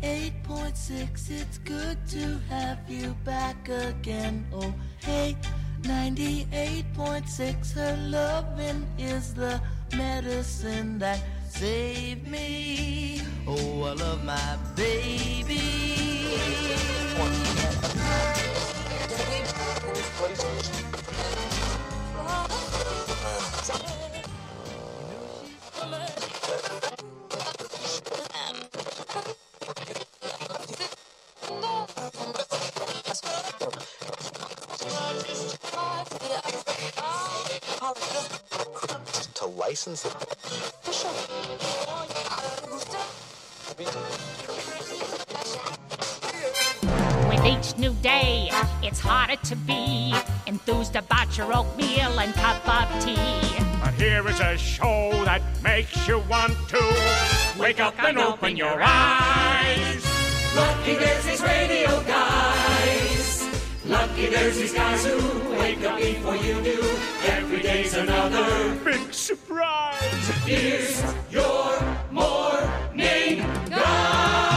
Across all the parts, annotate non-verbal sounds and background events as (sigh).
98.6, it's good to have you back again. Oh, hey, 98.6, her loving is the medicine that saved me. Oh, I love my to license it. With each new day, it's harder to be enthused about your oatmeal and cup of tea. But here is a show that makes you want to wake up and open your eyes. Lucky there's these radio guys. Lucky there's these guys who wake up before you do. Every day's another. Big surprise! Here's your morning guys.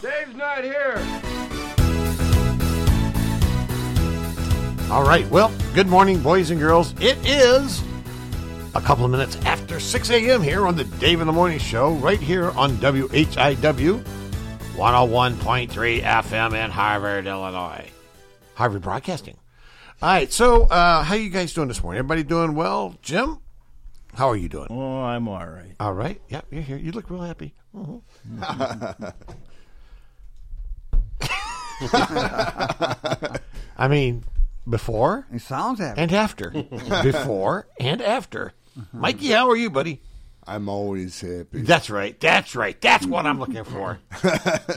Dave's not here. All right. Well, good morning, boys and girls. It is a couple of minutes after 6 a.m. here on the Dave in the Morning Show, right here on WHIW 101.3 FM in Harvard, Illinois. Harvard Broadcasting. All right. So, uh, how you guys doing this morning? Everybody doing well? Jim, how are you doing? Oh, I'm all right. All right. Yep, you're here. You look real happy. Mhm. (laughs) I mean, before He sounds happy. and after. Before and after. Mikey, how are you, buddy? I'm always happy. That's right. That's right. That's what I'm looking (laughs) for.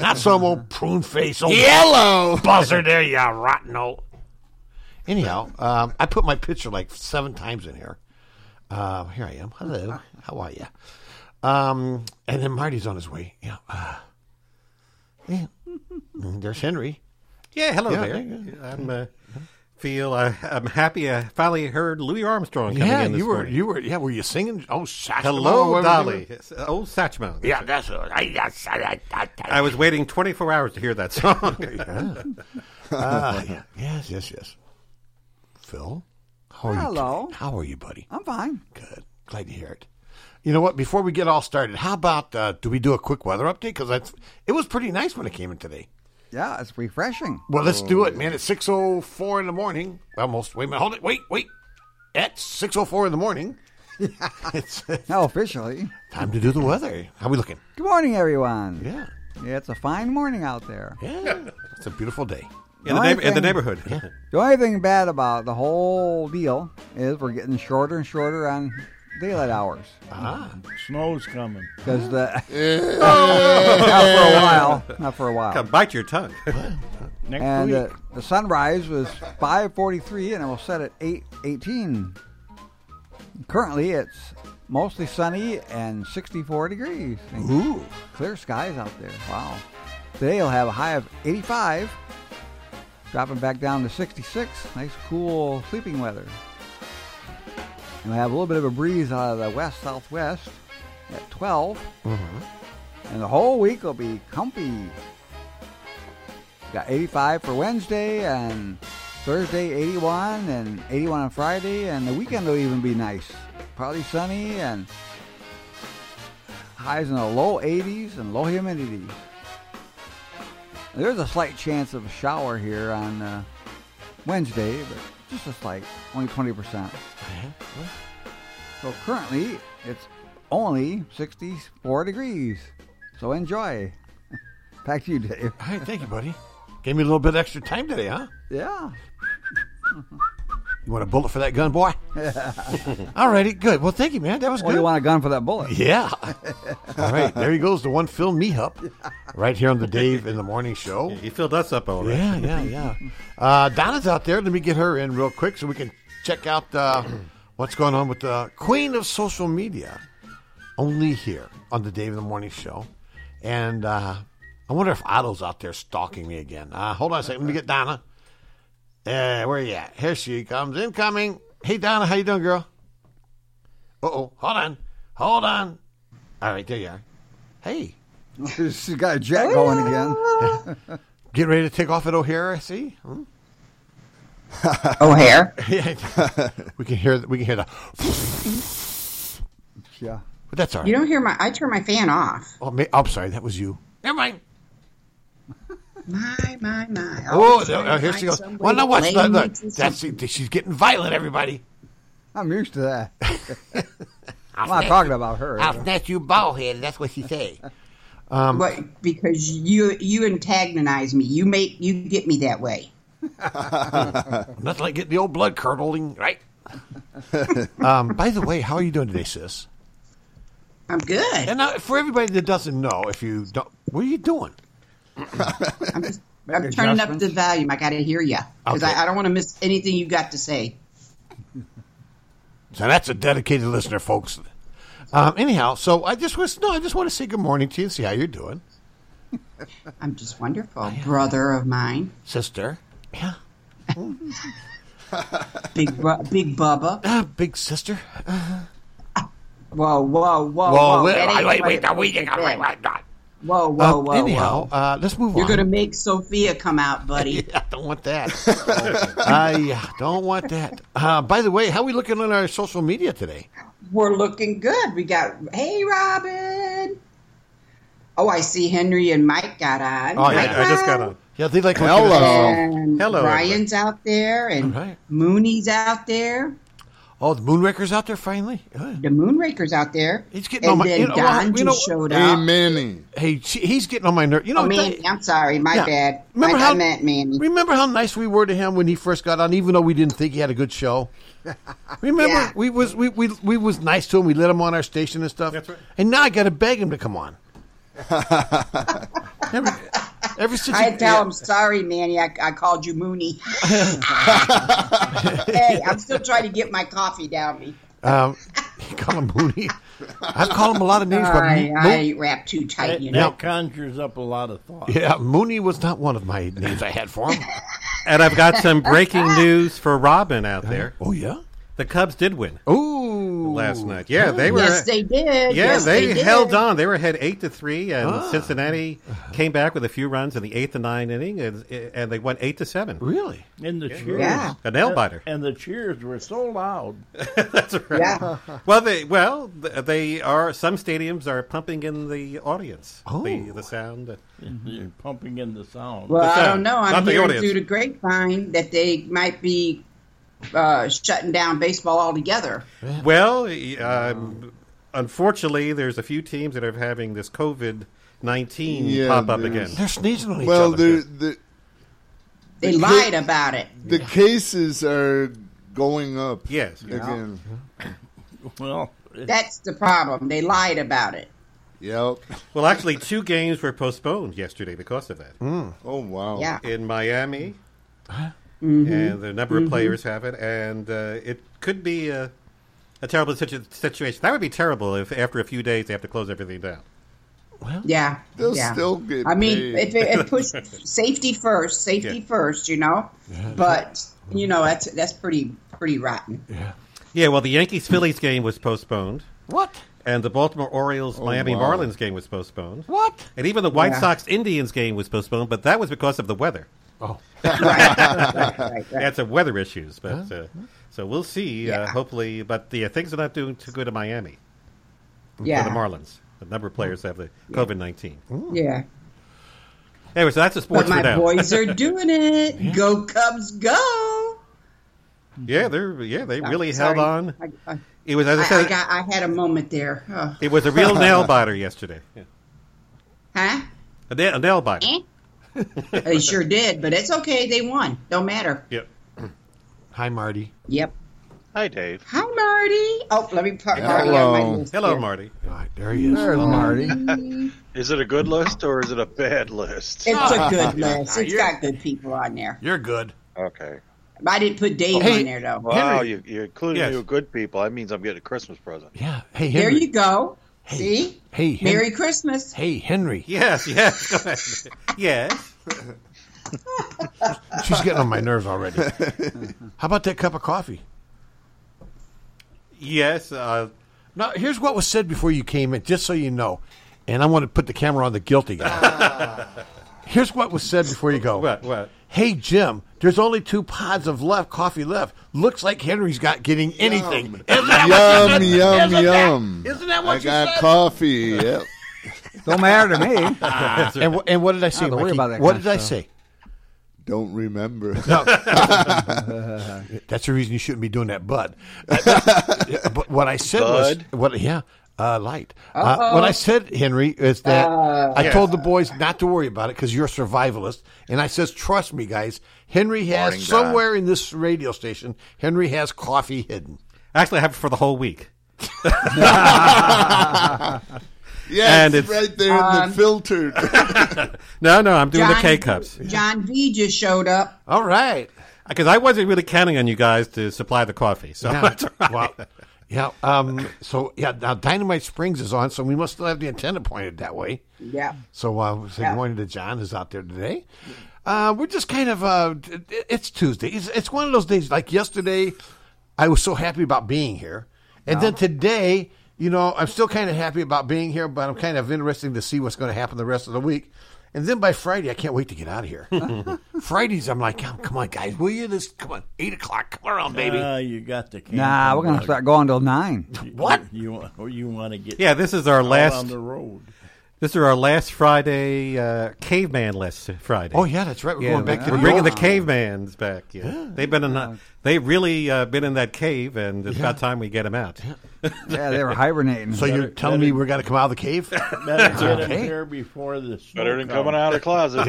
Not some old prune face, old yellow buzzer there, you rotten old. Anyhow, um, I put my picture like seven times in here. Um, here I am. Hello. How are you? Um, and then Marty's on his way. Yeah. Uh, yeah. Mm, There's Henry. Yeah, hello Yeah. there. I'm uh, feel uh, I'm happy. I finally heard Louis Armstrong coming Yeah, in this you were. morning. You were. Yeah, were you singing? Oh, Satchmo, hello, what was it? Dolly. It's, uh, Old Satchmo. Yeah, that's what I, that's- I, I, I, I was waiting 24 hours to hear that (laughs) song. (laughs) Ah, yeah. Yes, yes, yes. Phil, how are you? Hello. today? How are you, buddy? I'm fine. Good. Glad to hear it. You know what? Before we get all started, how about uh, do we do a quick weather update? Because it was pretty nice when it came in today. Yeah, it's refreshing. Well, let's do it, man. It's six oh four in the morning. Almost. Wait a minute. Hold it. Wait, wait. At six oh four in the morning, (laughs) it's Now officially. time to do the weather. How we looking? Good morning, everyone. Yeah, Yeah, it's a fine morning out there. yeah. it's a beautiful day. in, the I neighbor, in the think- neighborhood. The only thing bad about the whole deal is we're getting shorter and shorter on daylight hours Ah, Snow's coming. because the (laughs) not for a while, not for a while. Come bite your tongue. Next And week. uh, the sunrise was 5:43, and it will set at 8:18. Currently, it's mostly sunny and 64 degrees. And ooh. Clear skies out there. Wow. Today you'll have a high of 85, dropping back down to 66. Nice, cool sleeping weather. And we have a little bit of a breeze out of the west southwest at 12. Mm-hmm. And the whole week will be comfy. Got 85 for Wednesday and Thursday 81 and 81 on Friday and the weekend will even be nice. Probably sunny and highs in the low 80s and low humidity. There's a slight chance of a shower here on uh, Wednesday, but just a slight, only 20%. Mm-hmm. So currently, it's only 64 degrees. So enjoy. (laughs) Back to you, Dave. All right, thank you, buddy. Gave me a little bit extra time today, huh? (laughs) Yeah. You want a bullet for that gun, (laughs) boy? All righty, good. Well, thank you, man. That was Well, good. you want a gun for that bullet. (laughs) yeah. All right, there he goes, the one Phil Meehup, right here on the Dave in the Morning Show. You filled us up all right. Yeah, yeah, yeah. Uh, Donna's out there. Let me get her in real quick so we can check out uh, what's going on with the queen of social media only here on the Dave in the Morning Show. And uh, I wonder if Otto's out there stalking me again. Uh, hold on a second. Let me get Donna. Uh, where you at? Here she comes. Incoming. Hey, Donna. How you doing, girl? Uh-oh. Hold on. Hold on. All right. There you are. Hey. She's got a jet going again. (laughs) Getting ready to take off at O'Hare, I see. Hmm? O'Hare? yeah. (laughs) We can hear, we can hear the... Yeah. But that's all right. You don't hear my. I turn my fan off. Oh, ma- I'm sorry. That was you. Never mind. My my my. Oh, Always there- trying to here she find goes. some way Well, now to watch. blame Look, me look. for That's, something. she's getting violent, everybody. I'm used to that. I'm I'll not snatch talking you- about her. I'll snatch you bald headed. That's what she (laughs) say. Um, What? Because you you antagonize me. You make you get me that way. Nothing like getting the old blood curdling, (laughs) right? um, by the way, how are you doing today, sis? I'm good. And now, for everybody that doesn't know, if you don't, what are you doing? I'm turning up the volume. I got to hear you because Okay. I, I don't want to miss anything you got to say. So that's a dedicated listener, folks. Um, anyhow, so I just was no, I just want to say good morning to you and see how you're doing, (laughs) I'm just wonderful, brother of mine, sister. Yeah, big bu- big Bubba. Uh-huh. Ah, big sister. Whoa whoa Well, whoa whoa! wait, That ain't wait, what wait, it no, we is. can- wait, wait, no. Whoa whoa Um, whoa! anyhow, whoa. Uh, let's move You're on. gonna make Sophia come out, (laughs) buddy. I don't want that. (laughs) I uh, don't want that. Uh, by the way, how we looking on our social media today? We're looking good. We got hey Robin. Oh, I see Henry and Mike got on. Oh, I, yeah, Hi, I just got Rob. a. Yeah, they like looking at us. Hello. And Hello, Ryan's out there, and All right. Mooney's out there. Oh, the Moonraker's out there finally. Uh, The Moonraker's out there. He's getting and on my- then you know, Don you just know- showed up. Hey, Manny. Hey, she, he's getting on my nerve. You know, Oh, they- Manny, I'm sorry, my Yeah. bad. Remember I, how- I meant Manny. remember how nice we were to him when he first got on, even though we didn't think he had a good show. (laughs) Remember, Yeah. we was we, we we was nice to him. We let him on our station and stuff. That's right. And now I got to beg him to come (laughs) on. Every- ever since I he- had to tell him, sorry, Manny, I, I called you Mooney. (laughs) (laughs) hey, I'm still trying to get my coffee down me. Um, you call him Mooney. I've called him a lot of names, but I, Mo- I wrap too tight, you That, know. that conjures up a lot of thought. (laughs) yeah, Mooney was not one of my names I had for him. And I've got some (laughs) breaking news for Robin out there. oh yeah. The Cubs did win Ooh. last night. Yeah, they were. Yes, they did. yeah, yes, they, did. held on. They were ahead eight to three, and Ah. Cincinnati Uh-huh. came back with a few runs in the eighth and ninth inning, and, and they won eight to seven. Really? And the cheers. Yeah. A nail biter. (laughs) And the cheers were so loud. (laughs) (laughs) Yeah. Well, they well th- they are. Some stadiums are pumping in the audience. the, Oh. the sound. They're pumping in the sound. Well, That's I it. don't know. I'm Not the hearing audience. through the grapevine that they might be uh, shutting down baseball altogether. Well, um, unfortunately, there's a few teams that are having this COVID nineteen Yeah, pop up there's- again. They're sneezing on each Well, other. the the They lied about it. the cases are going up. Yes. Again. Well, That's the problem. They lied about it. Yep. Well, actually, two games were postponed yesterday because of that Oh wow. Yeah. in Miami, Mm-hmm. and the number of players have it, and uh, it could be a, a terrible situ- situation. That would be terrible if after a few days they have to close everything down. Yeah. They'll yeah. still get I mean, paid. if it, (laughs) it pushed safety first, safety Yeah. first, you know. But you know, that's that's pretty pretty rotten. Yeah. Well, the (clears throat) Yankees Phillies game was postponed, what? and the Baltimore Orioles Miami wow. Marlins game was postponed. What? And even the White Oh, Yeah. Sox Indians game was postponed, but that was because of the weather. (laughs) (laughs) Oh. Right, right, right. That's a weather issues, but uh, so we'll see. Uh, Yeah. hopefully, but the things are not doing too good in Miami for the Yeah. Marlins. The number of players have the COVID nineteen. Yeah. Anyway, so that's the But sports my for now. boys (laughs) are doing it. Go Cubs, go! yeah, they're yeah they I'm really sorry. held on. I, I, It was as I, I, said, I got, I had a moment there. Ugh. it was a (laughs) real nail biter yesterday. Yeah. (laughs) Huh? A, na- a nail biter. Eh? they sure did, but it's okay. They won. Don't matter. Yep. Hi, Marty. Yep. Hi, Dave. Hi, Marty. Oh, let me put Marty on my Hello. list. Hello, here. Marty. All right, there he is. There's Marty. (laughs) Is it a good list or is it a bad list? It's Ah. (laughs) a good list. It's got good people on there. You're good. Okay. I didn't put Dave Hey. on there though. Wow, you, you included Yes. you good people. That means I'm getting a Christmas present. Yeah. Hey, There Henry. you go. See? Hey, Hen- Merry Christmas. Hey, Henry. Yes, yes, (laughs) go ahead. (laughs) yes. She's getting (laughs) on my nerves already. How about that cup of coffee? Yes. Uh, now, here's what was said before you came in, just so you know. And I want to put the camera on the guilty (laughs) guy. here's what was said before you go. What? What? Hey, Jim, there's only two pods of left coffee left. Looks like Henry's not getting anything. Isn't that Yum, what you said? yum, Isn't that- yum. isn't that what I you got said? coffee. Yep. Don't matter to me. (laughs) and, wh- and what did I say? don't worry Mikey? about that what kind did of I stuff. say? Don't remember. (laughs) (laughs) That's the reason you shouldn't be doing that, bud. (laughs) but what I said Bud? was what yeah, uh, light. Uh, what I said, Henry, is that I Yeah. told the boys not to worry about it because you're a survivalist, and I says, trust me, guys. Henry has Morning, Don. somewhere in this radio station. Henry has coffee hidden. Actually, I have it for the whole week. Yeah, And it's it's- right there in (laughs) the filtered. No, no, I'm doing the Um, John- K cups John V just showed up. All right. because I wasn't really counting on you guys to supply the coffee. So (laughs) Yeah. that's all right. Wow. Yeah. Um, so yeah, now Dynamite Springs is on, so we must still have the antenna pointed that way. Yeah. So, uh, so Yeah. good morning to John who's out there today. Uh, we're just kind of uh, it- it's Tuesday. It's, it's one of those days. Like yesterday, I was so happy about being here, and then today, you know, I'm still kind of happy about being here, but I'm kind of interested to see what's going to happen the rest of the week. And then by Friday, I can't wait to get out of (laughs) here. Fridays, I'm like, "Oh, "Come- come on, guys, will you? This come on, eight o'clock, come around, baby. Ah, you got the camera. Nah, we're gonna start going till (laughs) nine. what? You want? Or you want to get? Yeah, this is our out last. on the road. This is our last Friday uh, caveman list Friday. Oh yeah, that's right. We're Yeah, going back to we're the bringing old the school. cavemans back. Yeah, they've been in. a- they've really uh, been in that cave, and it's about time we get them out. (laughs) Yeah, they were hibernating. So you're telling me we're going to come out of the cave? (laughs) Better get it Okay. there before the snow Better than comes. coming out of the (laughs) closet.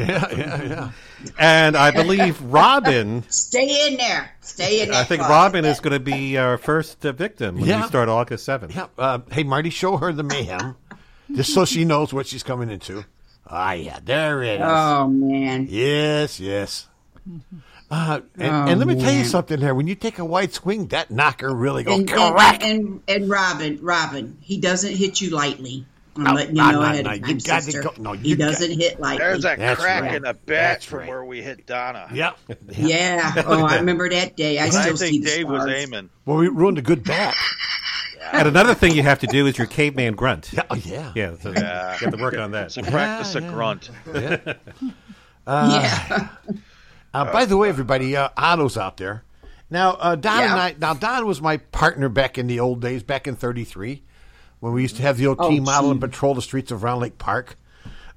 And I (laughs) believe Robin. Stay in there. Stay in there. I think Robin is going to be our first uh, victim when Yeah. we start August seventh. Yeah. Uh, hey, Marty, show her the mayhem, just so she knows what she's coming into. Ah, yeah, there it is. Oh, man. yes, yes. Uh, and, Oh, and let me tell you something there. When you take a wide swing, that knocker really goes And, crack. and, and, and Robin, Robin, he doesn't hit you lightly. I'm No, letting you no, know no, ahead no, of you time, gotta sister. go- no, he you got- doesn't hit lightly. There's a That's crack right. in the back That's from right. where we hit Donna. Yep. (laughs) Yeah. Oh, I remember that day. I And still I see think the Dave was scars. aiming. Well, we ruined a good bat. (laughs) And another thing you have to do is your caveman grunt. Yeah, oh, yeah. Yeah, so Yeah. you have to work on that. So practice a grunt. yeah. (laughs) Uh, by the way, everybody, uh, Otto's out there. Now, uh, Don Yeah. and I. Now, Don was my partner back in the old days, back in '33, when we used to have the old Oh, team model and gee. patrol the streets of Round Lake Park.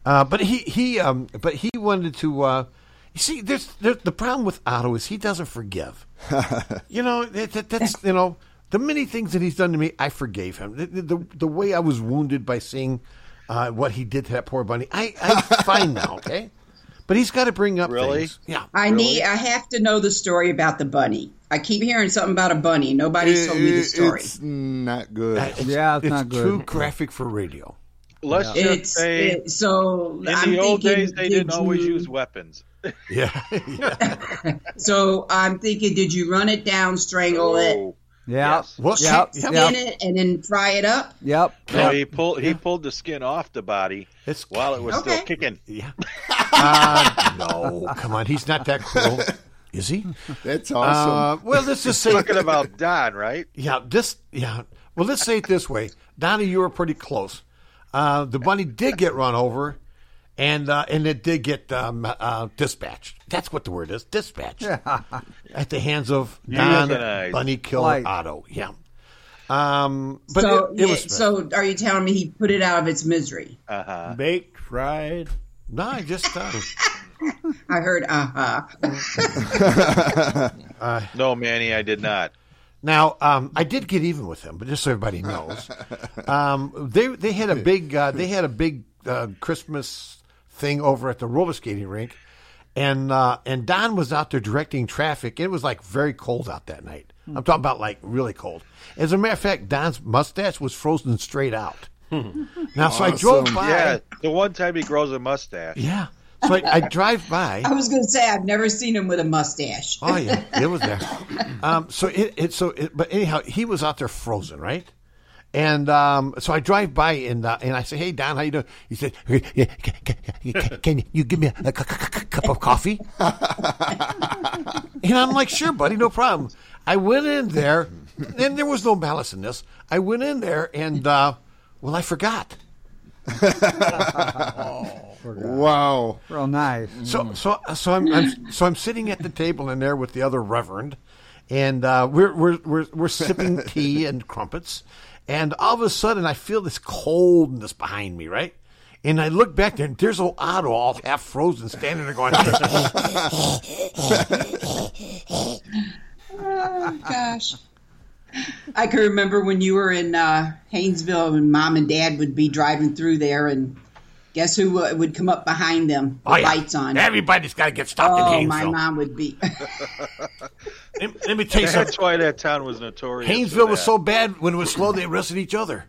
Uh, but he he um, but he wanted to. Uh, you see, there's, there's the problem with Otto is he doesn't forgive. (laughs) you know that, that, that's you know the many things that he's done to me, I forgave him. The the, the, the way I was wounded by seeing uh, what he did to that poor bunny, I I fine now, okay. But he's got to bring (laughs) up Really? things. Yeah. I need. I have to know the story about the bunny. I keep hearing something about a bunny. Nobody's told me the story. It's not good. Uh, it's- Yeah, it's not too good. graphic for radio. Let's just It's say, it- so. in I'm the old thinking, days, they did didn't always you- use weapons. Yeah, So I'm thinking, did you run it down, strangle it, Oh. Yeah. Yes. Well, Yep. see, yeah, skin Yep. it, and then fry it up? Yep. No, he pulled he pulled the skin off the body It's- while it was Okay. still kicking. (laughs) yeah. Uh, no, (laughs) come on, he's not that cruel, is he? That's Uh, (laughs) awesome. well, let's just say, Talking about Don, right? yeah, this, yeah. Well, let's say it this way, Donnie, you were pretty close. Uh, the bunny did get run over, and uh, and it did get um, uh, dispatched. That's what the word is, dispatched at the hands of Don Euthanized. Bunny Killer Like- Otto. Yeah. Um, but so, it, it yeah, was so are you telling me he put it out of its misery? Uh huh. baked, fried. no, I just uh, (laughs) I heard, uh huh. (laughs) Uh, No, Manny, I did not. Now, um, I did get even with them, but just so everybody knows, um, they they had a big uh, they had a big uh, Christmas thing over at the roller skating rink, and uh, and Don was out there directing traffic. It was like very cold out that night. I'm talking about like really cold. As a matter of fact, Don's mustache was frozen straight out. Now, so I drove Awesome. by. Yeah, the one time he grows a mustache. Yeah. So I, I drive by. (laughs) I was going to say, I've never seen him with a mustache. Oh yeah, it was there. Um, so it, it so it, but anyhow, he was out there frozen, right? And um, so I drive by and uh, and I say, "Hey Don, how you doing?" He said, "Can, can, can you give me a, a cu- cu- cu- cup of coffee?" (laughs) and I'm like, "Sure, buddy, no problem." I went in there, and there was no malice in this. I went in there and uh, well, I forgot. Wow. Real nice. So so so I'm, I'm so I'm sitting at the table in there with the other reverend, and uh, we're, we're we're we're (laughs) sipping tea and crumpets, and all of a sudden I feel this coldness behind me, right? And I look back there, and there's old Otto, all half frozen, standing there (laughs) going. (laughs) Oh, gosh. I can remember when you were in uh, Haynesville and mom and dad would be driving through there, and guess who uh, would come up behind them? The Oh, yeah. lights on. Everybody's got to get stopped oh, in Haynesville. my mom (laughs) would be. let, let me tell you something. That's why that town was (laughs) notorious. for (laughs) Haynesville was that. so bad when it was slow, they arrested each other.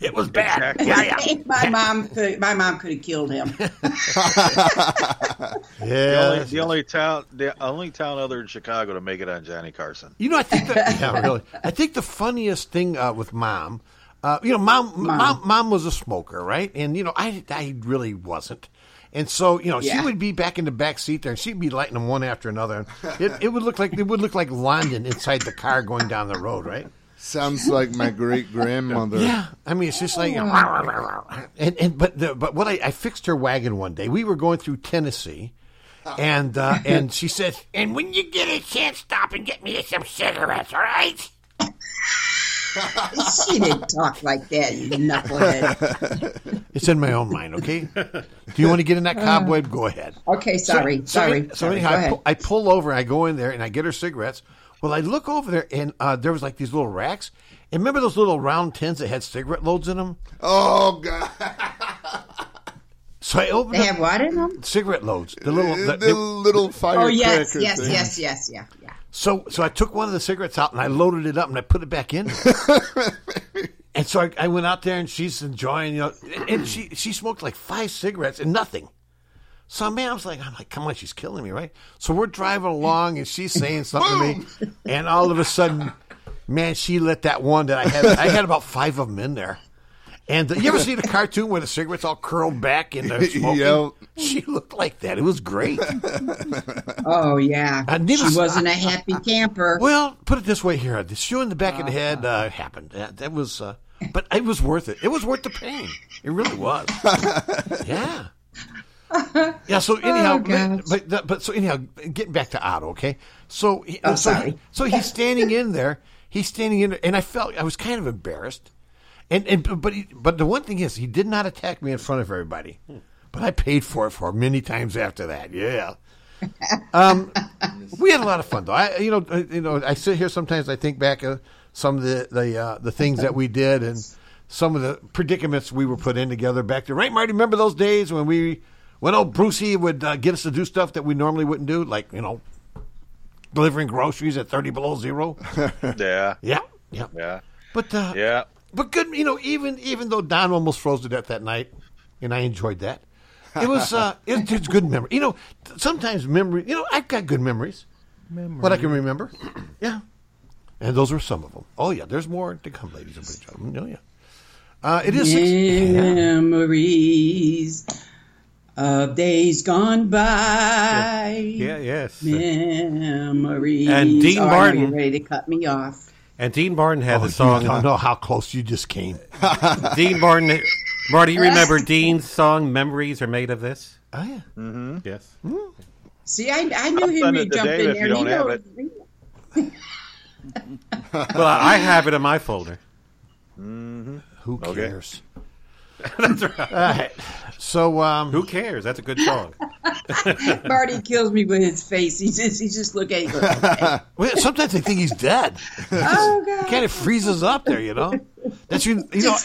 It was bad. Yeah, yeah. my mom could. My mom could have (laughs) killed him. The only, the only town, the only town other than Chicago to make it on Johnny Carson. You know, I think that, (laughs) yeah, really. I think the funniest thing uh, with mom, uh, you know, mom, mom, mom, was a smoker, right? And you know, I, I really wasn't. And so, you know, Yeah. she would be back in the back seat there, and she'd be lighting them one after another. And it, it would look like it would look like London inside the car going down the road, right? Sounds like my great grandmother. Yeah, I mean, it's just like, you know, "Rah, rah, rah, rah." and and but the, but what I, I fixed her wagon one day. We were going through Tennessee, and uh, and she said, And when you get a chance, stop and get me some cigarettes, all right? she didn't talk like that, you knucklehead. (laughs) It's in my own mind, okay? Do you want to get in that cobweb? Go ahead. Uh, Okay, sorry, So- so sorry. any- So, sorry, anyhow, go I ahead. pull, I pull over and I go in there and I get her cigarettes. Well, I look over there and uh, there was like these little racks. And remember those little round tins that had cigarette loads in them? Oh God! So I opened. They had what in them? Cigarette loads. The little, the, The little fire. oh yes, cracker yes, eh? thing. yes, yes, yeah. yeah. So, so I took one of the cigarettes out and I loaded it up and I put it back in. and so I, I went out there and she's enjoying, you know, and she she smoked like five cigarettes and nothing. So man, I was like, I'm like, come on, she's killing me, right? So we're driving along and she's saying something to me, and all of a sudden, man, she lit that one that I had. I had about five of them in there. And uh, you ever see the cartoon where the cigarette's all curled back and they're smoking? Yep. She looked like that. It was great. Oh yeah. I never- she wasn't a happy camper. Uh-huh. Well, put it this way here: the shoe in the back of the head uh, happened. That, that was, uh, but it was worth it. It was worth the pain. It really (laughs) was. yeah. Yeah. So Oh, anyhow, but but- but so anyhow, getting back to Otto. Okay. So he- Oh, so, he- sorry. so he's standing in there. He's standing in, there, and I felt I was kind of embarrassed. And and but he, but the one thing is, he did not attack me in front of everybody. But I paid for it for many times after that. Yeah. Um, we had a lot of fun though. I, you know, I- you know, I sit here sometimes. I think back of some of the the uh, the things that we did and some of the predicaments we were put in together back there. Right, Marty? Remember those days when we, when old Brucey would uh, get us to do stuff that we normally wouldn't do, like you know, delivering groceries at thirty below zero. Yeah. Yeah. Yeah. Yeah. But uh, Yeah. but good, you know, even even though Don almost froze to death that night, and I enjoyed that. It (laughs) was uh, it, it's good memory. You know, t- sometimes memory. You know, I've got good memories. What I can remember. yeah. And those were some of them. Oh yeah, there's more to come, ladies and gentlemen. Oh yeah. Uh, it is. Six, yeah. memories of days gone by. Yeah, yes. Memories. And Dean Oh, I know Martin- you're ready to cut me off. And Dean Martin had the song. I Oh, don't know how close you just (laughs) came. (laughs) Dean Martin, Marty, you remember Dean's song "Memories Are Made of This"? Oh yeah. Mm-hmm. Yes. See, I, I I'll knew him send to it to jump Dave in if there. you don't he have knows- Well, I I have it in my folder. Who cares? (laughs) That's right. All right. So, um, who cares? That's a good (laughs) song. (laughs) Marty kills me with his face. He just, he just (laughs) look at you. Well, sometimes they think he's dead. Oh, God. kind of freezes up there, you know. That's you, you know.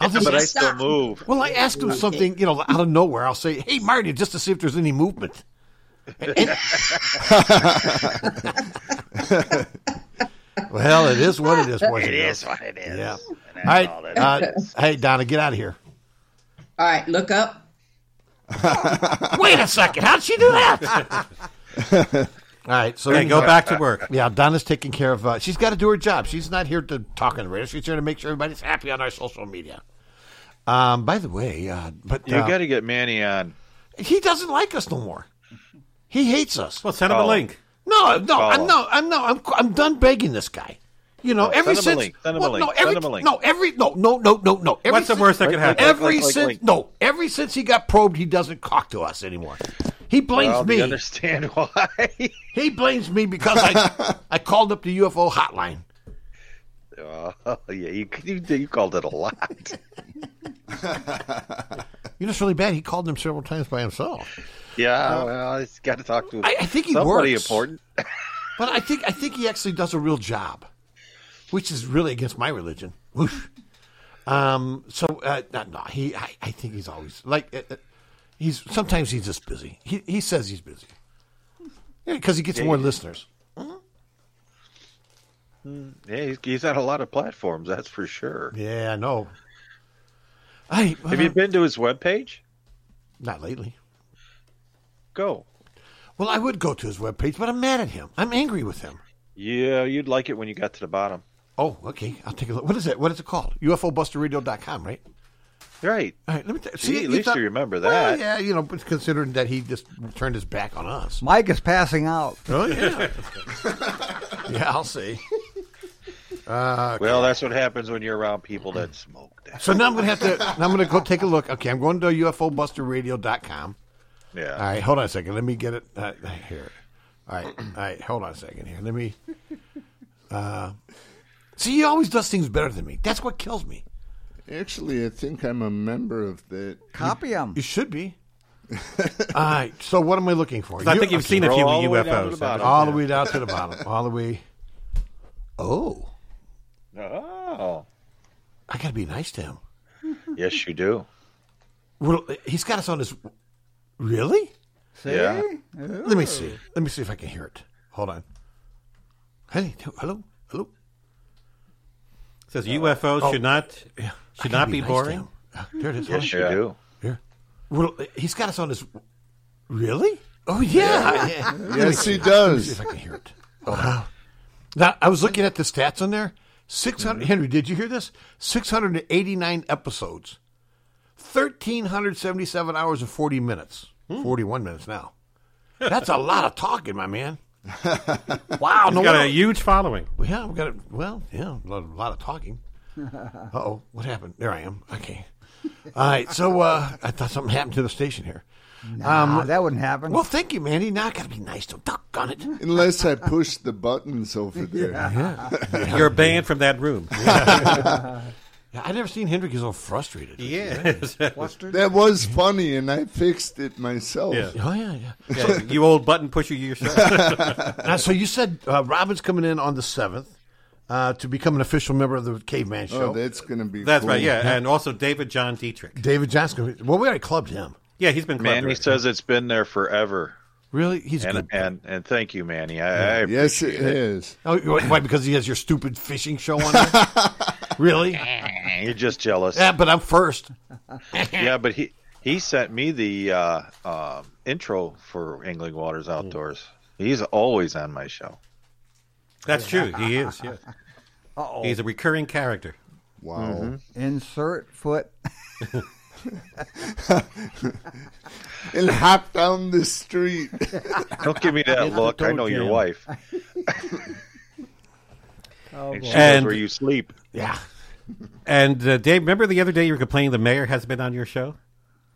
I'll just, But I still move. Well, I ask him something, you know, out of nowhere. I'll say, "Hey, Marty," just to see if there's any movement. (laughs) And- well, it is what it is. Boys It and girls. is what it is. Yeah. And All that's right. all that Uh, is. hey, Donna, get out of here. All right, look up. (laughs) Wait a second. How'd she do that? All right, so Yeah, go back to work. (laughs) Yeah, Donna's taking care of. Uh, she's got to do her job. She's not here to talk on the radio. She's here to make sure everybody's happy on our social media. Um, by the way, uh, but You uh, got to get Manny on. he doesn't like us no more. He hates us. Well, send him a Call him. link. No, no, Call I'm him. no, I'm no, I'm I'm done begging this guy. You know, No, every send him a since link. Send him a well, link. no, Send every him a link. no, every no, no, no, no, no. Every What's the since- worst that could Link, happen? link, Every link, link, since link. no, every since he got probed, he doesn't talk to us anymore. He blames Well, me. you (laughs) understand why? he blames me because I I called up the UFO hotline. Oh, (laughs) yeah, you, you you called it a lot. You know, it's really bad. He called them several times by himself. Yeah, Uh, well, he's got to talk to I- I think he somebody works. important. But I think I think he actually does a real job, which is really against my religion. Whoosh. Um. So, uh, no, no, he. I, I think he's always like. Uh, uh, he's sometimes he's just busy. He he says he's busy. Yeah, because he gets Yeah, more he- listeners. Mm, Yeah, he's, he's on a lot of platforms. That's for sure. Yeah, I know. I Have you been to his webpage? Not lately. Go. Well, I would go to his webpage, but I'm mad at him. I'm angry with him. Yeah, you'd like it when you got to the bottom. Oh, okay. I'll take a look. What is it? What is it called? UFObusterradio.com, right? Right. All right. Let me t- Gee, see. at least thought- you remember Well, that. yeah, you know, but considering that he just turned his back on us. Mike is passing out. (laughs) Oh yeah. (laughs) yeah, I'll see. Uh, Well, that's what happens when you're around people that smoke. so now I'm gonna have to. Now I'm gonna go take a look. Okay, I'm going to UFOBusterRadio.com. Yeah. All right, hold on a second. Let me get it uh, here. All right, all right, hold on a second here. Let me. Uh, see, he always does things better than me. That's what kills me. Actually, I think I'm a member of that. Copy him. You should be. All right. So what am I looking for? So I think you've seen a Roll few all the way UFOs. down to the UFOs, bottom. haven't you? all the way down to the bottom. All the way. Oh, Oh, I got to be nice to him. yes, you do. Well, he's got us on his. Really? Yeah. Let me see. Let me see if I can hear it. Hold on. Hey, hello, hello. Says UFOs Oh. should not Yeah. I should not gotta be, nice to boring. him. Uh, There it is. Yes, you Hold on. do. Here. Well, he's got us on his. Really? Oh yeah. Yeah. Let me Yes, see. Let me see he does. if I can hear it. Hold on. Now I was looking at the stats on there. Six Henry, did you hear this? Six hundred and eighty-nine episodes, thirteen hundred seventy-seven hours and forty minutes. Forty-one minutes now. That's a lot of talking, my man. wow, He's no got wonder- a huge following. yeah, we got it. Well, yeah, a lot, a lot of talking. Uh oh, what happened? There I am. Okay. All right. So uh, I thought something happened to the station here. Um, Nah, that wouldn't happen. Well, thank you, Mandy. Now I got to be nice to him. Doggone it. Unless I push the buttons over there. Yeah. (laughs) You're banned from that (laughs) room. Yeah. Yeah, I never seen Hendrick so frustrated. (laughs) Yes. That was funny, and I fixed it myself. Yeah. Oh yeah, yeah. Yeah, you old button pusher you yourself. Now, so you said uh, Robin's coming in on the seventh uh, to become an official member of the Caveman Show. Oh, that's gonna be. That's cool. right. Yeah, and also David John Dietrich. David Johnson. Well, we already clubbed him. Yeah, he's been Manny clever. says it's been there forever. Really, he's and, good. and and thank you, Manny. I, I appreciate Yes, it it. is. Oh, why? Because he has your stupid fishing show (laughs) on there. really? (laughs) You're just jealous. Yeah, but I'm first. (laughs) yeah, but he he sent me the uh, um intro for Angling Waters Outdoors. He's always on my show. That's true. He is. Yes. He's a recurring character. Wow. Mm-hmm. Insert foot. (laughs) And hop down the street. (laughs) Don't give me that It's a look. I toe know your jam. (laughs) wife. Oh, and boy. she knows And- where you sleep. Yeah. Mm-hmm. (laughs) And uh, Dave, remember the other day you were complaining the mayor has been on your (laughs) show.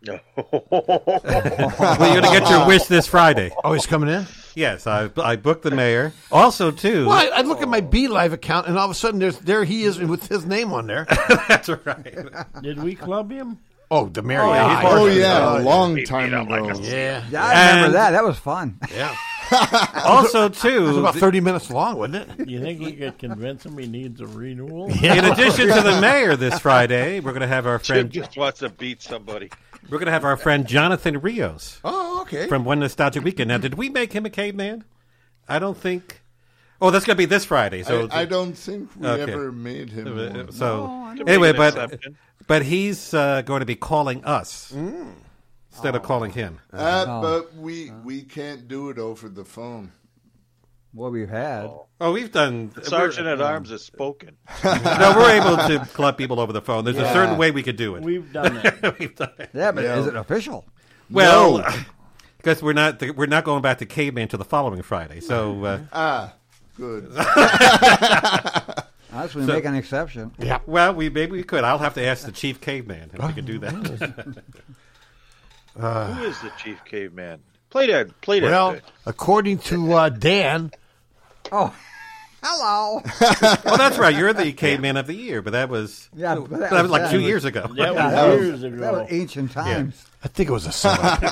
Well, you're gonna get your wish this Friday. Oh, he's coming in. Yes, I I booked the mayor. Also, too. Well, I, I look at my BeeLive account, and all of a sudden, there's there he is with his name on there. (laughs) That's right. Did we club him? Oh, the Mary. Oh, yeah, yeah. he's part Oh of it. yeah, a (laughs) long Beat time ago. yeah. Yeah, I remember And- that. That was fun. (laughs) Yeah. Also, It was too. about thirty minutes long, wasn't it? You think we could convince him he needs a renewal? In addition to the mayor this Friday, we're going to have our Jim friend just wants to beat somebody. we're going to have our friend Jonathan Rios Oh, okay. from One Nostalgic Weekend. Now, did we make him a caveman? I don't think. Oh, that's going to be this Friday. So I, I don't think we Okay. ever made him. Uh, one. So don't anyway, think- but uh, but he's uh, going to be calling us Oh. instead of calling him. Oh. Uh. Uh, but we we can't do it over the phone. What we've had. Oh, we've done. Sergeant at Arms has (laughs) spoken. (laughs) no, we're able to club people over the phone. There's a Yeah. certain way we could do it. We've done (laughs) it. We've done it. Yeah, but is it official? Well, No. (laughs) because we're not we're not going back to caveman till the following Friday. So uh, Ah, good. Unless we make an exception. Yeah. Well, we maybe we could. I'll have to ask the chief caveman if we could do (laughs) that. (laughs) Who is the chief caveman? Play that. Play that. (laughs) Well, bit. according to uh, Dan, Oh, hello. well, that's right. You're the caveman of the year, but that was Yeah, that, but was, that was- like that two was- years ago. (laughs) that was That was- years ago. that was ancient Yeah. times. I think it was a setup.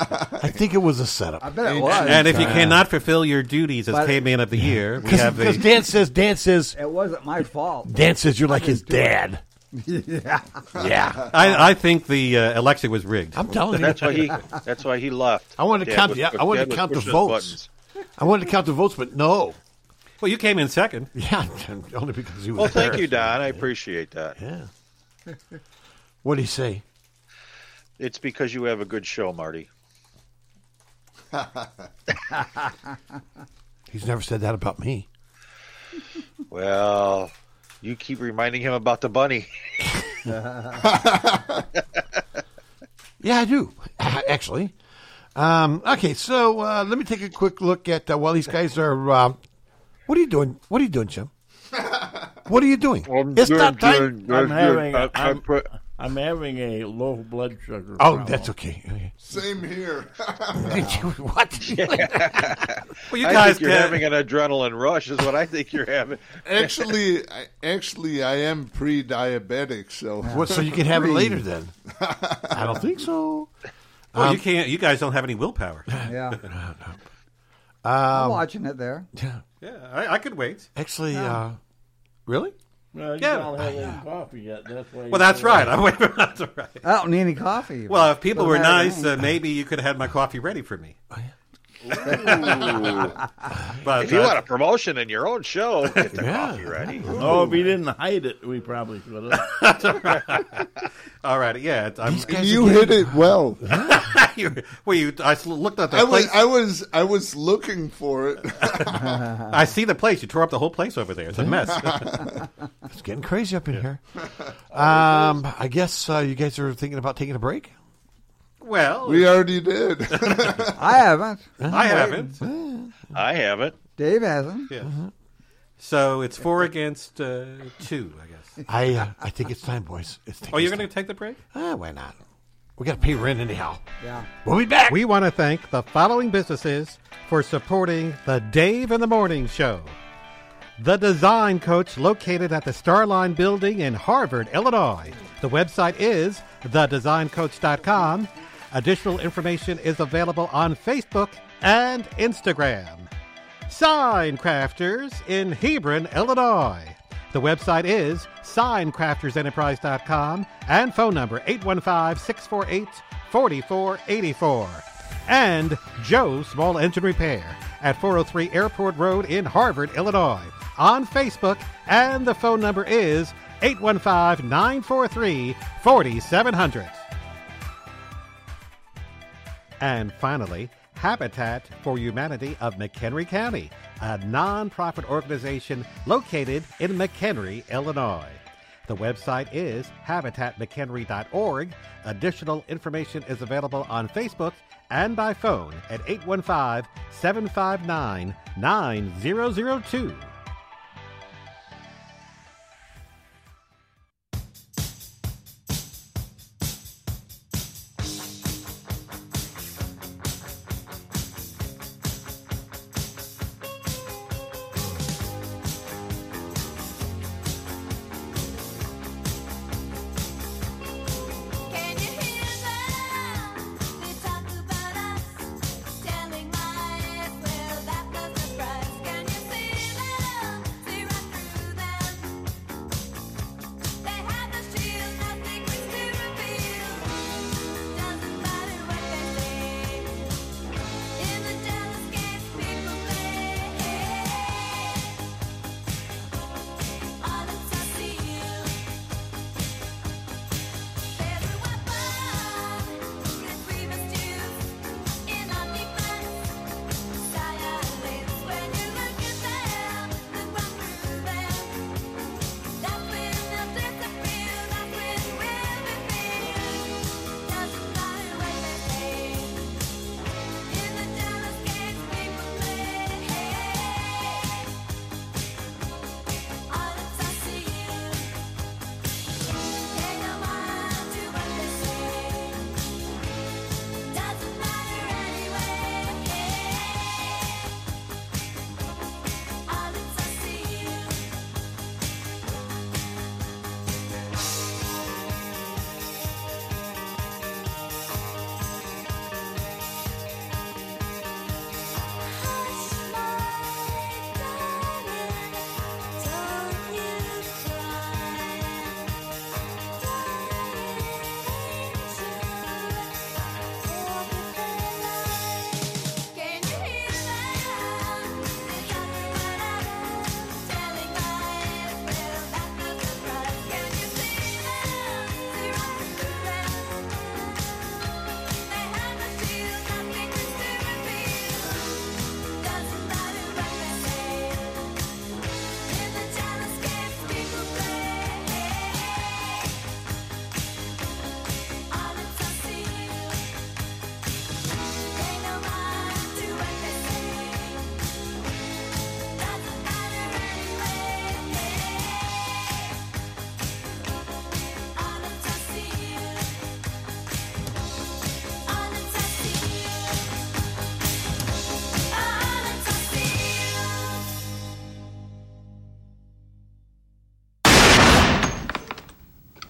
I think it was a setup. I bet it was. And if you cannot fulfill your duties as But- caveman of the year, we have Because the Dan says, Dan says, It wasn't my fault. Dan says you're like his dad. yeah. (laughs) Yeah. I, I think the uh, election was rigged. I'm telling you. That's why he. That's why he left. I wanted to Dad count was- the I wanted Dad was to count the pushing votes. I wanted to count the votes, but no. Well, you came in second. Yeah, (laughs) only because he was. Well, thank there. you, Don. I appreciate that. Yeah. What did he say? It's because you have a good show, Marty. He's never said that about me. Well, you keep reminding him about the (laughs) bunny. (laughs) Yeah, I do (laughs) actually. Um, okay, so uh, let me take a quick look at uh, while these guys are. Uh, what are you doing? What are you doing, (laughs) Jim? What are you doing? it's not time. I'm having, a, I'm, I'm having a low blood sugar. Oh, problem. that's okay. Same (laughs) here. (laughs) (laughs) what? Well, you I guys think you're can- having an (laughs) adrenaline rush, is what I think you're having. (laughs) actually, I, actually, I am pre-diabetic, so What, so you can have it later (laughs) then? I don't think so. Well, Oh, you can't. You guys don't have any willpower. Yeah. (laughs) I'm Um, watching it there. Yeah, I, I could wait. actually, uh, really? Well, you Yeah. don't have any coffee yet. That's why. Well, that's right. (laughs) I'm waiting. That's (laughs) right. I don't need any coffee. Well, if people were Doesn't matter to nice, me. uh, maybe you could have had my coffee ready for me. Oh, But If you uh, want a promotion in your own show, get the Yeah. coffee ready. (laughs) Oh, if he didn't hide it, we probably could have. all right, yeah, I'm, These guys you are hit getting- it well. (laughs) you, well, you, I s- looked at the I was, place. I was, I was looking for it. (laughs) I see the place. You tore up the whole place over there. It's a (laughs) mess. (laughs) It's getting crazy up in here. Um, I guess uh, you guys are thinking about taking a break. well, we already did. (laughs) I haven't. I haven't. I haven't. Dave hasn't. Yeah. So it's four against uh, two, I guess. I uh, I think it's time, boys. It's Oh, you're going to take the break? Ah, why not? We got to pay rent anyhow. Yeah. We'll be back. We want to thank the following businesses for supporting the Dave in the Morning Show. The Design Coach, located at the Starline Building in Harvard, Illinois. The website is thedesigncoach.com. Additional information is available on Facebook and Instagram. Sign Crafters in Hebron, Illinois. The website is signcraftersenterprise.com and phone number 815 648 4484. And Joe Small Engine Repair at 403 Airport Road in Harvard, Illinois. On Facebook, and the phone number is 815 943 4700. And finally, Habitat for Humanity of McHenry County, a nonprofit organization located in McHenry, Illinois. The website is habitatmchenry.org. Additional information is available on Facebook and by phone at 815 759 9002. Can you hear them? They talk about us, telling my ass, well that was a prize. Can you see them? (laughs)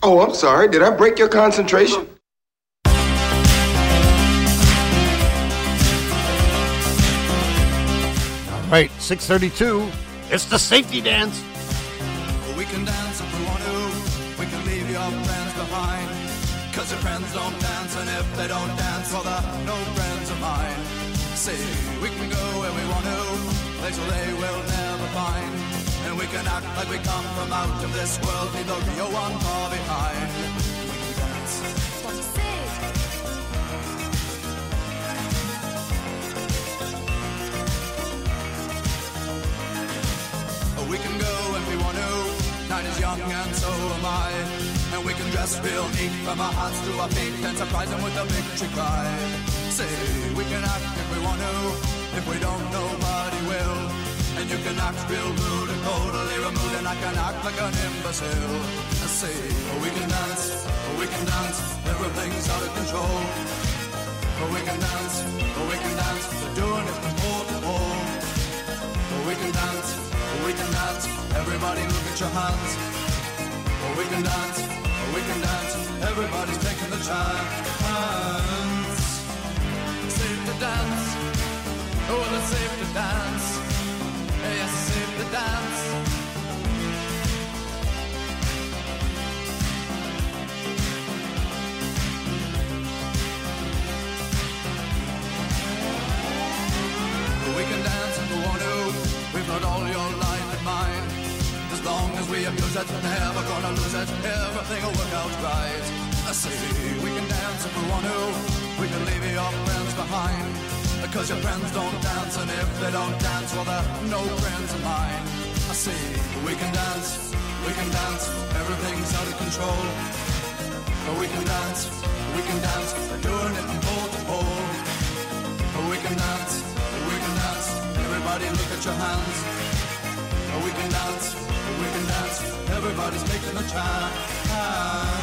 Oh, I'm sorry. Did I break your concentration? All right, 632. It's the safety dance. We can dance if we want to. We can leave your friends behind. Cause your friends don't dance, and if they don't dance, well, they're no friends of mine. See, we can go where we want to, place where they will never find. And we can act like we come from out of this world, leave the real one far behind. We can dance. What you say? We can go if we want to. Night is young and so am I. And we can dress real neat from our hearts to our feet and surprise them with a victory cry. Say, we can act if we want to. If we don't, nobody will. And you can act real rude and totally removed, and I can act like an imbecile. I say, we can dance, we can dance, everything's out of control. We can dance, we can dance, we're doing it from pole to pole. We can dance, we can dance, everybody look at your hands. We can dance, we can dance, everybody's taking the chance. Safe to dance, oh, well, it's safe to dance. Yes, it's safe to dance. We can dance if we want to. We've got all your life in mind. As long as we abuse it, never gonna lose it. Everything will work out right. I see. We can dance if we want to. We can leave your friends behind. Because your friends don't dance, and if they don't dance, well, they're no friends of mine. I see. We can dance. We can dance. Everything's out of control. But we can dance. We can dance. We're doing it from pole to pole. Oh, we can dance, we can dance. Everybody look at your hands. Oh, we can dance, oh, we can dance. Everybody's making a chance. Oh,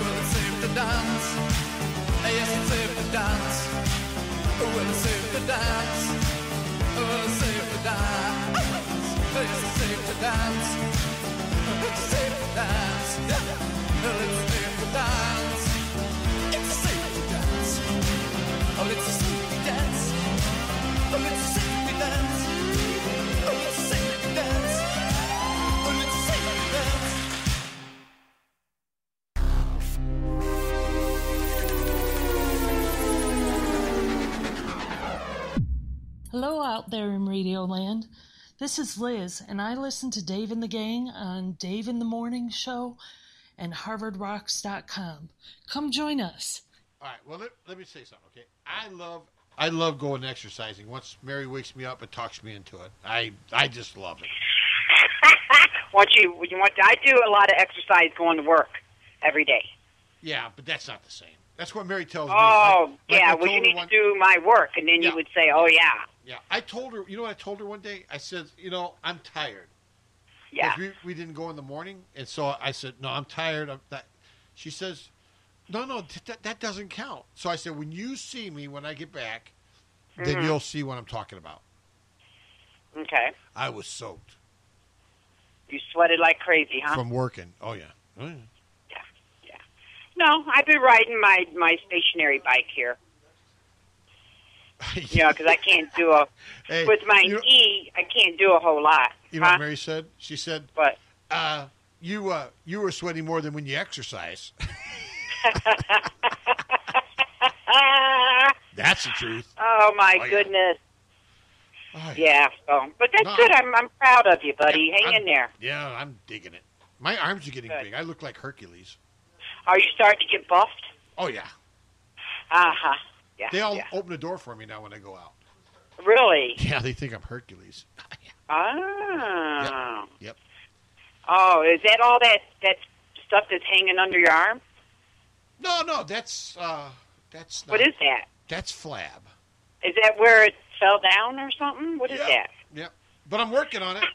Well, it's safe to dance. Ah, Yes, it's safe to dance. Oh, Well, it's safe to dance. Oh, Well, it's safe to dance. Ah, Yes, it's safe to dance. Ah, It's safe to dance. Well, it's safe to dance. It's safe to dance. Oh, it's a safety dance. Oh, it's a safety dance. Oh, it's a safety dance. Oh, it's a safety dance. Hello, out there in Radio Land. This is Liz, and I listen to Dave and the Gang on Dave in the Morning Show and HarvardRocks.com. Come join us. All right. Well, let, let me say something. Okay, I love I love going exercising. Once Mary wakes me up and talks me into it, I I just love it. Once you you want, I do a lot of exercise going to work every day. Yeah, but that's not the same. That's what Mary tells me. Oh, Like- like I yeah. Well, told you her need one- to do my work, and then Yeah. you would say, "Oh, yeah." Yeah, I told her. You know what I told her one day? I said, you know, I'm tired. 'Cause Yeah. We, we didn't go in the morning, and so I said, no, I'm tired. I'm that. She says, no, no, th- that that doesn't count. So I said, when you see me when I get back, then Mhm. you'll see what I'm talking about. Okay. I was soaked You sweated like crazy, huh? from working. Oh yeah. Oh, yeah. No, I've been riding my my stationary bike (laughs) here. you know, because I can't do a Hey, with my you know- E, I can't do a whole lot. You know huh? what Mary said? She said, Uh, "What? Uh, you uh, you were sweating more than when you exercise." (laughs) Ah, That's the truth. oh my Oh, yeah. goodness. Oh, yeah. so, but that's No. good. I'm I'm proud of you, buddy. Hang I'm- in there. Yeah, I'm digging it. My arms are getting big. I look like Hercules. Are you starting to get buffed? Oh yeah, Uh huh. Yeah. they all yeah. open the door for me now when I go out. Really? Yeah, they think I'm Hercules. Oh. Yep. Oh, is that all that that stuff that's hanging under your arm? No, no, that's uh, that's not, What is that? That's flab. Is that where it fell down or something? What is Yep. that? Yep. But I'm working on it. (laughs)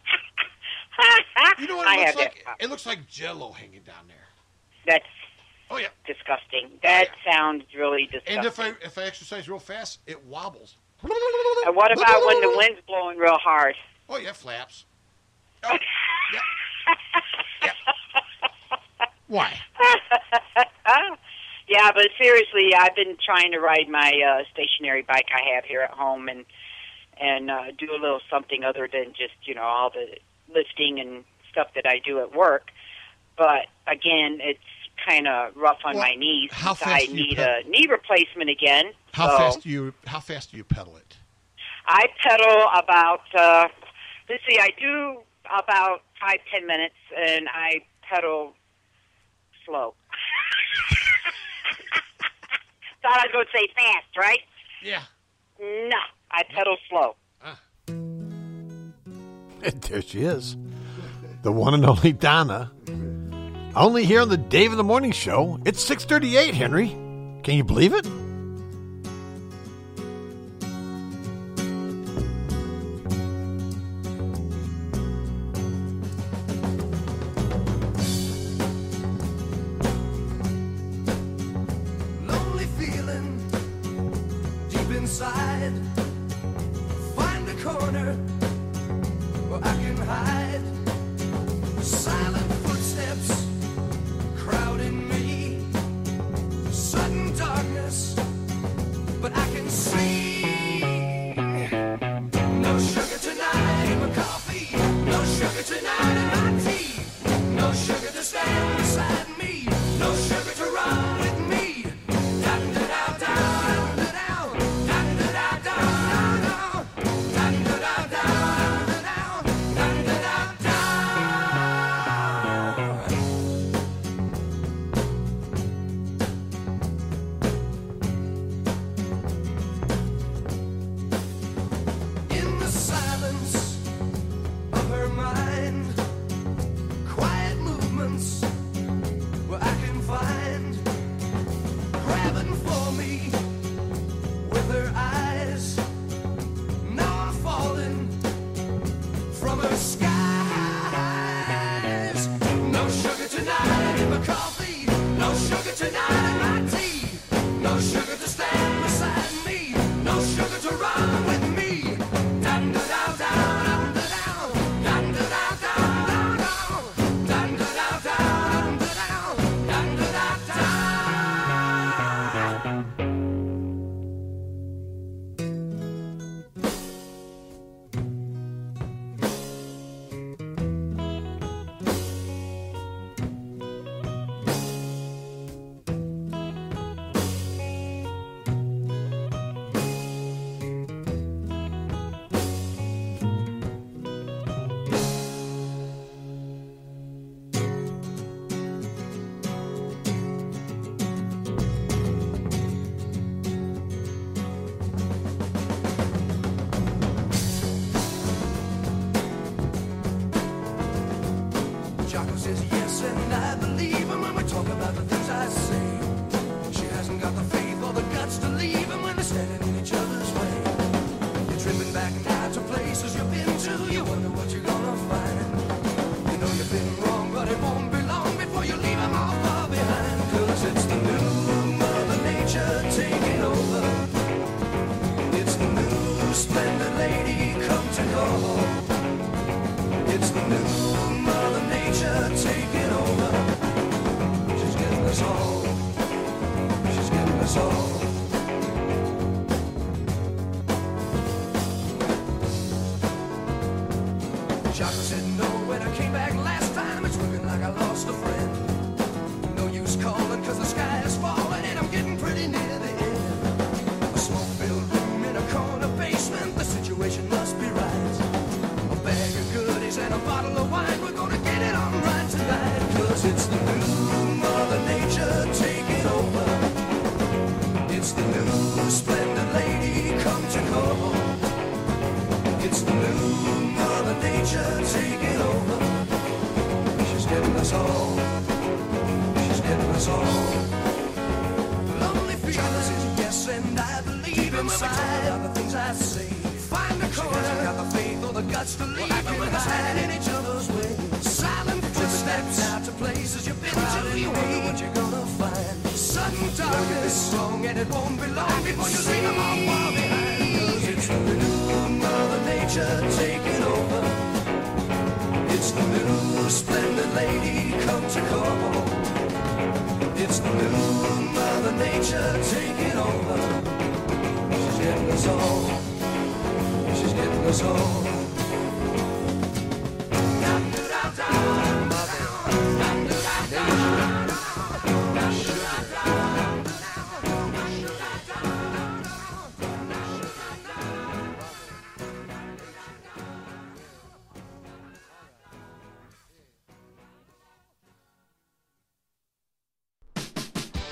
You know what it I looks have like? that. It looks like Jello hanging down there. That's oh yeah, disgusting. That sounds really disgusting. And if I if I exercise real fast, it wobbles. And what about when the wind's blowing real hard? (laughs) Oh, Oh yeah, flaps. Why? (laughs) yeah, but seriously, I've been trying to ride my uh, stationary bike I have here at home and and uh, do a little something other than just you know all the lifting and stuff that I do at work. But again, it's kind of rough on Well, my knees. how since fast I do you need pedal? a knee replacement again. How so fast do you how fast do you pedal it? I pedal about. Uh, let's see, I do about five ten minutes, and I pedal slow. (laughs) Thought I was going to say fast, right? Yeah. No, I pedal slow. (laughs) there she is. The one and only Donna. Only here on the Dave of the Morning Show. It's 638, Henry. Can you believe it? lonely feeling deep inside. Find a corner where I can hide. Silent footsteps crowding me. Sudden darkness, but I can see. No sugar tonight in my coffee. No sugar tonight in my tea. No sugar to stand beside me. No sugar to run with me. In the silence of her mind, quiet movements where I can find grabbing for me with her eyes. Now I'm falling from her skies. No sugar tonight in my coffee, no sugar tonight in my tea, no sugar to stand beside me, no sugar to run with me. Dun, dun, dun, dun, dun. Jocko says yes, and I believe him when we talk about the things I say. She hasn't got the faith or the guts to leave him when they're standing in each other's way. You're tripping back now to places you've been to, you wonder what you're gonna find. You know you've been wrong, but it won't be long before you leave him all far behind. Cause it's the new Mother Nature taking over. It's the new splendid lady come to call. It's the new Mother Nature taking over. She's getting us all. She's getting us all. Jocko said no when I came back last time. It's looking like I lost a friend. No use calling cause the sky is falling and I'm getting pretty near the end. A smoke-filled room in a corner basement. The situation must be right. A bag of goodies and a bottle of wine. We're gonna get it on right tonight. Cause it's the new Mother Nature taking over. It's the new splendid lady come to call. It's the new Mother Nature taking over. She's getting us all. She's getting us all. Lonely feelings is yes, and I believe inside. the things I say. Find the corner. She hasn't got the faith or the guts to leave well, when they're standing in each other's way. Silent footsteps out to places you've been to. You wonder what you're gonna find. Sudden darkness. You've been wrong, and it won't be long before you leave them all far behind. 'Cause it's the new Mother Nature taking over. It's the new splendid lady come to call. Mother Nature taking over. She's getting us all. She's getting us all.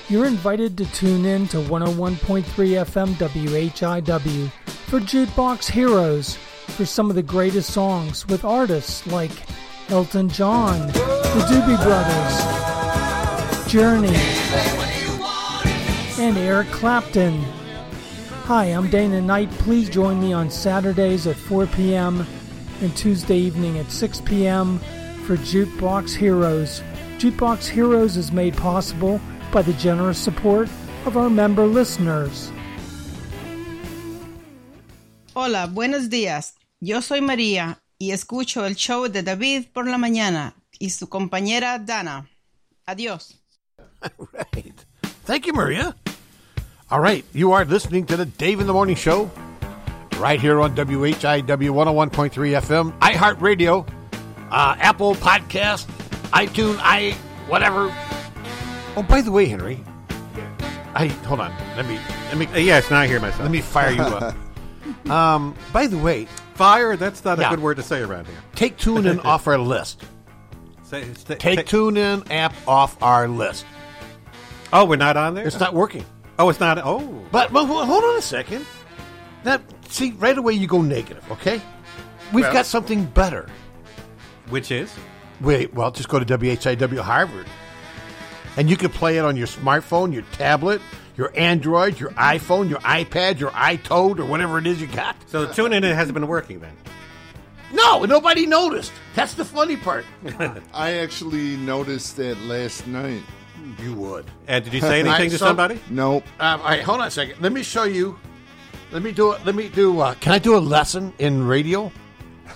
You're invited to tune in to 101.3 FM WHIW for Jukebox Heroes for some of the greatest songs with artists like Elton John, the Doobie Brothers, Journey, and Eric Clapton. Hi, I'm Dana Knight. Please join me on Saturdays at 4 p.m. and Tuesday evening at 6 p.m. for Jukebox Heroes. Jukebox Heroes is made possible by the generous support of our member listeners. Hola, buenos días. Yo soy María y escucho el show de David por la mañana y su compañera Dana. Adiós. right. Thank you, Maria. All right, you are listening to the Dave in the Morning Show right here on WHIW 101.3 FM, iHeartRadio, uh, Apple Podcast, iTunes, i whatever. Oh, by the way, Henry, I hold on. Let me let me. yes, now I hear myself. Let me fire you up. (laughs) um, by the way, fire. That's not Yeah. a good word to say around here. (laughs) take TuneIn off our list. Say, say- Take say- TuneIn app off our list. Oh, we're not on there. It's not working. Oh, it's not. Oh, But well, ho- hold on a second. That see right away you go negative. Okay, we've Well- got something better. which (laughs) is Wait, well, just go to WHIW Harvard. And you can play it on your smartphone, your tablet, your Android, your iPhone, your iPad, your iToad, or whatever it is you got. so. Tune in. It hasn't been working then. No, nobody noticed. That's the funny part. (laughs) I actually noticed that last night. You would. And did you say anything to somebody? Nope. Um, all right, hold on a second. Let me show you. Let me do it. Let me do. Uh, can I do a (laughs) lesson in radio?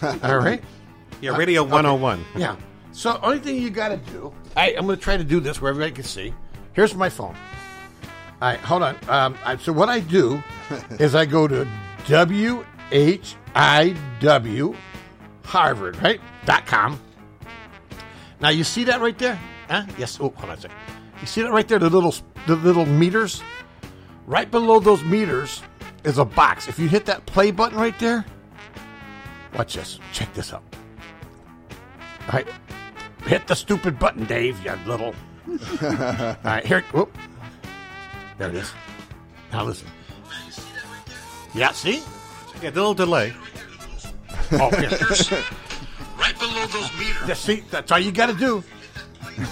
all right. Yeah, Radio (laughs) Okay. 101. (laughs) Yeah. So only thing you got to do, I, I'm going to try to do this where everybody can see. Here's my phone. All right, hold on. Um, I, so what I (laughs) do is I go to W H I W Harvard right dot com. Now you see that right there? Huh? Yes. Oh, hold on a second. You see that right there? The little the little meters. Right below those meters is a box. If you hit that play button right there, watch this. Check this out. All right. Hit the stupid button, Dave, you little. All right, here. Whoop. There it is. Now listen. Yeah, see? Yeah, the little delay. Oh, yeah. (laughs) right below those meters. Yeah, see, that's all you got to do.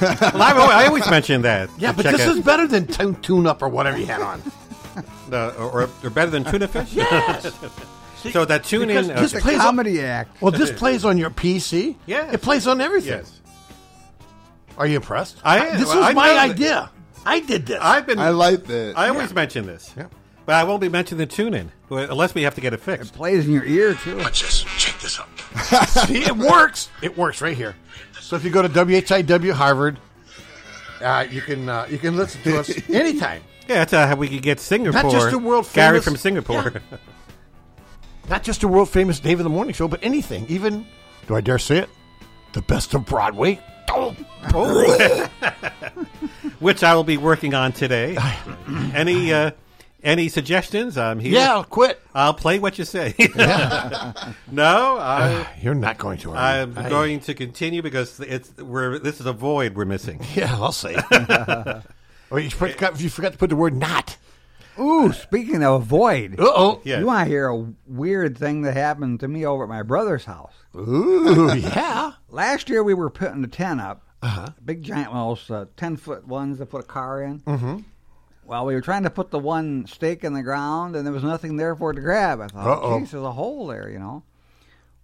Well, I, al- I always mention that. Yeah, but Check this it. is better than tune, tune up or whatever you had on. Uh, or, or better than tuna fish. Yes. (laughs) so that Uh, tune in. Because this plays on, act. Well, this plays on your PC. Yeah, it plays on everything. Yes. Are you impressed? I am. this was I my know that- idea. I did this. I've been. I like that. I always mention this. But I won't be mentioning the tune in unless we have to get it fixed. It plays in your ear too. Watch this. Check this out. (laughs) See, it works. It works right here. So if you go to WHIW Harvard, uh, you can uh, you can listen to us (laughs) anytime. Yeah, that's uh, how we could get Singapore. Not just the world Gary famous- from Singapore. Not just the world famous Dave of the Morning Show, but anything. Even do I dare say it? The best of Broadway. Oh. Which I will be working on (laughs) today. any uh, any suggestions? I'm here. Yeah, I'll quit. I'll play what you say. (laughs) (laughs) no, I, You're not going to. are you? I'm I- going to continue because it's we're this is a void we're missing. (laughs) Yeah, I'll say. it. oh, you forgot, you forgot to put the word "not." Ooh, speaking of avoid. Uh-oh. Yeah. You want to hear a weird thing that happened to me over at my brother's house. Ooh, (laughs) yeah. Last year we were putting a tent up. Uh-huh. Big giant one, of those uh, 10-foot ones to put a car in. Mm-hmm. Well, we were trying to put the one stake in the ground, and there was nothing there for it to grab. I thought, Uh-oh. geez, there's a hole there, you know.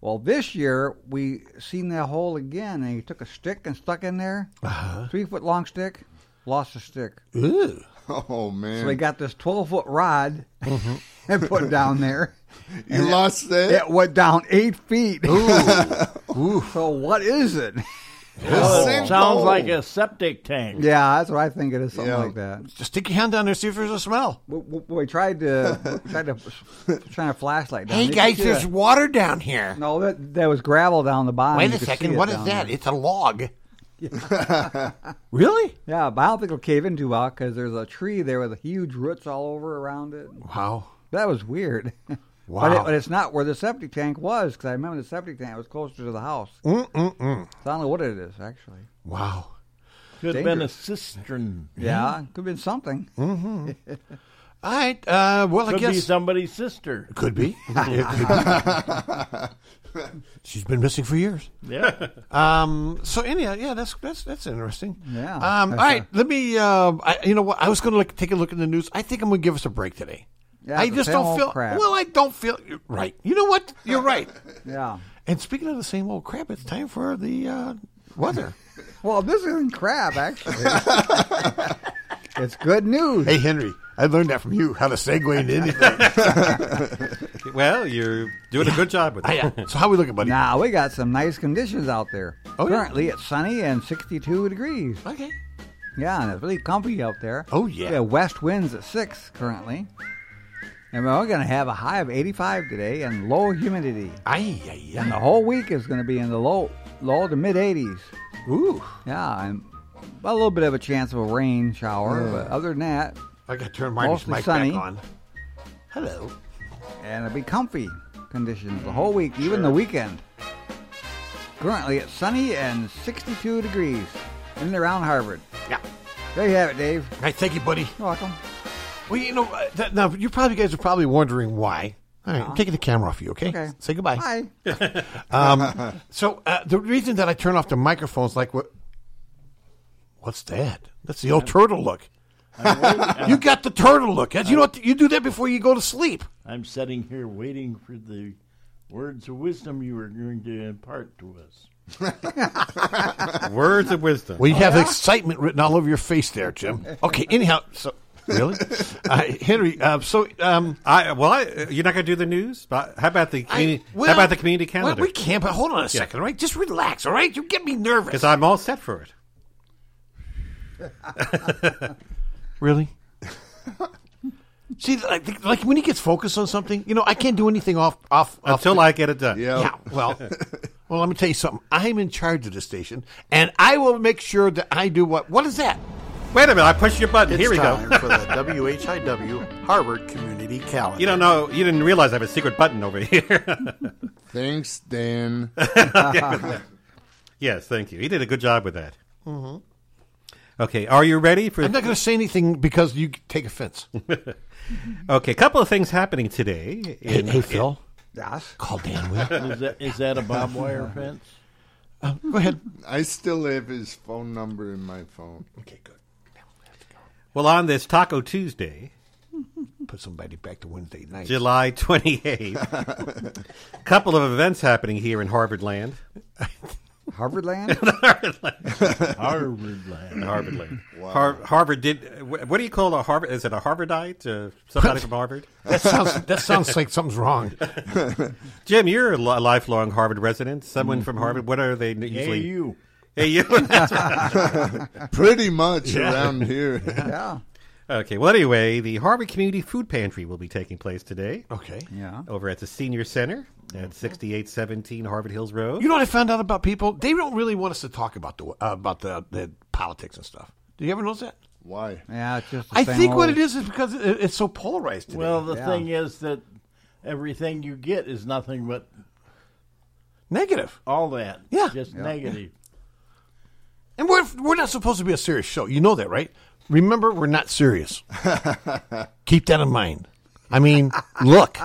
Well, this year we seen that hole again, and he took a stick and stuck in there, Uh-huh. three foot long stick, lost the stick. Ooh. Oh man. So we got this twelve foot rod Mm-hmm. and put it down there. (laughs) you lost that. (laughs) It went down eight feet. Ooh. So what is it? Well, Same it Oh, bowl. sounds like Oh. a septic tank. Yeah, that's what I think it is, something Yeah. like that. Just stick your hand down there, see if there's a smell. We, we, we tried to (laughs) we tried to shine a flashlight. Down. Hey, You guys, could see there's the- water down here. No, that, there was gravel down the bottom. Wait You a could second, see it what is down that? there. It's (laughs) a log. Really? Yeah, but I don't think it'll cave in too well because there's a tree there with huge roots all over around it. Wow. That was weird. (laughs) Wow. But, it, but it's not where the septic tank was because I remember the septic tank was closer to the house. Mm-mm-mm. So I don't know what it is, actually. Wow. Could have been a Dangerous. cistern. Yeah, could have been something. Mm-hmm. (laughs) All right. Uh, well, could I guess be somebody's sister. (laughs) could be. (laughs) It could be. She's been missing for years. Yeah. (laughs) Um. So anyhow, yeah, that's that's that's interesting. Yeah. Um. All right. Let me. Um. I, you know what? I was going to look, take a look at the news. I think I'm going to give us a break today. Yeah, I it's the just same don't old feel. crap. Well, I don't feel right. You know what? You're right. (laughs) Yeah. and speaking of the same old crap, it's time for the uh, weather. Well, this isn't crap, actually. (laughs) it's good news. Hey, Henry. I learned that from you how to segue (laughs) into anything. (laughs) Well, you're doing a good (laughs) job with it. So how we looking, buddy? Now we got some nice conditions out there. Oh, yeah. Currently, it's sunny and 62 degrees. Okay. Yeah, and it's really comfy out there. Oh, yeah. We have west winds at six currently, and we're going to have a high of 85 today and low humidity. Ay, ay, And the whole week is going to be in the low, low to mid 80s. Ooh. Yeah, and a little bit of a chance of a rain shower, Yeah. but other than that, I got to turn Marty's Mostly mic sunny. back on. Hello. Mm, and it'll be comfy conditions the whole week, even the weekend. Currently, it's sunny and 62 degrees in and around Harvard. Yeah. There you have it, Dave. All right, thank you, buddy. You're welcome. Well, you know, uh, that, now you probably guys are probably wondering why. All right, I'm taking the camera off you, okay? Oh. Okay. Say goodbye. Bye. (laughs) Um, so uh, the reason that I turn off the microphones, like what? What's that? That's the old turtle look. you got the turtle look. You know what? You do that before you go to sleep. I'm sitting here waiting for the words of wisdom you were going to impart to us. Words of wisdom. We have excitement written all over your face there, Jim. Okay. Anyhow, so really, uh, Henry. Uh, so um, I well, I, you're not going to do the news, but how about the community, well, how about the community calendar? Well, we can't. But hold on a second, all right? Just relax, all right? You get me nervous. because I'm all set for it. (laughs) Really? See, like, like when he gets focused on something, you know, I can't do anything off off Until I get it done. Yeah. (laughs) well, well, let me tell you something. I'm in charge of the station, and I will make sure that I do what. What is that? Wait a minute! I pushed your button. Here we time go. for (laughs) the WHIW Harvard Community Calendar. you don't know. You didn't realize I have a secret button over here. (laughs) Thanks, Dan. (laughs) yes, thank you. He did a good job with that. Mm-hmm. Okay, are you ready for? I'm not going to say anything because you take offense. (laughs) okay, a couple of things happening today. Hey, hey, Phil. Yes. Call Dan. is, that, is that a barbed wire (laughs) fence? go ahead. I still have his phone number in my phone. Okay, good. Well, on this Taco Tuesday, Put somebody back to Wednesday night. (laughs) July 28th, a couple of events happening here in Harvard land. Harvard land? (laughs) Harvard (laughs) land. Harvard land. Harvard land. Wow. Har- Harvard did. wh- What do you call a Harvard? Is it a Harvardite? Uh, (laughs) somebody from Harvard? That (laughs) sounds- that sounds like (laughs) something's wrong. Jim, you're a li- lifelong Harvard resident. Someone from Harvard. What are they usually? AU. AU. (laughs) That's right. (laughs) Pretty much Yeah. around here. Yeah. (laughs) Okay. Well, anyway, the Harvard Community Food Pantry will be taking place today. Okay. Yeah. Over at the Senior Center at 6817 Harvard Hills Road. You know what I found out about people? They don't really want us to talk about the uh, about the, the politics and stuff. Do you ever notice that? Why? Yeah, it's just the I same think what old- it is is because it, it's so polarized. Today. Well, the thing is that everything you get is nothing but negative. All that. Yeah. Just negative. And we're we're not supposed to be a serious show. You know that, right? Remember, we're not (laughs) serious. Keep that in mind. I mean, (laughs) look.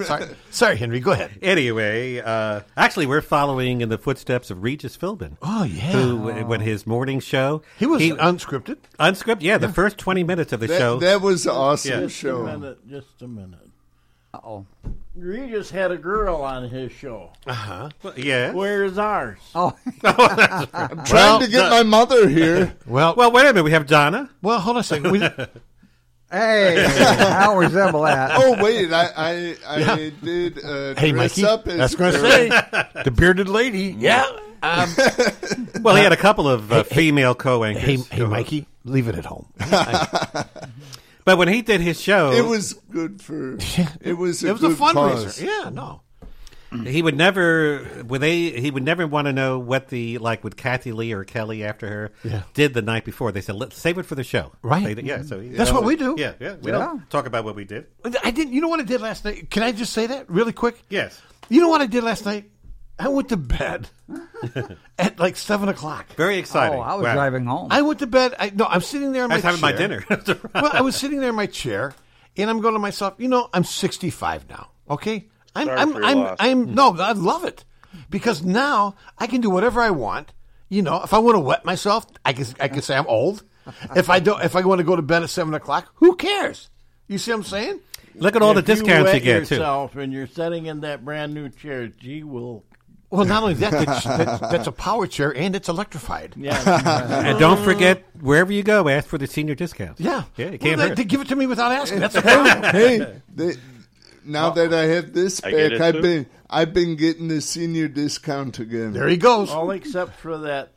sorry, sorry, Henry. Go ahead. Anyway, uh, actually, we're following in the footsteps of Regis Philbin. Oh yeah. Who, when his morning show, he was unscripted. Unscripted, yeah. The first twenty minutes of the That, show. that was an awesome Yeah. Just a show. minute. Just a minute. Uh oh. Regis had a girl on his show. Uh huh. yeah. Where's ours? Oh. I'm trying to get my mother here. (laughs) Well, well, wait a minute. We have Donna. (laughs) Well, hold on a second. We, Hey, I don't (laughs) resemble that. Oh wait, I (laughs) I, I did uh, Hey, dress Mikey, up as that's going to say the bearded lady. Yeah. Um, (laughs) Well, he had a couple of uh, female co-anchors. Hey, hey, Mikey, leave it at home. (laughs) but when he did his show, It was good for. It was a it was a good fundraiser. cause. Yeah, no. He would never would they he would never want to know what the like with Kathy Lee or Kelly after her Yeah. did the night before. They said let's save it for the show. Right. They- yeah. So he- uh, That's what we do. Yeah. Yeah. We Yeah. don't talk about what we (laughs) did. I didn't. You know what I did last night? Can I just say that really quick? Yes. You know what I did last night? I went to bed at like seven o'clock. Very exciting. Oh, I was driving home. I went to bed. I no, I'm sitting there. In I my was having my chair. dinner. (laughs) well, I was sitting there in my chair, and I'm going to myself. You know, I'm 65 now. Okay, I'm Sorry I'm for your I'm, loss. Hmm. I'm no, I love it because now I can do whatever I want. You know, if I want to wet myself, I can I can say I'm old. If I don't, if I want to go to bed at seven o'clock, who cares? You see what I'm saying? Look at all the If discounts you, you wet get, too. yourself and you're sitting in that brand new chair, gee, will Well, not only (laughs) that, that's, that's, that's a power chair and it's electrified. Yeah. (laughs) and don't forget wherever you go, ask for the senior discount. Yeah, Yeah. It Well, can't they, hurt. they give it to me without (laughs) asking. That's a problem. hey, they, now that I have this I back, get it, I've too. been I've been getting the senior discount again. All except for that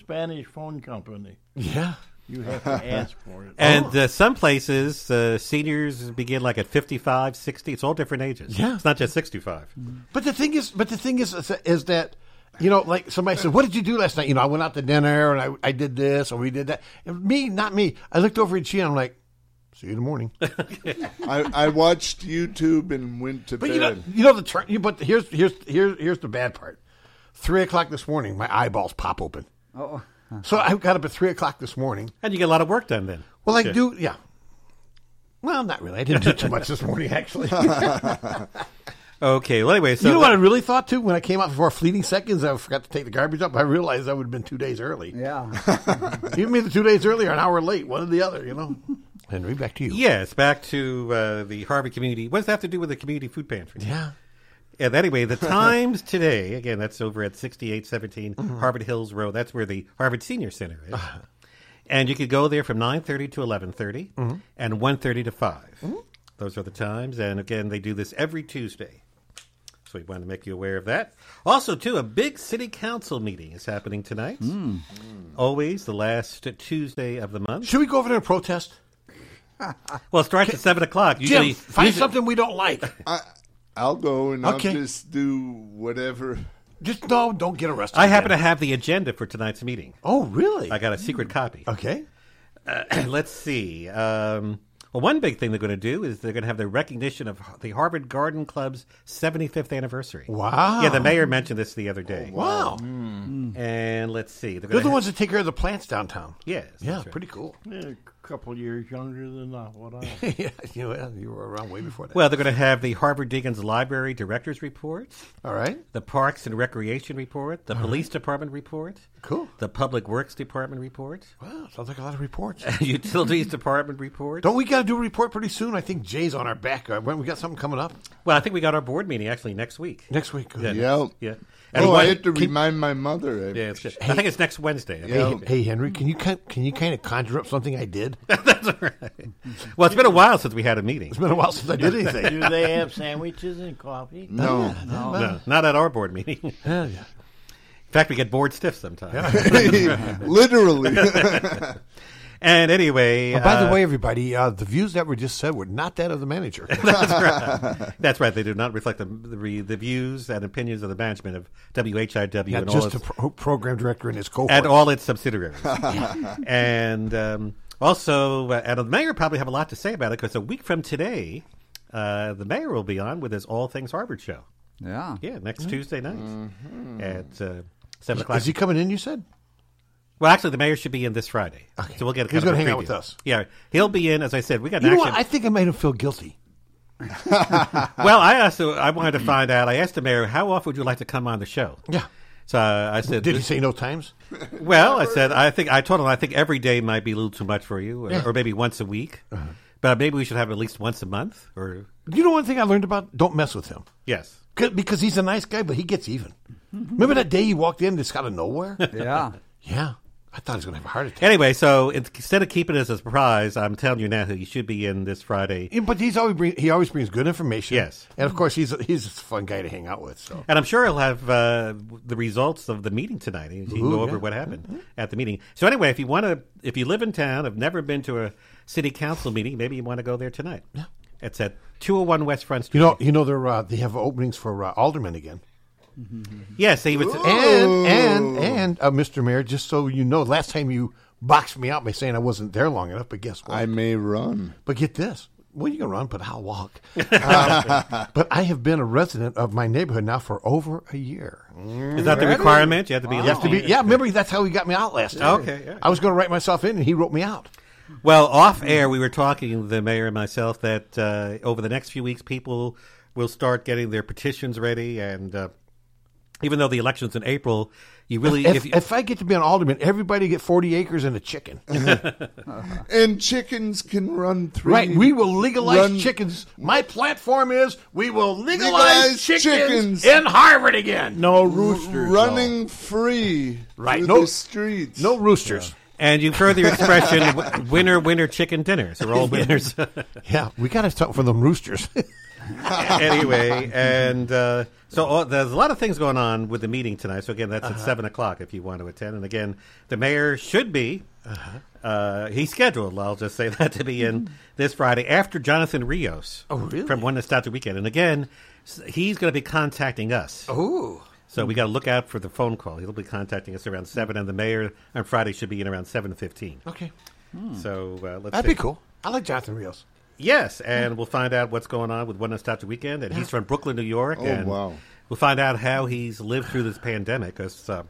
Spanish phone company. Yeah. You have to ask for it. Oh. And uh, some places, uh, seniors begin like at 55, 60. It's all different ages. Yeah. It's not just 65. But the thing is, but the thing is, is- is that you know, like somebody said, "What did you do last night?" You know, I went out to dinner and I, I did this and we did that. And me, not me. I looked over at she and I'm like, "See you in (laughs) the morning." I, I watched YouTube and went to But bed. you know, you know the turn. You, but here's here's here's here's the bad part. Three o'clock this morning, my eyeballs pop open. (laughs) Oh. So I got up at three o'clock this morning. And you get a lot of work done then. Well, I Shit. do, yeah. Well, not really. I didn't do too much this morning, (laughs) actually. (laughs) Okay. Well, anyway, so you know what I really thought too when I came out for fleeting seconds, I forgot to take the garbage up. I realized I would have been two days early. Yeah, (laughs) even me the two days early or an hour late, one or the other. You know, Henry, back to you. Yes, back to uh, the Harvard community. What does that have to do with the community food pantry? Yeah. And anyway, (laughs) the times today, again, that's over at 6817 Mm-hmm. Harvard Hills Road. That's where the Harvard Senior Center is. Uh-huh. And you could go there from 9.30 to 11.30 Mhm. and 1.30 to 5. Mm-hmm. Those are the times. And again, they do this every Tuesday. So we want to make you aware of that. Also, too, a big city council meeting is happening tonight. Always the last Tuesday of the month. Mm. Should we go over there and protest? Well, it starts at 7 o'clock. Jim, (laughs) Usually, find usually- something we don't like. I, I'll go and Okay. I'll just do whatever. Just no, don't get arrested. I happen to have the agenda for tonight's meeting. Oh, really? Hmm. I got a secret copy. Okay. Uh, (clears throat) let's see. Um, well, one big thing they're going to do is they're going to have the recognition of the Harvard Garden Club's 75th anniversary. Wow. Yeah, the mayor mentioned this the other day. Oh, wow. Hmm. And let's see. They're, They're the gonna ones that take care of the plants downtown. Yes, Yeah, that's right. pretty cool. Yeah, a couple years younger than I- what (laughs) I am. yeah, you, know, you were around way before ha- that. well, they're going to have the Harvard Deacon's Library Director's Report. All right. The Parks and Recreation Report. The All right. Police Department Report. Cool. The Public Works Department Report. Wow, sounds like a lot of reports. (laughs) Utilities Department Report. Don't we got to do a report pretty soon? I think Jay's on our back. Uh, when we got something coming up Well, I think we got our board meeting actually next week. next week. Yeah. Yeah. Yeah. oh, I what- had to keep- remind my mother. Yeah, it's good. I think it's next Wednesday. Hey, Hen- hey, Henry, can you kin- can you kind of conjure up something I (laughs) did? Well, it's been a while since we had a meeting. It's been a while since (laughs) I did anything. Do they have sandwiches and coffee? No. No, not at our board meeting. In fact, we get board stiff sometimes. (laughs) Literally. (laughs) and anyway, Uh, by the uh, way, everybody, uh, the views that were just said were not that of the manager. (laughs) that's right. That's right. They do not reflect the, the the views and opinions of the management of WHIW (laughs) Not and all its, just the pro- program director and his cohort. and all its (laughs) subsidiaries. and um, also, uh, and the mayor probably have a lot to say about it because a week from today, uh, the mayor will be on with his All Things Harvard show. yeah. Yeah, next Tuesday night at uh, seven o'clock. Mm-hmm. Is he coming in? You said. Well, actually, the mayor should be in this Friday, so we'll get. a kind He's of gonna a hang out preview. with us. Yeah, he'll be in. As I said, we got You an know what? action. I think I made him feel guilty. (laughs) Uh, well, I also I wanted to find out. I asked the mayor, "How often would you like to come on the show?" Yeah. So uh, I said, Did he say no times? Well, I said, I think I told him I think every day might be a little too much for you, or, Yeah. Uh-huh. or maybe once a week, but maybe we should have at least once a month. Or You know one thing I learned about? Don't mess with him. yes, 'Cause- Because he's a nice guy, but he gets even. Remember that day he walked in just out of nowhere? Yeah. yeah. I I thought he was going to have a heart attack. Anyway, so in- instead of keeping it as a surprise, I'm telling you now who you should be in this Friday. Yeah, but he's always bring, he always brings good information. Yes. and of course he's he's a fun guy to hang out with. So And I'm sure he'll have uh, the results of the meeting tonight. He can Ooh, go over yeah. Mm-hmm. what happened at the meeting. So anyway, if you want to, if you live in town, have never been to a city council meeting, maybe you want to go there tonight. Yeah. It's at 201 West Front Street. you know you know they're uh, they have openings for uh, aldermen again. yes, they would. And and and uh, Mr. Mayor, just so you know, last time you boxed me out by saying I wasn't there long enough, but guess what? I may run. But get this. Well, you can run, but I'll walk. Uh, but I have been a resident of my neighborhood now for over a year. Is that the Really? requirement? You have to be You at have to be. least- Yeah, remember that's how he got me out last time. Okay, yeah. I was going to write myself in, and he wrote me out. Well, off air, we were talking the mayor and myself that uh, over the next few weeks, people will start getting their petitions ready, and uh, even though the election's in April, you really if, if you- if I get to be an alderman, everybody get forty acres and a (laughs) chicken. (laughs) and chickens can run through. Right, we will legalize Run- chickens. My platform is we will legalize, Legalize chickens, chickens. in Harvard again. No roosters. Running free. Right, through no- the streets. No roosters. and you heard the expression w- "winner, winner, chicken dinner." So we're (laughs) all winners. (laughs) Yeah, we got to talk for them roosters. (laughs) anyway, and uh, so all, there's a lot of things going on with the meeting tonight. So again, that's at Uh-huh. seven o'clock if you want to attend. And again, the mayor should be. uh he's scheduled. I'll just say (laughs) that to be in this Friday after Jonathan Rios. Oh, really? From One Nostalgia Weekend, and again, s- he's going to be contacting us. Oh. So we got to look out for the phone call. He'll be contacting us around seven, and the mayor on Friday should be in around seven fifteen. okay, So uh, let's that'd see. be cool. I like Jonathan Rios. Yes, and we'll find out what's going on with One Nostalgia Weekend, and he's from Brooklyn, New York. Oh, and wow. We'll find out how he's lived through this pandemic, because uh,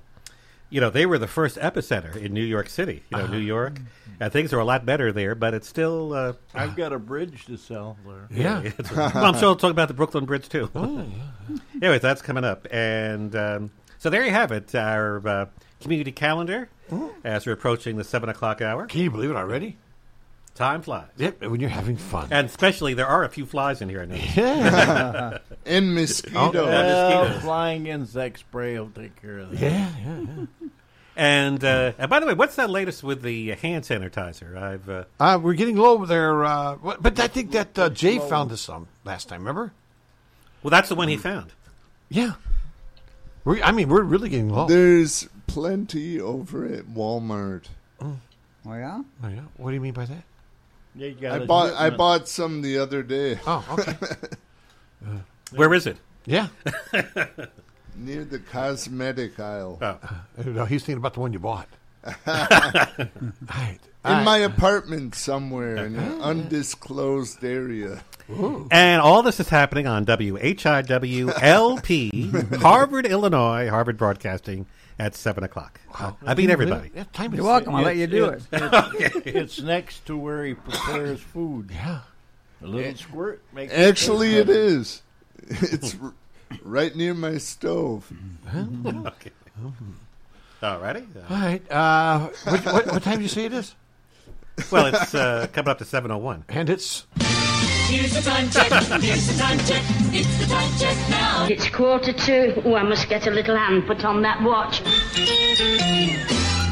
you know they were the first epicenter in New York City. You know, Uh-huh. New York, and things are a lot better there, but it's still. Uh, I've got a bridge to sell there. (laughs) it's- well, I'm sure we'll talk about the Brooklyn Bridge too. Oh, (laughs) Anyways, that's coming up, and um, so there you have it, our uh, community calendar as we're approaching the seven o'clock hour. Can you believe it already? Time flies. Yep, when you're having fun. And especially, there are a few flies in here. I noticed. Yeah. (laughs) And mosquitoes. Oh, and Well, mosquitoes. flying insect spray will take care of that. And, uh, and by the way, what's that latest with the hand sanitizer? I've uh, Uh, we're getting low there, uh, what- but I think that uh, Jay found us some last time. Remember? well, that's the one he found. Yeah. We're, I mean, we're really getting low. There's plenty over at Walmart. Oh yeah. Oh, yeah. What do you mean by that? They got I a bought I shipment. bought some the other day. Oh, okay. Where is it? Yeah. (laughs) Near the cosmetic aisle. Oh. (laughs) no, he's thinking about the one you (laughs) bought. In my apartment somewhere in Oh, an undisclosed area. And all this is happening on (laughs) WHIWLP, Harvard, Illinois, Harvard Broadcasting at 7 o'clock. I beat everybody. You're welcome. I'll let you do it. It's, (laughs) it's- it's next to where he prepares food. Yeah. A little squirt makes Actually, taste it (laughs) better. is. (laughs) It's r- right near my stove. (laughs) okay. Mm-hmm. All righty. Mm-hmm. All right. Uh, what, what, what time do you say it is? Well, (laughs) it's uh, coming up to 7.01. And it's. Here's the time check. Here's the time check. It's the time check now. It's quarter to. Oh, I must get a little hand put on that watch.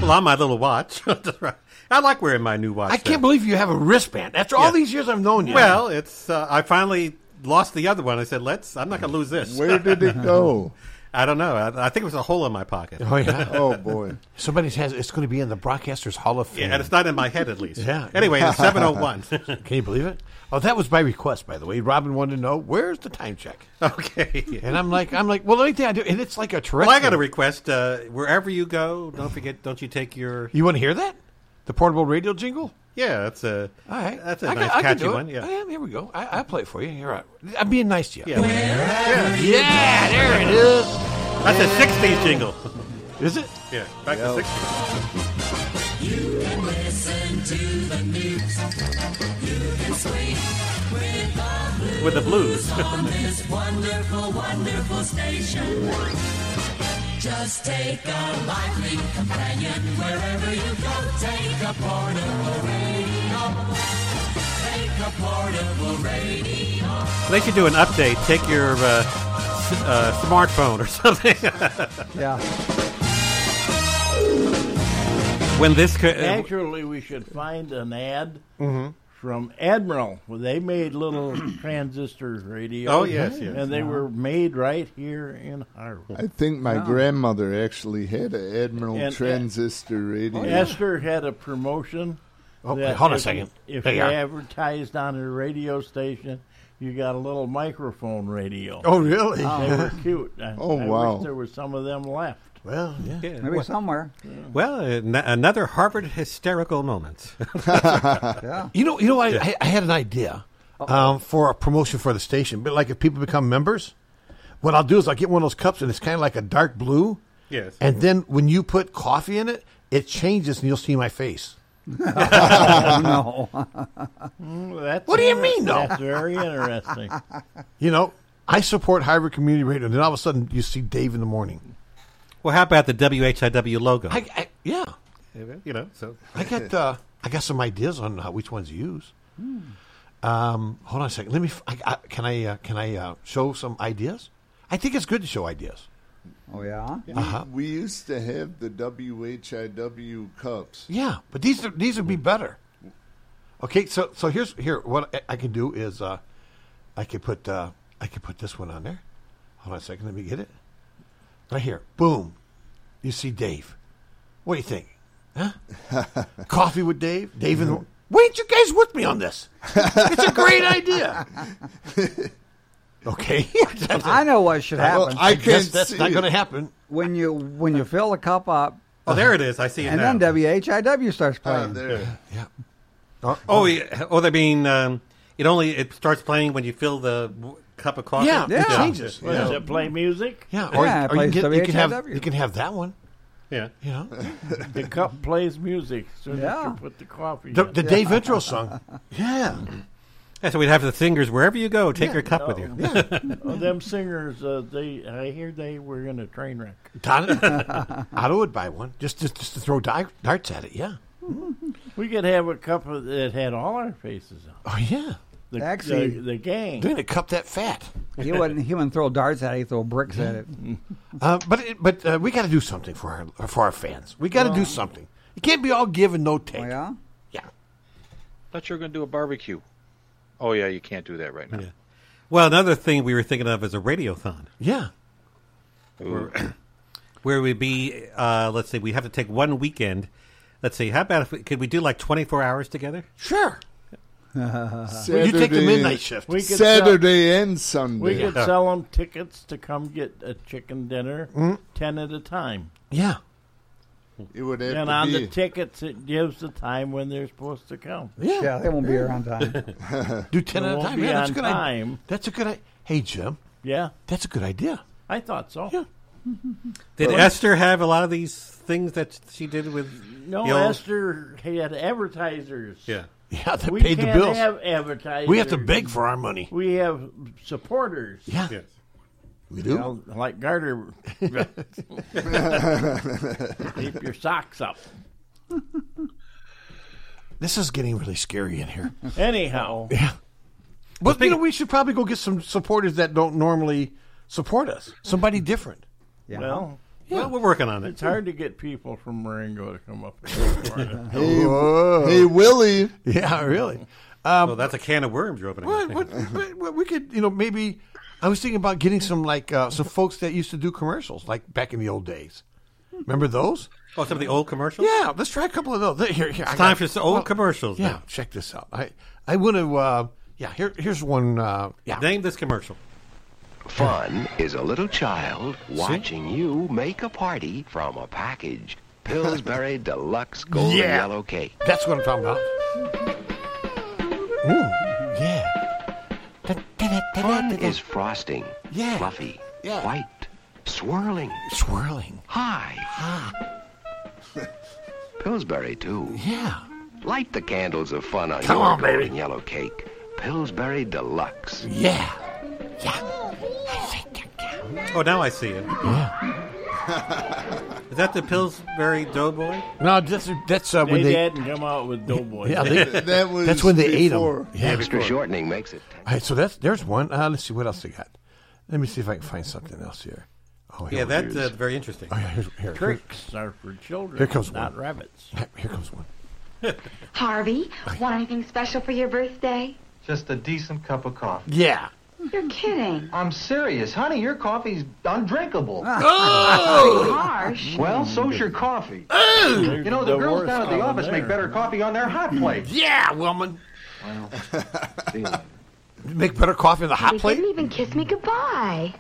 Well, on my little watch. (laughs) That's right. I like wearing my new watch. I can't believe you have a wristband. After all these years I've known you. Well, it's uh, I finally lost the other one. I said, "Let's." I'm not going to lose this. Where did it go? (laughs) I don't know. I, I think it was a hole in my pocket. Oh, yeah. (laughs) oh, boy. Somebody says it's going to be in the Broadcasters Hall of Fame. Yeah, and it's not in my head at least. Yeah. Anyway, (laughs) it's seven oh one. Can you believe it? Oh, that was by request, by the way. Robin wanted to know where's the time check. Okay. And I'm like, I'm like, well, the only thing I do, and it's like a Well, terrestrial. I got a request. Uh, wherever you go, don't forget. Don't you take your? You want to hear that? The portable radio jingle. Yeah, that's a. All right, That's a I nice I catchy do it. Oh, one. Yeah. I am. Here we go. I, I play it for you. You're right. I'm being nice to you. Yeah. Yeah. Yeah, there it is. That's a '60s jingle. (laughs) Is it? Yeah. Back to '60s. You can listen to the news. You can swing with the With the blues. (laughs) on this wonderful, wonderful station. Just take a lively companion wherever you go. Take a portable radio. Take a portable radio. They should do an update. Take your uh, s- uh, (laughs) smartphone or something. Yeah. When this uh, co- Actually, we should find an ad Mm-hmm. Mhm. from Admiral. Well, they made (clears throat) little transistor radio. Oh, yes, yes. And they Uh-huh. were made right here in Harvard. I think my Wow. grandmother actually had an Admiral And- Oh, transistor radio. Esther had a promotion. Okay, that hold on a if- second. If There you you are. advertised on a radio station, you got a little microphone radio. Oh, really? They Oh. (laughs) were cute. I, Oh, I wow. Wish there were some of them left. Well, yeah. (laughs) Maybe somewhere. Well, an- another Harvard hysterical moment. Oh. You know, you know, I, Yeah. I, I had an idea um, for a promotion for the station, but like if people become members, what I'll do is I'll get one of those cups and it's kind of like a dark blue. Yes. And then when you put coffee in it, it changes and you'll see (laughs) my face. Mm, that's What do you mean, no? That's very interesting. You know, I support Harvard Community Radio, and then all of a sudden you see Dave in the morning. Well, how about the WHIW logo? I, I, yeah, you know. So I (laughs) got uh, I got some ideas on how, which ones to use. Hmm. Um, hold on a second. Let me. f- I, I- can I uh, can I uh, show some ideas? I think it's good to show ideas. Oh yeah. We- Uh-huh. We, used to have the WHIW cups. Yeah, but these are, these would be better. Okay, so so here's here what I, I can do is uh, I could put uh, I could put this one on there. Hold on a second, let me get it right here. Boom, you see Dave. What do you think? (laughs) Huh? Coffee with Dave. Dave Mm-hmm. and the, why aren't you guys with me on (laughs) this? It's a great idea. Okay, I know what should Well, happen. I I guess can't that's see not it. gonna happen. When you when you fill the cup up. Oh, there it is. I see it And now. then WHIW starts Ah, playing. yeah. Oh, yeah. oh, they mean um, it only it starts playing when you fill the w- cup of coffee. Yeah, it changes. Well, Does it play music? Yeah, or, or you, can, you can have you can have that one. Yeah. You know? (laughs) the cup plays music. So Yeah. yeah. you put the coffee. The, in. the Dave Intro song. Yeah. Yeah, so we'd have the singers wherever you go. Take your cup with you. (laughs) Oh, them singers, uh, they I hear they were in a train wreck. (laughs) Donna, Otto would buy one just just, just to throw di- darts at it. Yeah. (laughs) We could have a cup of, that had all our faces on. Oh yeah. The, Actually- the, the gang. Doing a cup that fat. He wouldn't. He wouldn't throw darts at it. He throw bricks at it. Mm-hmm. (laughs) Uh, but it, but uh, we got to do something for our for our fans. We got to do Well- something. It can't be all give and no take. yeah. thought you were going to do a barbecue. Oh yeah, you can't do that right now. Well, another thing we were thinking of is a radiothon. Yeah. Where, (clears throat) where we'd be, uh, let's say, we have to take one weekend. Let's see, how about if we, could we do like 24 hours together? Sure. you take the midnight shift. We could Saturday and Sunday. We could sell them tickets to come get a chicken dinner, Mm. ten at a time. Yeah. It would have And to on the be. tickets, it gives the time when they're supposed to come. Yeah. Yeah, they won't be here on time. (laughs) Do ten They at a won't time. be Yeah, that's a on good idea. time. That's a good idea. Hey Jim. Yeah. That's a good idea. I thought so. Did Well- Esther have a lot of these things that she did with (laughs) No, the old- Esther had advertisers. Yeah. Yeah, that we paid the can't bills. Have advertisers. We have to beg for our money. We have supporters. Yeah. Yes. We do. You know, like (laughs) (laughs) Garter. Keep your socks up. This is getting really scary in here. Anyhow. Yeah. But you know, we should probably go get some supporters that don't normally support us. Somebody different. Yeah. Oh. Well, well, we're working on it. It's (laughs) hard to get people from Marengo to come up. here. Hey, (laughs) hey, Willie. Yeah, really. Um, well, Oh, that's a can of worms you're opening. (laughs) What, what, what, what- we could, you know, maybe I was thinking about getting some like uh, some folks that used to do commercials, like back in the old days. Remember those? Oh, some of the old commercials? Yeah, let's try a couple of those. Here, here. It's I time for some old commercials Yeah, now. check this out. I I want to. Uh, yeah, here here's one. Uh, yeah, name this commercial. Fun is a little child watching you make a party from a package. (laughs) Pillsbury Deluxe Golden Yeah. Yellow Cake. That's what I'm talking about. Ooh, yeah. Fun is frosting. Yeah. Fluffy. Yeah. White. Swirling. Swirling. High. (laughs) Pillsbury, too. Yeah. Light the candles of fun on Come your on, baby. golden yellow cake. Pillsbury Deluxe. Yeah. Oh, now I see it. (laughs) Is that the Pillsbury Doughboy? No, that's that's uh, they, when they. didn't come out with Doughboy. Yeah, (laughs) they, that's when they ate them. Yeah. Extra shortening makes it. All right, so that's there's one. Uh, let's see what else they got. Let me see if I can find something else here. Oh, yeah, here it that's is. uh, very interesting. Oh, yeah, here- here- Tricks are for children, Here comes not one. rabbits. Here comes one. (laughs) Harvey, want anything special for your birthday? Just a decent cup of coffee. Yeah. You're kidding. I'm serious. Honey, your coffee's undrinkable. Oh! Harsh. Well, so's your coffee. Oh! You know, the, girls down at the office make better coffee on their hot plate. Hmm. Yeah, woman. (laughs) Make better coffee in the hot you plate? Oh. didn't even kiss me goodbye.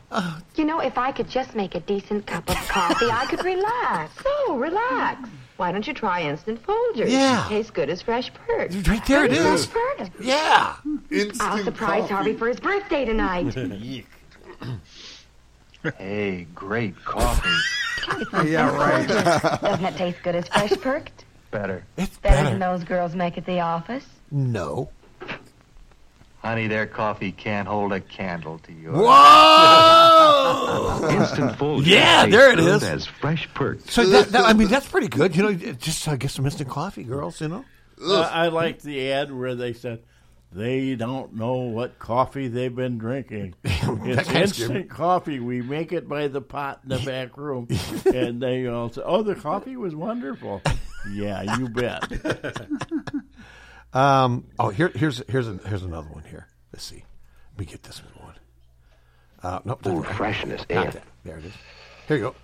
you know, if I could just make a decent cup of coffee, I (laughs) could relax. So relax. Why don't you try instant Folgers? Yeah. It tastes good as fresh perk. Right there it Fresh is. Perk. Yeah. I'll surprise coffee. Harvey for his birthday tonight. hey, great coffee. (laughs) yeah, right. Doesn't it taste good as fresh perk? Better. Better than those girls make at the office. No. Honey, their coffee can't hold a candle to yours. Whoa! Instant Folgers Yeah, tastes there it is. good as fresh perked. So that, that- I mean, that's pretty good. You know, it just uh, get some instant coffee, girls. You know. Uh, I like the ad where they said they don't know what coffee they've been (laughs) drinking. it's kinda scared me. instant coffee. We make it by the pot in the back (laughs) room, and they all say, "Oh, the coffee was wonderful." yeah, you bet. (laughs) Um. Oh, here, here's here's an, here's another one here. Let's see. Let me get this one. Uh, nope. Ooh, not- freshness, eh? not yeah. that. There it is. Here you go.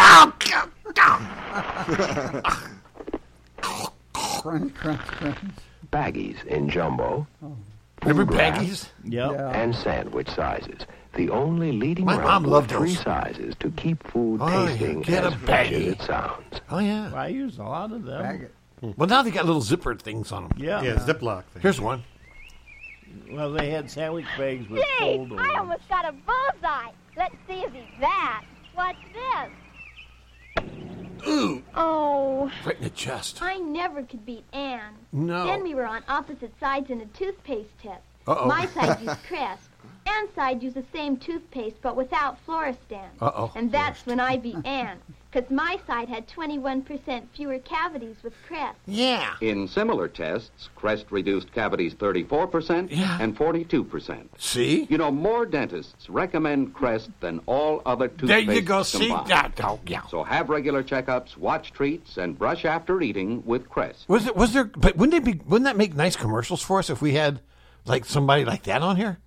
(laughs) Crunch, crunch, crunch. Baggies in jumbo. Remember Full graph, baggies? Yep. And sandwich sizes. The only leading My route mom with loved three those. sizes to keep food Oh, you tasting get as a fresh as baggie. it sounds. Oh yeah. Hmm. I use a lot of them. Well, now they got little zipper things on them. Yeah. Yeah, Ziploc thing. Here's one. Well, they had sandwich bags with Dave, fold I on. almost got a bullseye. Let's see if he's that. What's this? Ooh, Oh, right in the chest. I never could beat Anne. No. Then we were on opposite sides in a toothpaste test. Uh-oh. My (laughs) side used Crest. Anne's side used the same toothpaste, but without Floristan. Oh, Uh-oh. And that's when (laughs) I beat Anne, because my side had 21% fewer cavities with Crest. (laughs) Yeah. In similar tests, Crest reduced cavities 34% and 42%. See? You know, more dentists recommend Crest than all other toothpaste There you go. See? combined. Yeah, oh, yeah. So have regular checkups, watch treats, and brush after eating with Crest. Was it? Was there? But wouldn't it be? Wouldn't that make nice commercials for us if we had like somebody like that on here?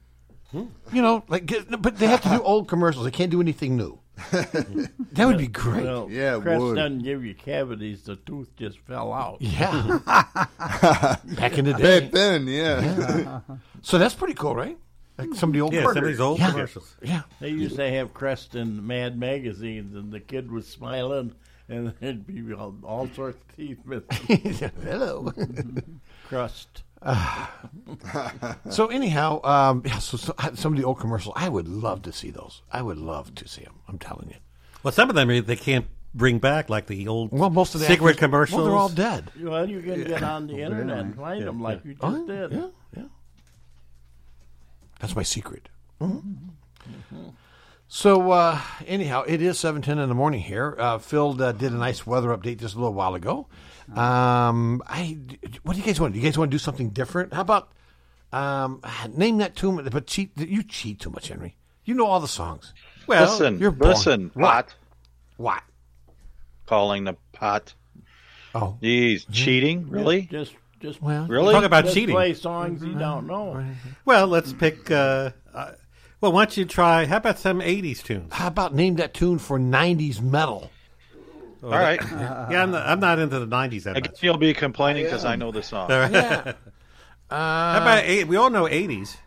You know, like, get- but they have to do old commercials. They can't do anything new. that would be great. Well, Crest doesn't give you cavities. The tooth just fell out. (laughs) (laughs) Yeah. Back in the Back day. then, yeah. so that's pretty cool, right? Like somebody old. burgers. Yeah. Yeah. They used to have Crest in Mad magazines, and the kid was smiling, and (laughs) there'd be all, all sorts of teeth (laughs) missing. Hello. (laughs) Crust. (sighs) (laughs) So anyhow, um, yeah. So, so some of the old commercials, I would love to see those. I would love to see them. I'm telling you. Well, some of them eh, they can't bring back, like the old well, most of the cigarette actors- commercials. Well, they're all dead. well, you can get on the Yeah. internet and find Yeah. them like you just Oh, did. yeah, That's my secret. So uh, anyhow, it is seven ten in the morning here. Uh, Phil uh, did a nice weather update just a little while ago. Um, I, what do you guys want? Do you guys want to do something different? How about um, name that tune? But cheat, you cheat too much, Henry. You know all the songs. Well, listen, you're born- listen, pot. What? Calling the pot. Oh, he's cheating, (laughs) really? Just, just Well, Really? Talk about Just cheating. play Mm-hmm. songs you don't know. Well, let's pick. Uh, uh, well, why don't you try? How about some '80s tunes? How about name that tune for '90s metal? All right. yeah, I'm not, I'm not into the '90s that I much. guess you'll be complaining because I I, am. know the song. All right. How about eight? We all know '80s.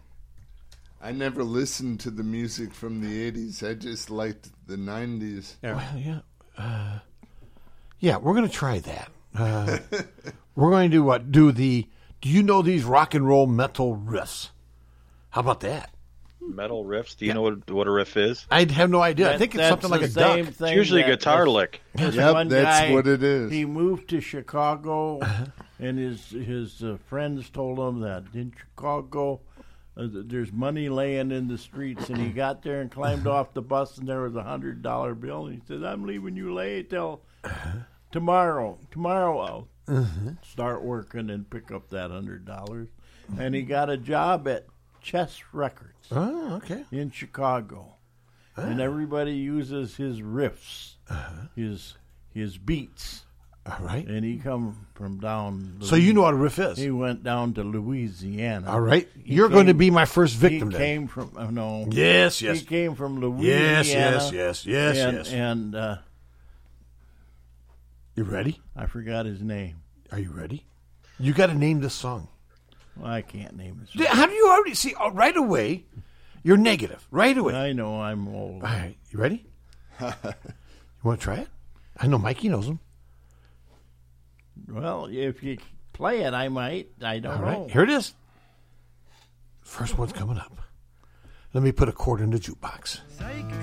I never listened to the music from the 80s. I just liked the 90s. Well, yeah. Uh, yeah, we're going to try that. Uh, (laughs) we're going to do what? Do the. Do you know these rock and roll metal riffs? How about that? Metal riffs. Do you know what, what a riff is? I have no idea. I That- think it's that's something like the a same duck. thing usually a that guitar this- lick. (laughs) this Yep, one that's guy, what it is. He moved to Chicago, and his his uh, friends told him that in Chicago, uh, th- there's money laying in the streets, and he got there and climbed off the bus, and there was a hundred dollar bill, and he said, "I'm leaving you late till tomorrow. Tomorrow I'll start working and pick up that hundred dollars." And he got a job at Chess Records Oh, okay. in Chicago. and everybody uses his riffs, his his beats. Uh-huh. All right. And he come from down. So you know what a riff is. He went down to Louisiana. All right. He You're going to came- be my first victim He then. came from oh, no. Yes, yes. He came from Louisiana. Yes, yes, yes, yes, and, yes. And uh, You ready? I forgot his name. Are you ready? You got to name this song. Well, I can't name his. Yeah, How do you already see? oh, right away, you're negative. Right away. I know I'm old. All right. (laughs) You ready? you want to try it? I know Mikey knows him. Well, if you play it, I might. I don't All know. right. Here it is. First one's coming up. Let me put a chord in the jukebox.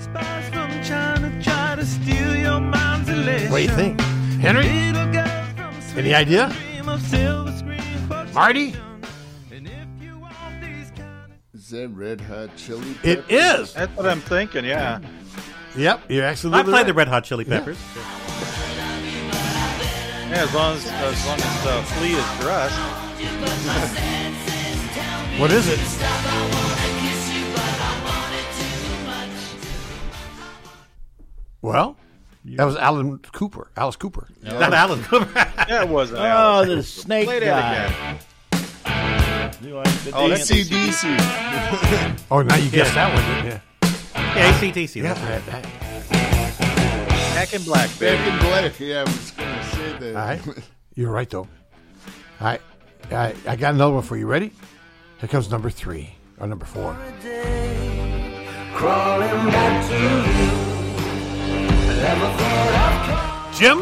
Spies from China try to steal your mind's elation. What do you think? Henry? Little girl from Any idea? Dream of silver screen Marty? Is that Red Hot Chili? It is. That's what I'm thinking. Yeah. Yep, you're absolutely. I played the Red Hot Chili Peppers. Yeah, as long as as long as uh, Flea is dressed. What is it? Well, that was Alan Cooper. Alice Cooper. No. (laughs) Not Alan Cooper. Yeah, it wasn't. Oh, Alan. the snake Play that guy. again. You like the Oh, dance? that's ACDC. Oh, now you guessed Yeah. that one, didn't you? Yeah, ACDC. Ah, Yeah, that's right. that- Back in black, baby. Back in black. Yeah, I was going to say that. All right. (laughs) (laughs) You're right, though. All right. I, I got another one for you. Ready? Here comes number three or number four. Crawling back to you. I never thought I'd Jim?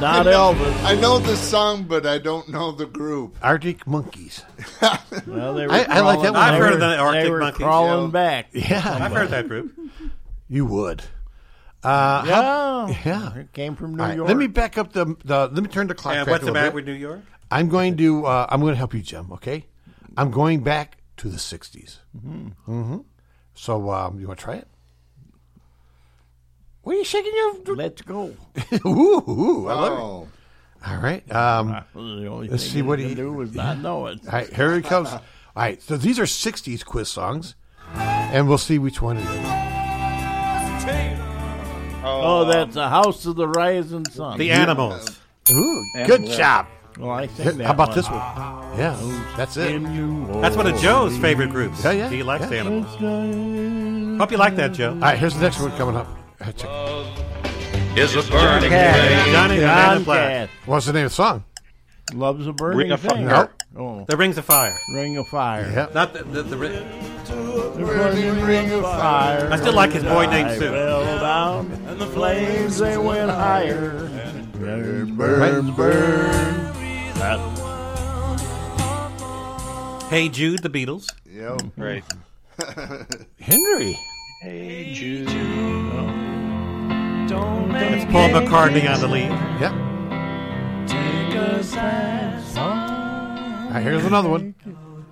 Not I know- Elvis. I know the song, but I don't know the group. Arctic Monkeys. (laughs) Well, they were I, I like that crawling- one. I've heard of the They Arctic were Monkeys. crawling back. (laughs) Yeah. I've heard that group. You would. Uh, how- Yeah. yeah. It came from New All right, York. Let me back up the, the let me turn the clock And back what's a the little matter bit. with New York? I'm going to uh, I'm going to help you, Jim. Okay, I'm going back to the '60s. Mm-hmm. Mhm. hmm So um, you want to try it? (laughs) What are you shaking your? Let's go. ooh, ooh, I love Oh. it. All right. Um, Ah, The only let's thing see you what can he do is (laughs) not know it. All right, here it (laughs) comes. All right, so these are '60s quiz songs, and we'll see which one it is. Oh, that's the House of the Rising Sun. The Animals. Ooh, good job. Well, I Here, think How about this one? Yeah, that's it. That's one of Joe's favorite groups. Yeah, yeah. He likes yeah. animals. Hope you like that, Joe. All right, here's the next one coming up. Uh, check. Is a burning Cash. flame. Johnny the Man in Black. What's the name of the song? Love's a burning Ring of Fire. thing. Nope. Oh. The Rings of Fire. Ring of Fire. Not the, the, the ri- burning ring of fire. I still like his boy named I Sue. fell down, and the flames they went higher. Burn, burn, burn. Hey Jude, the Beatles. Yeah. (laughs) Right. Henry. Hey Jude. Don't It's Paul McCartney on the lead. Yep. Take a sad All right, here's another one.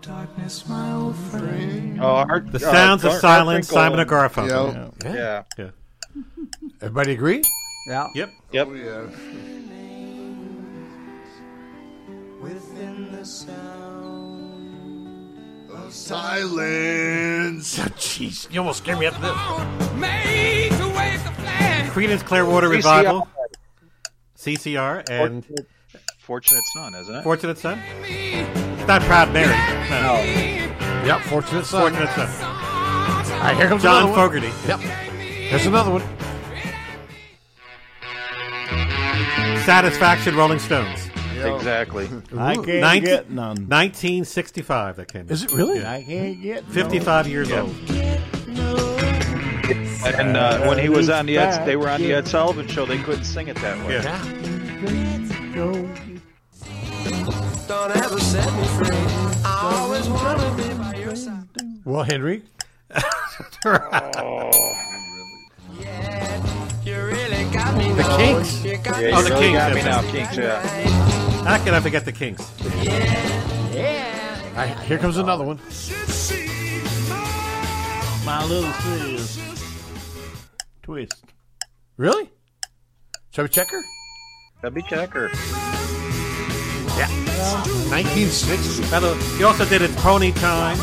Darkness, my old friend. Oh, Art- The uh, Sounds of Gar- Silence, Garfinkel. Simon and Garfunkel. Yeah. Yeah. Yeah. Everybody agree? Yeah. Yep. Yep. Oh, yeah. Within the sound of (laughs) Silence. Jeez, you almost scared me up this. Made to wave the flag. Creedence Clearwater Revival. CCR and Fortunate, Fortunate Son, isn't it? Fortunate Son. It's not Proud Mary. No. Yep, Fortunate Son. Fortunate Son. All right, here comes John another one. Fogerty. Yep. Here's another one. Satisfaction, Rolling Stones. Exactly. I can't get none. 1965 that came out. Is it really? I can't get 55 years Yeah. old. And uh, when he was on the Ed, Back they were on the in- Ed Sullivan show. They couldn't sing it that way. Yeah. Go. Don't ever set me free. I always want to be by your side. Well, (laughs) Henry. You really got me. The now. Kinks. You got oh, me the so Kinks. got me that's now, it. Kinks, yeah. How can I forget the Kinks? All right, here comes another one. My little sis. Twist. Really? Chubby Checker? Chubby Checker. Yeah. 1960. By the way, he also did it Pony Time.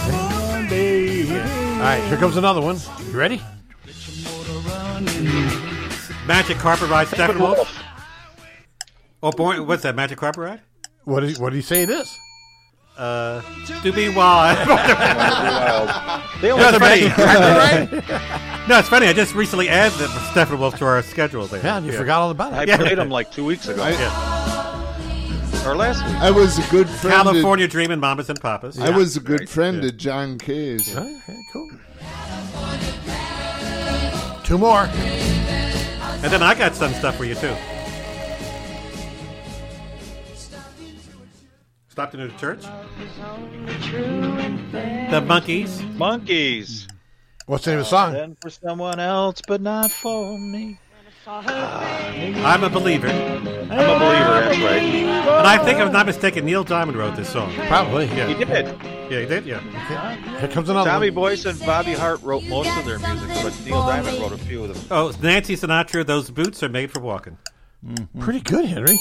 baby. All right, here comes another one. You ready? Magic Carpet Ride, Steppenwolf. Oh boy, what's that? Magic Carpet Ride? What is? What do you say it is? Uh, to (laughs) be wild. They only That's funny. said Magic (laughs) Carpet no, it's funny. I just recently added the Steppenwolf to our schedule. There. Yeah, you forgot all about it. I Yeah. played them like two weeks ago. Or last week. I was a good friend. to- California Dreamin' Mamas and Papas. I was a good Right. friend Yeah. of John Case. cool. Two more. And then I got some stuff for you too. Stopped into the church. The monkeys. Monkeys. What's the name of the song? Then for someone else, but not for me. I'm a believer. I'm a believer. That's right. And I think, if I'm not mistaken, Neil Diamond wrote this song. Probably. Yeah. He did. Yeah, he did. Yeah. Here comes another Tommy one. Boyce and Bobby Hart wrote most of their music, but Neil Diamond wrote a few of them. Oh, Nancy Sinatra. Those boots are made for walking. Pretty good, Henry.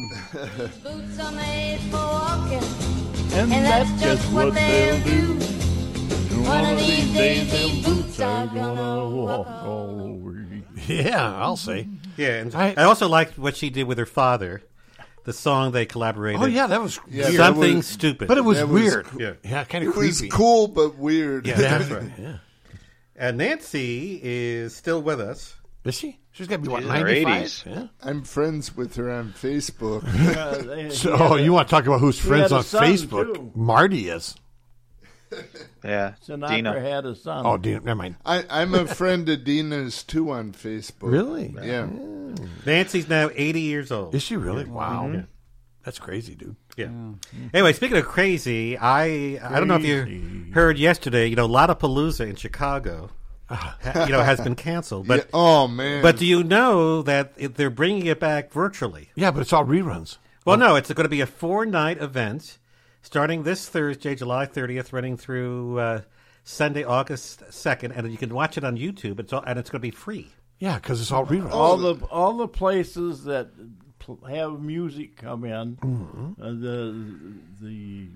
(laughs) Boots are made for walking, And that's just what they'll do. One of these these days, days, these boots are gonna walk all over you. Yeah, I'll say. Yeah, and I- I, also liked what she did with her father. The song they collaborated. Oh yeah, that was Yeah, weird. something That was- stupid, but it was That weird. coo- yeah, kind It of was creepy. cool but weird. Yeah, (laughs) that's right. And Nancy is still with us. Is she? She's got to be what She's in her 95? 80s. Yeah. I'm friends with her on (laughs) Facebook. (laughs) So oh, you want to talk about who's he friends had a on son, Facebook? too. Marty (laughs) is. Yeah. Sinatra Dina. had a son. Oh, Dina, never mind. I, (laughs) I'm a friend of Dina's too on Facebook. Really? Yeah. Nancy's now 80 years old. Is she really? Wow, Mhm. that's crazy, dude. Yeah. Anyway, speaking of crazy, I I don't know if you heard yesterday. You know, Lollapalooza in Chicago, ha- you know, has been canceled. But Yeah. Oh, man. But do you know that it- they're bringing it back virtually? Yeah, but it's all reruns. Well, no, it's going to be a four night event starting this Thursday, July 30th, running through uh, Sunday, August 2nd, and you can watch it on YouTube. It's all, and it's going to be free. Yeah, because it's all reruns. all the all the places that pl- have music come in, Mhm. uh, the the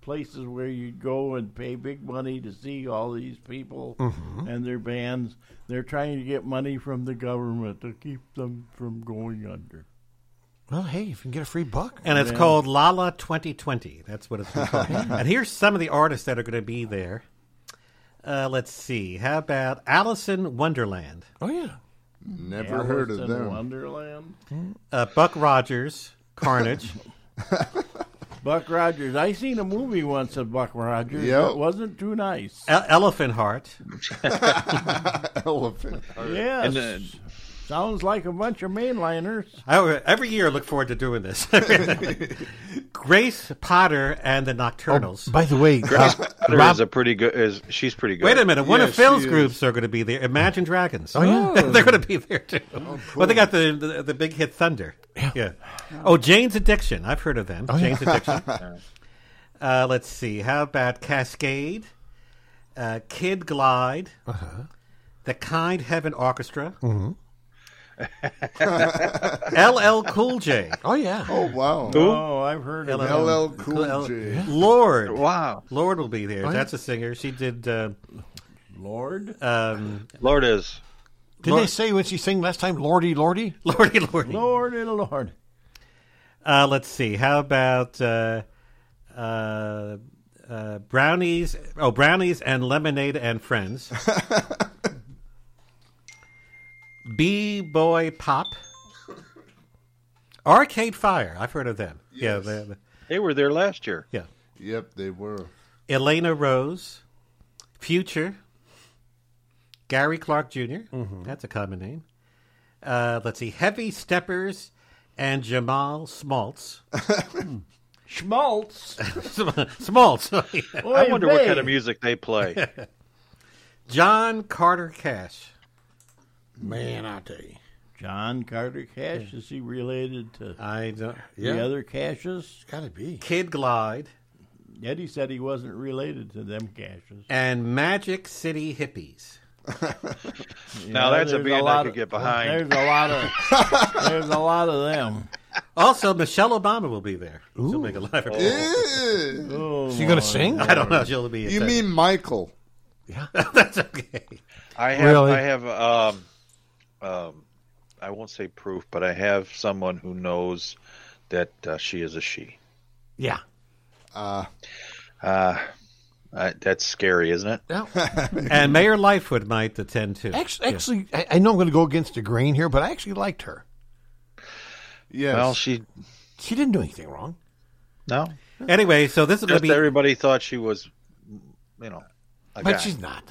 places where you go and pay big money to see all these people Mhm. and their bands. They're trying to get money from the government to keep them from going under. well, hey, if you can get a free buck, And it's Yeah. called Lala 2020. That's what it's been called. and here's some of the artists that are going to be there. Uh, let's see. How about Alice in Wonderland? Oh, yeah. Never heard of Alice in them. Wonderland. Uh, Buck Rogers, Carnage. Buck Rogers. I seen a movie once of Buck Rogers. Yep. It wasn't too nice. E- Elephant Heart. (laughs) Elephant Yes. And then- Sounds like a bunch of mainliners. I, every year, I look forward to doing this. (laughs) Grace Potter and the Nocturnals. by the way, Grace uh, Potter Rob- is a pretty good. Is she's pretty good. Wait a minute. One Yeah, of Phil's she is. groups are going to be there. Imagine Dragons. Oh, yeah. (laughs) they're going to be there too. Well, they got the, the the big hit Thunder. Yeah. Oh, Jane's Addiction. I've heard of them. Oh, yeah. Jane's (laughs) Addiction. uh, let's see. How about Cascade, uh, Kid Glide, Uh-huh. the Kind Heaven Orchestra, (laughs) Mhm. LL Cool J. Oh yeah. Oh wow. Oh, I've heard of them. LL Cool J. Lord. Wow. Lord will be there. Oh, yeah. That's a singer. She did. Uh, Lord. um, Lord is. Did they say when she sang last time, Lordy, Lordy? (laughs) Lordy, Lordy. Lord and Lord. Uh, let's see. How about uh, uh, uh, brownies? Oh, brownies and lemonade and (laughs) friends. B boy pop. Arcade Fire. I've heard of them. Yeah. they- they- They were there last year. Yeah. Yep, they were. Elena Rose, Future, Gary Clark junior Mm-hmm. That's a common name. Uh, let's see, Heavy Steppers and (laughs) Jamal Smaltz. Hmm. Schmaltz. (laughs) Oh, Smaltz. I wonder what kind of music they play. John Carter Cash. Man, I tell you. John Carter Cash. Is he related to I don't. the yeah. other Cashes? Got to be. Kid Glide Eddie said he wasn't related to them Cashes. (laughs) and Magic City Hippies. (laughs) Now that's a there's band I lot could of- get behind. (laughs) There's a lot of there's a lot of them. Also, Michelle Obama will be there. She'll make a live appearance. Oh, She gonna sing? I don't know. She'll be You attending. mean Michael? Yeah, (laughs) that's okay. I have, Really? I have, um, um, I won't say proof, but I have someone who knows that uh, she is a she. Yeah. Uh, Ah. uh, I, that's scary, isn't it? And Mayor Lightfoot might attend too. Actually, actually I, I know I'm going to go against the grain here, but I actually liked her. Yes. Well, she She didn't do anything wrong. no. (laughs) Anyway, so this is going Just to be. everybody thought she was, you know, a But guy. she's not.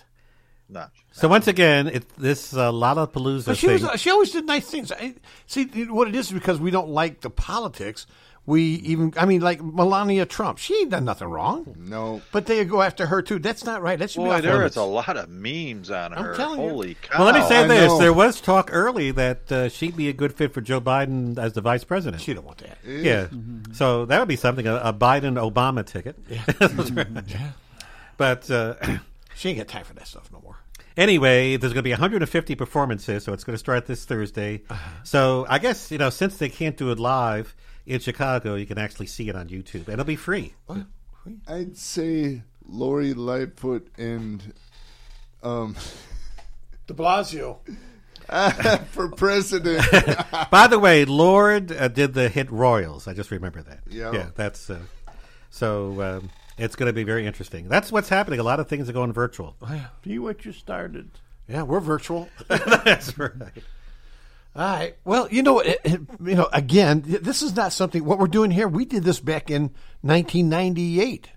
Not. So once again, it's this uh, Lollapalooza But she thing. was, she always did nice things. I, see what it is is because we don't like the politics. We even I mean like Melania Trump. She ain't done nothing wrong. No. But they go after her too. That's not right. That should be Boy, off there limits. is a lot of memes on her. telling you. Holy cow! well, let Oh, me say I this: know. there was talk early that uh, she'd be a good fit for Joe Biden as the vice president. She don't want that. Yeah, Yeah. so that would be something—a a Biden-Obama ticket. (laughs) Mm-hmm. Yeah. but (clears throat) uh, She ain't got time for that stuff no more. Anyway, there's going to be 150 performances, so it's going to start this Thursday. So I guess you know, since they can't do it live in Chicago, you can actually see it on YouTube, and it'll be free. I'd say Lori Lightfoot and um, De Blasio (laughs) for president. By the way, Lord uh, did the hit Royals. I just remember that. Yeah. yeah, that's uh, so. Um, it's going to be very interesting. That's what's happening. A lot of things are going virtual. See what you started. Yeah, we're virtual. (laughs) That's (laughs) right. Uh, All right. Well, you know, it, it- you know. Again, th- this is not something. What we're doing here, we did this back in 1998.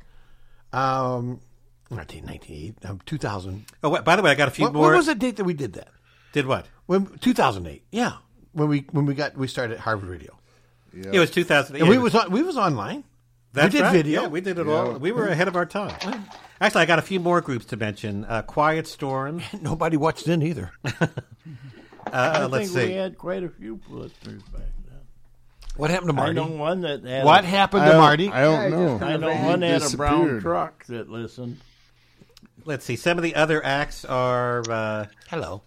Um, 1998, um, 2000. Oh, wait, by the way, I got a few What- more. What was the date that we did that? Did what? When 2008. Yeah, when we when we got we started at Harvard Radio. It was 2008. And we was on, we was online. That's we did right. video. Yeah, we did it all. We were ahead of our time. Actually, I got a few more groups to mention. Uh, Quiet Storm. (laughs) Nobody watched (laughs) in either. uh, I let's think we see. had quite a few listeners back then. What happened to Marty? I know one that had What a- happened to I don't- Marty? I don't Yeah, he know. just I kinda know ran. one had a brown Disappeared. truck that listened. Let's see. Some of the other acts are. Uh, Mm-hmm. Hello.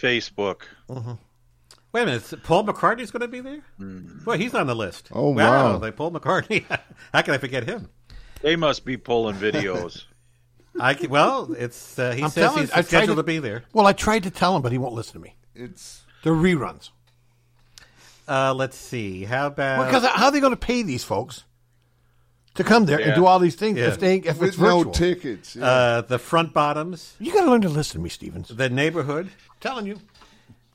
Facebook. Wait a minute. is Paul McCartney's going to be there? Boy, he's on the list. Oh, wow. Like Paul McCartney. (laughs) How can I forget him? They must be (laughs) pulling videos. I c well, it's uh, he I'm says telling- he's I tried scheduled to- to be there. Well, I tried to tell him, but he won't listen to me. It's the reruns. Uh, let's see. How about Because how are they going to pay these folks to come there Yeah. and do all these things Yeah. if they if it's With no virtual? tickets, yeah. Uh, the front bottoms. You got to learn to listen to me, Stevens. the neighborhood? telling you.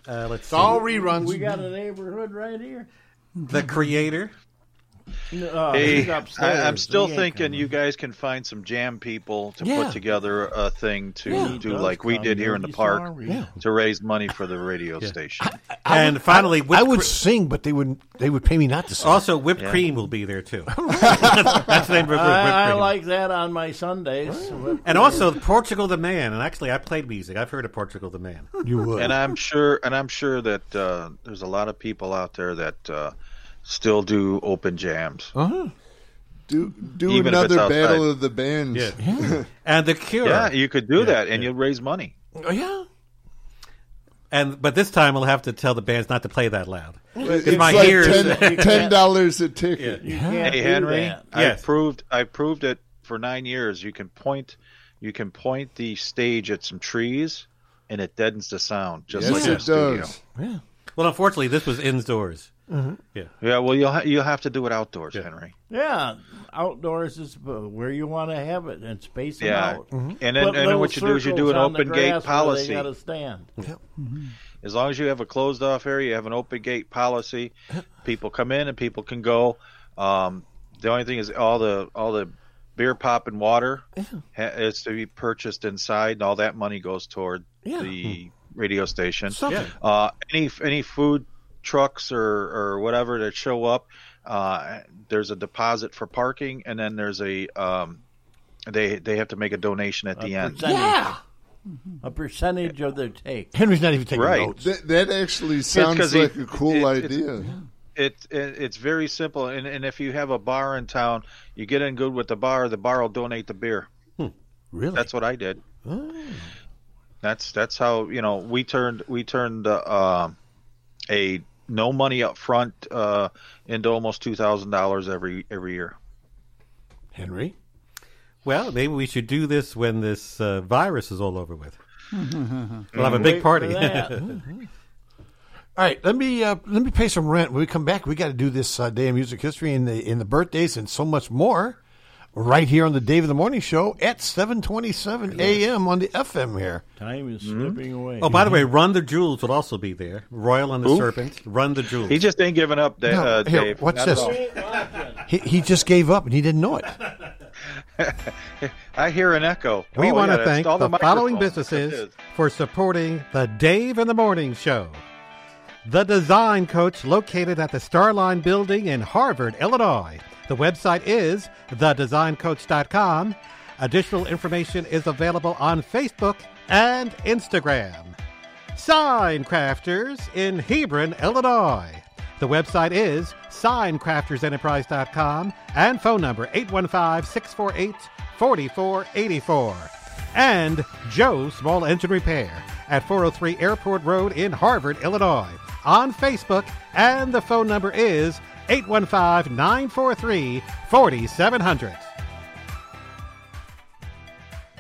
Uh, let's see. all reruns. We got a neighborhood right here. the creator. No, uh, he's Hey, upstairs. I, am still He ain't thinking coming. you guys can find some jam people to Yeah. put together a thing to Yeah. He do does like we come, did here don't in the be park sorry. Yeah. to raise money for the radio station. and finally, I would sing, but they wouldn't. They would pay me not to sing. Also, whipped Yeah. cream will be there (laughs) too. (laughs) That's the name of the group, whipped I, I cream. like that on my Sundays. And also, Portugal the Man. And actually, I played music. I've heard of Portugal the Man. (laughs) You would. And I'm sure, and I'm sure that uh, there's a lot of people out there that uh, still do open jams. (laughs) Uh-huh. Do do Even if it's another outside. battle of the bands. Yeah. Yeah. And the Cure. Yeah, you could do Yeah, that, and you'll raise money. Oh yeah. And but this time, we'll have to tell the bands not to play that loud. It's Because my like ears. (laughs) ten- ten dollars a ticket. Hey Henry, I Yes. proved I proved it for nine years. You can point, you can point the stage at some trees, and it deadens the sound just Yes, like it that studio. does. Yeah. Well, unfortunately, this was indoors. Mhm. Yeah. Yeah. Well, you'll ha- you'll have to do it outdoors, Henry. Yeah, outdoors is uh, where you want to have it and space them Yeah. out. Mhm. And then- Put and then little what you do is you do circles an on the open gate grass where policy. They got to stand. Mm-hmm. As long as you have a closed off area, you have an open gate policy. People come in and people can go. Um, the only thing is all the all the beer, pop, and water ha- is to be purchased inside, and all that money goes toward Yeah. the Hmm. radio station. Something. Uh, any any food trucks or or whatever that show up, uh, there's a deposit for parking, and then there's a um, they they have to make a donation at the end. percentage. A percentage of their take. Henry's not even taking Right. notes. That, that actually It's sounds 'cause he- like a cool it- it's- idea. It, it it's very simple, and and if you have a bar in town, you get in good with the bar. The bar will donate the beer. Hmm. Really? That's what I did. Oh. That's that's how you know we turned we turned uh, um, a no money up front uh, into almost two thousand dollars every every year. (laughs) Henry, Well, maybe we should do this when this uh, virus is all over (laughs) with. Mm-hmm. We'll have a big party. (laughs) All right, let me uh, let me pay some rent. When we come back, we got to do this uh, day of music history and the in the birthdays and so much more, right here on the Dave of the Morning Show at seven twenty seven a.m. on the FM here. Time is slipping away. oh, by the way, Mm-hmm. Run the Jewels will also be there. Royal and the Who? Serpent. Run the Jewels. He just ain't giving up, Da- No, uh, here, Dave. watch Not at this. He, he just gave up and he didn't know it. all. I hear an echo. We Oh, want yeah, to that's thank all the, following microphones. It businesses for supporting the Dave in the Morning Show. The Design Coach, located at the Starline Building in Harvard, Illinois. The website is thedesigncoach.com. Additional information is available on Facebook and Instagram. Sign Crafters in Hebron, Illinois. The website is signcraftersenterprise.com and phone number 815 648 4484. And Joe Small Engine Repair at 403 Airport Road in Harvard, Illinois. On Facebook, and the phone number is 815 943 4700.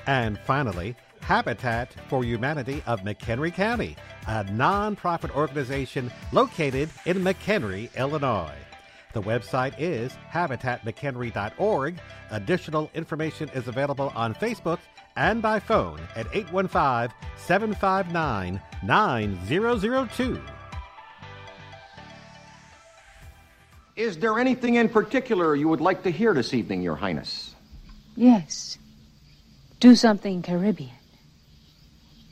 And finally, Habitat for Humanity of McHenry County, a nonprofit organization located in McHenry, Illinois. The website is habitatmchenry.org. Additional information is available on Facebook and by phone at 815 759 9002. Is there anything in particular you would like to hear this evening, Your Highness? Yes. Do something Caribbean.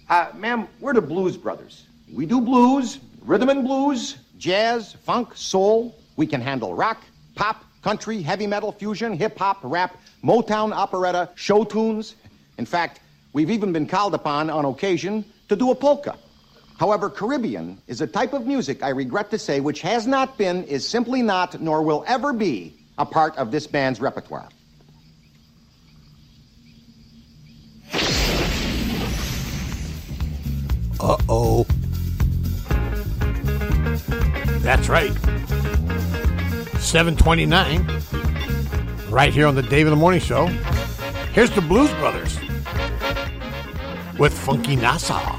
Uh, ma'am, we're the Blues Brothers. We do blues, rhythm and blues, jazz, funk, soul. We can handle rock, pop, country, heavy metal, fusion, hip hop, rap, Motown, operetta, show tunes. In fact, we've even been called upon on occasion to do a polka. However, Caribbean is a type of music I regret to say which has not been, is simply not, nor will ever be a part of this band's repertoire. Uh oh. That's right. 729. Right here on the Dave of the Morning Show. Here's the Blues Brothers with Funky Nassau.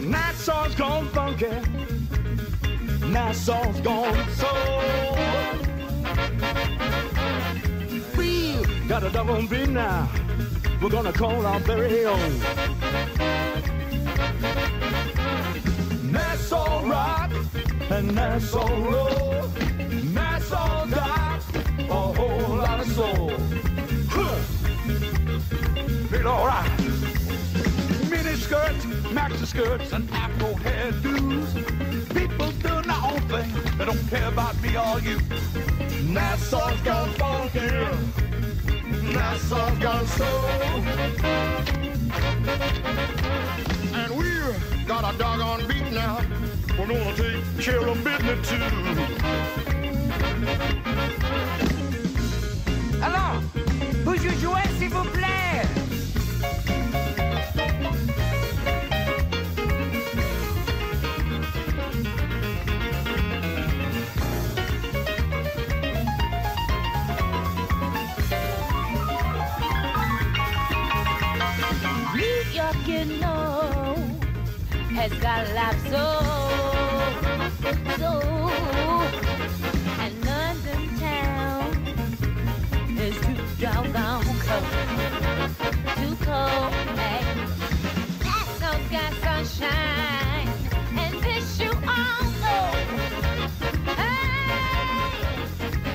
Nassau's gone funky. Nassau's gone soul. We got a double beat now. We're gonna call our very own. Nassau rock and Nassau roll. Nassau got a whole lot of soul. Huh. Feel alright. Mini skirts, maxi skirts, and afro hairdos. People doing their own thing. They don't care about me or you. Nassau's gone funky. Nassau's gone soul. And we're got a doggone beat now. We're gonna take care of business too. Alors, vous jouez s'il vous plaît New York, you Oh, know, has got a lot of soul, soul, and London town is too doggone cold, too cold. Hey. Glasgow's got sunshine and tissue on gold. Hey,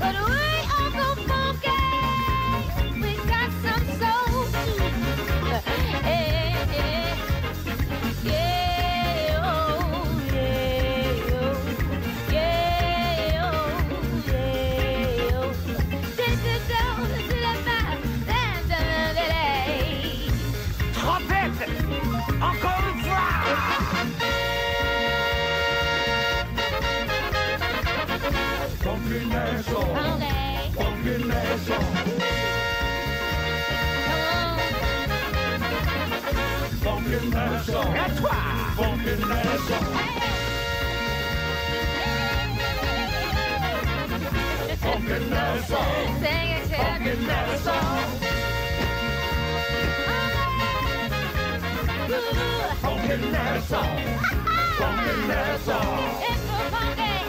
but we all go funky. We got some soul too. Hey, yeah. Yeah, oh, yeah, oh. Yeah, oh, yeah, oh. Trompette Encore une fois Funky Nassau. Funky Nassau. Funky Nassau. À toi funky Nassau. Funky Nassau. Sing it to Funky Nassau. Funky Nassau. Funky Nassau.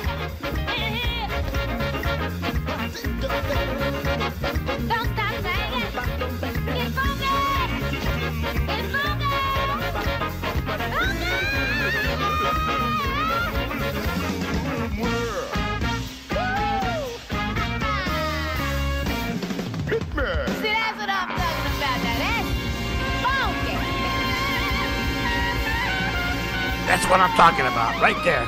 See, that's what I'm talking about. That is funky. That's what I'm talking about, right there.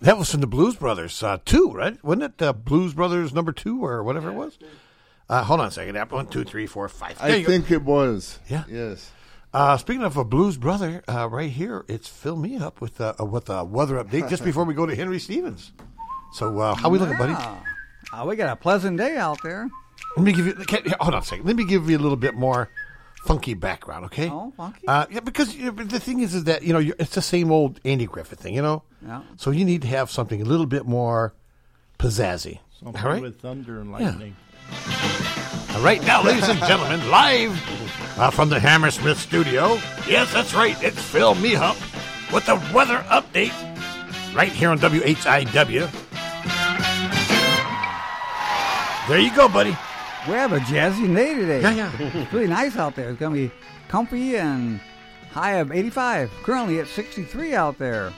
That was from the Blues Brothers uh, two, right? Wasn't it uh, Blues Brothers number two or whatever it was? Uh, hold on a second. App one, two, three, four, five. There I you go. think it was. Yeah. Yes. Uh, speaking of a blues brother, uh, right here, it's fill me up with uh, with a weather update just before we go to Henry Stevens. So, uh, how we looking, buddy? Yeah. Uh, we got a pleasant day out there. Let me give you. Can, here, hold on a second. Let me give you a little bit more funky background, okay? Oh, funky. Uh, yeah, because you know, but the thing is, is that you know you it's the same old Andy Griffith thing, you know. Yeah. So you need to have something a little bit more pizzazzy. Something All right. with thunder and Yeah. lightning. All right, now, ladies and gentlemen, live uh, from the Hammersmith studio. Yes, that's right. It's Phil Meehup with the weather update right here on WHIW. There you go, buddy. We have a jazzy day today. Yeah, yeah. it's really nice out there. It's going to be comfy and high of 85. Currently at 63 out there.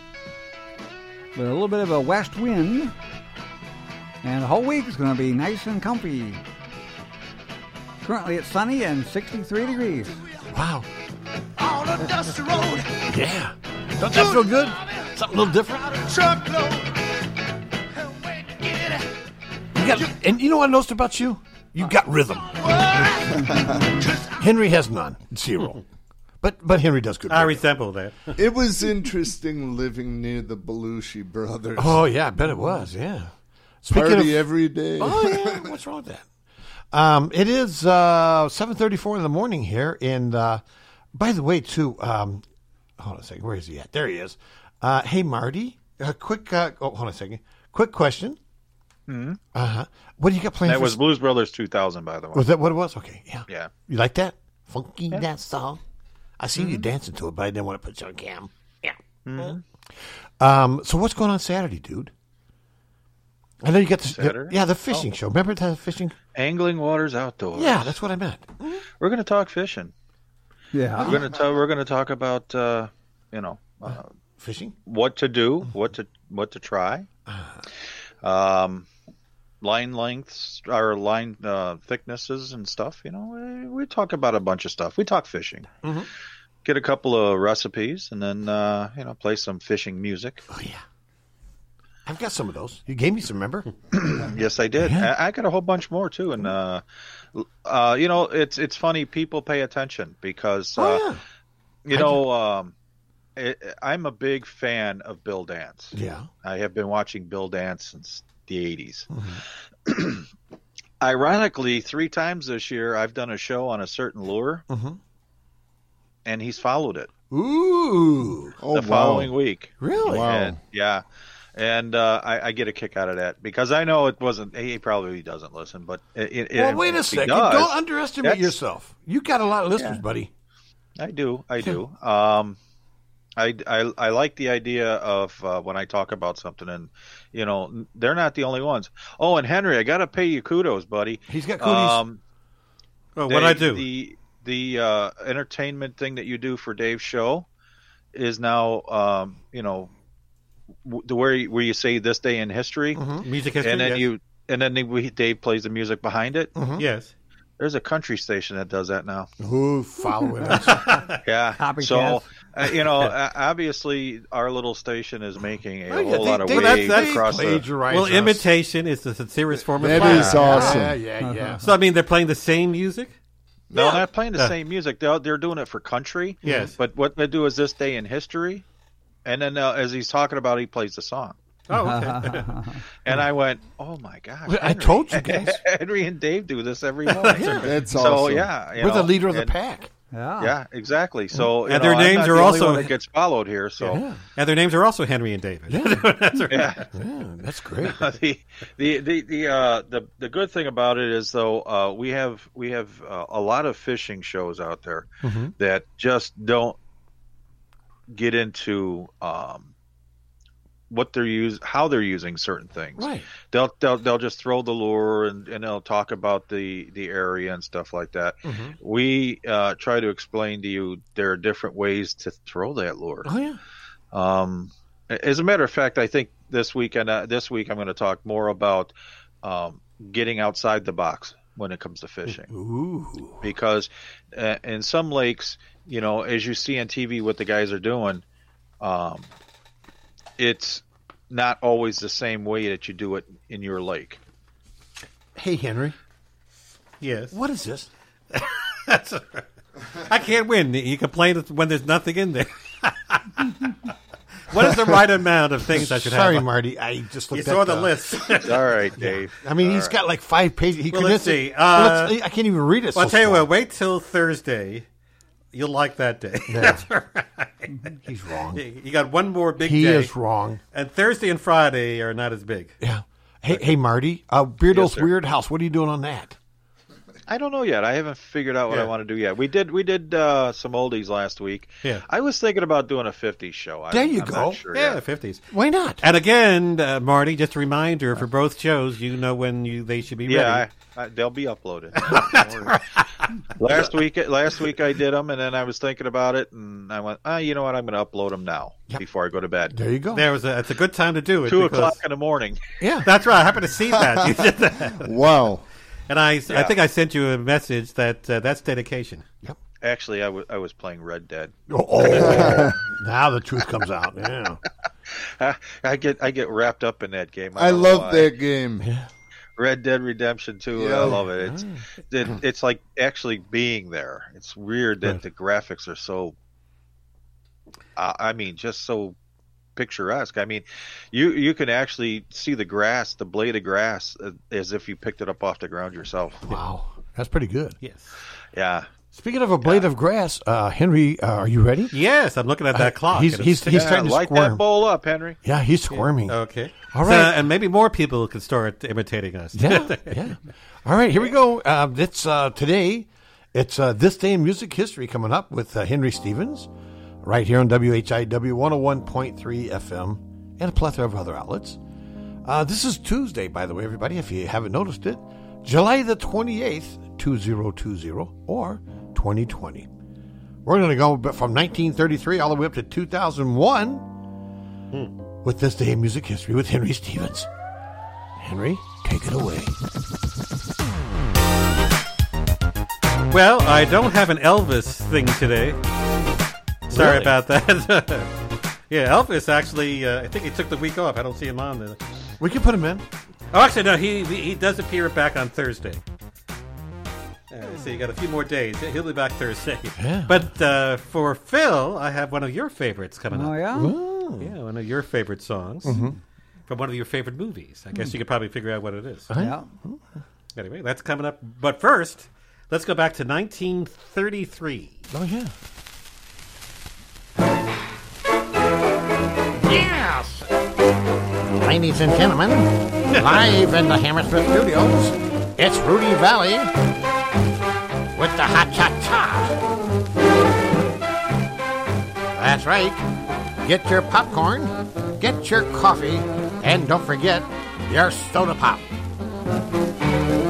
But a little bit of a west wind. And the whole week is going to be nice and comfy. Currently it's sunny and 63 degrees. Wow. On a dusty road, Yeah. Don't that feel good? Something a little different. a truckload. You got, and you know what I noticed about you? You got (laughs) rhythm. Henry has none. Zero. But but Henry does good. I rhythm. resemble that. It was interesting living near the Belushi brothers. Oh yeah, I bet it was. Yeah. Party every day. Oh yeah. (laughs) What's wrong with that? Um, it is uh, seven thirty-four in the morning here, and uh, by the way, too. Um, hold on a second. Where is he at? There he is. Uh, hey, Marty. A quick. Uh, oh, hold on a second. Quick question. Hmm. Uh huh. What do you got playing? That for was Blues Brothers 2000, by the way. Was that what it was? Okay. Yeah. Yeah. You like that? Funky that song. I see Mm-hmm. you dancing to it, but I didn't want to put you on cam. Yeah. Um, so what's going on Saturday, dude? I know you got the Saturday? Oh. yeah the fishing show. Remember the fishing? Angling Waters Outdoors. Mm-hmm. Yeah, that's what I meant. We're going to talk fishing. Yeah. We're going to we're going to talk about uh, you know uh, fishing, Mm-hmm. what to do, what to what to try, Uh-huh. um, line lengths or line uh, thicknesses and stuff. You know, we, we talk about a bunch of stuff. We talk fishing. Mhm. Get a couple of recipes and then uh, you know play some fishing music. Oh yeah, I've got some of those. You gave me some. Remember? (clears throat) yes, I did. I, I got a whole bunch more too, and uh, uh, you know, it's it's funny. People pay attention Oh, because uh, you know, um, it, I'm a big fan of Bill Dance. Yeah. I have been watching Bill Dance since the 80s. Mm-hmm. (clears throat) Ironically, three times this year, I've done a show on a certain lure, Mm-hmm. and he's followed it Ooh. the following week. Really? Oh, Wow. And, yeah. And uh, I, I get a kick out of that because I know it wasn't. He probably doesn't listen, but it, it, well, it- wait a if he second. does, Don't underestimate that's- yourself. You got a lot of listeners, Yeah. buddy. I do. I do. Um, I, I, I like the idea of uh, when I talk about something, and you know they're not the only ones. Oh, and Henry, I gotta pay you kudos, buddy. Um, He's got kudos. Well, what'd I do? The the uh, entertainment thing that you do for Dave's show is now um, you know w- the where you, where you say this day in history, Music history, and then yes. you and then they- we, Dave plays the music behind it. Mm-hmm. Yes. There's a country station that does that now. (laughs) Who following us? Yeah. Copycats. So, uh, you know, uh, obviously our little station is making a Well, yeah, whole they- lot of they- waves that's- they across plagiarize the. Well, us. imitation is the sincerest form of That flattery. is awesome. Yeah, yeah, yeah. So I mean, they're playing the same music. Uh-huh. No, they're not playing the Uh. same music. They're, they're doing it for country. Yes. But what they do is this day in history, and then uh, as he's talking about, it, he plays the song. Oh, okay. (laughs) And I went, oh my gosh! I Henry." (laughs) told you guys. Henry and Dave do this every morning. (laughs) Yeah. That's so awesome. yeah, you We're the know, leader of the and- pack. Yeah. Yeah, exactly. So you And know, their I'm names not are the only also- one that gets followed here. So And their names are also Henry and David. (laughs) that's right. that's great. (laughs) the the the the, uh, the the good thing about it is though uh, we have we have uh, a lot of fishing shows out there Mm-hmm. Mhm. that just don't get into um, what they're use how they're using certain things. Right. They'll they'll they'll just throw the lure and, and they'll talk about the the area and stuff like that. Mm-hmm. Mhm. We uh, try to explain to you there are different ways to throw that lure. Oh yeah. Um, as a matter of fact, I think this weekend, uh, this week, I'm going to talk more about um, getting outside the box when it comes to fishing. Ooh. Because uh, in some lakes, you know, as you see on TV, what the guys are doing, um, it's not always the same way that you do it in your (laughs) lake. Hey, Henry. Yes. What is this? That's all right. I can't win. You complain when there's nothing in there. (laughs) what is the right amount of things I should have? Sorry, Marty. I just You looked saw at the the- list. All right, Dave. I mean, he's he's got like five pages. He well, let's condensed see. it. Well, Uh, let's- I can't even read it. Well, I'll so tell you slow. what. Wait till Thursday. You'll like that day. (laughs) Yeah. That's all right. He's wrong. You you got one more big He day. is wrong. And Thursday and Friday are not as big. Yeah. Hey, hey, Marty. Uh, Beardo's Yes, sir. Weird House. What are you doing on that? I don't know yet. I haven't figured out what I Yeah. want to do yet. We did we did uh, some oldies last week. Yeah. I was thinking about doing a 50s show. I, There you I'm go. Not sure Yeah, yet. 50s. Why not? And again, uh, Marty, just a reminder for both shows, you know when you they should be Uh, Yeah, ready. I, I, they'll be (laughs) uploaded. Don't worry. last week, last week I did them, and then I was thinking about it, and I went, ah, you know what? I'm going to upload them now before I go to bed. There you go. There was a, it's a good time to do it. Two because- o'clock in the morning. Yeah, that's right. I happened to (laughs) see that. You did that. Wow. And I, I Yeah. think I sent you a message that uh, that's dedication. Actually, I wa- I was playing Red Dead. (laughs) Oh, now the truth comes out. Yeah. I get I get wrapped up in that game. I don't love know why. that game. Red Dead Redemption 2. Yeah. I love it. It's Ah. it, (clears throat) it's like actually being there. It's weird that the graphics are so. Uh, I mean, just so picturesque. I mean, you you can actually see the grass, the blade of grass, uh, as if you picked it up off the ground yourself. Wow, that's pretty good. Yes. Yeah. Speaking of a blade of grass, uh, Henry, uh, are you ready? Yes, I'm looking at that Uh, clock. he's- and he's- it's- he's Yeah, starting to light that squirm. bowl up, Henry. Yeah, he's squirming. Okay. All So, right. and maybe more people could start imitating us. (laughs) Yeah, yeah. All right, here we go. Uh, it's uh, today. It's uh, this day in music history coming up with uh, Henry Stevens, right here on WHIW 101.3 FM and a plethora of other outlets. Uh, this is Tuesday, by the way, everybody. If you haven't noticed it, July the twenty eighth, two zero two zero, or twenty twenty. We're going to go from 1933 all the way up to 2001 Hmm. with this day in music history with Henry Stevens. Henry, take it away. Well, I don't have an Elvis thing today. Sorry Really? about that. (laughs) yeah, Elvis actually, uh, I think he took the week off. I don't see him on there. We can put him in. Oh, actually, no, he he he does appear back on Thursday. All right, so you got a few more days. He'll be back Thursday. Yeah. But uh, for Phil, I have one of your favorites coming Oh, up. yeah? Yeah, one of your favorite songs Mm-hmm. Mhm. from one of your favorite movies. I Hmm. guess you could probably figure out what it is. Yeah. Anyway, that's coming up. But first, let's go back to 1933. Oh, yeah. Yes! Ladies and gentlemen, live in the Hammersmith Studios, it's Rudy Valley with the Hot Cha Cha. That's right. Get your popcorn, get your coffee, and don't forget your soda pop.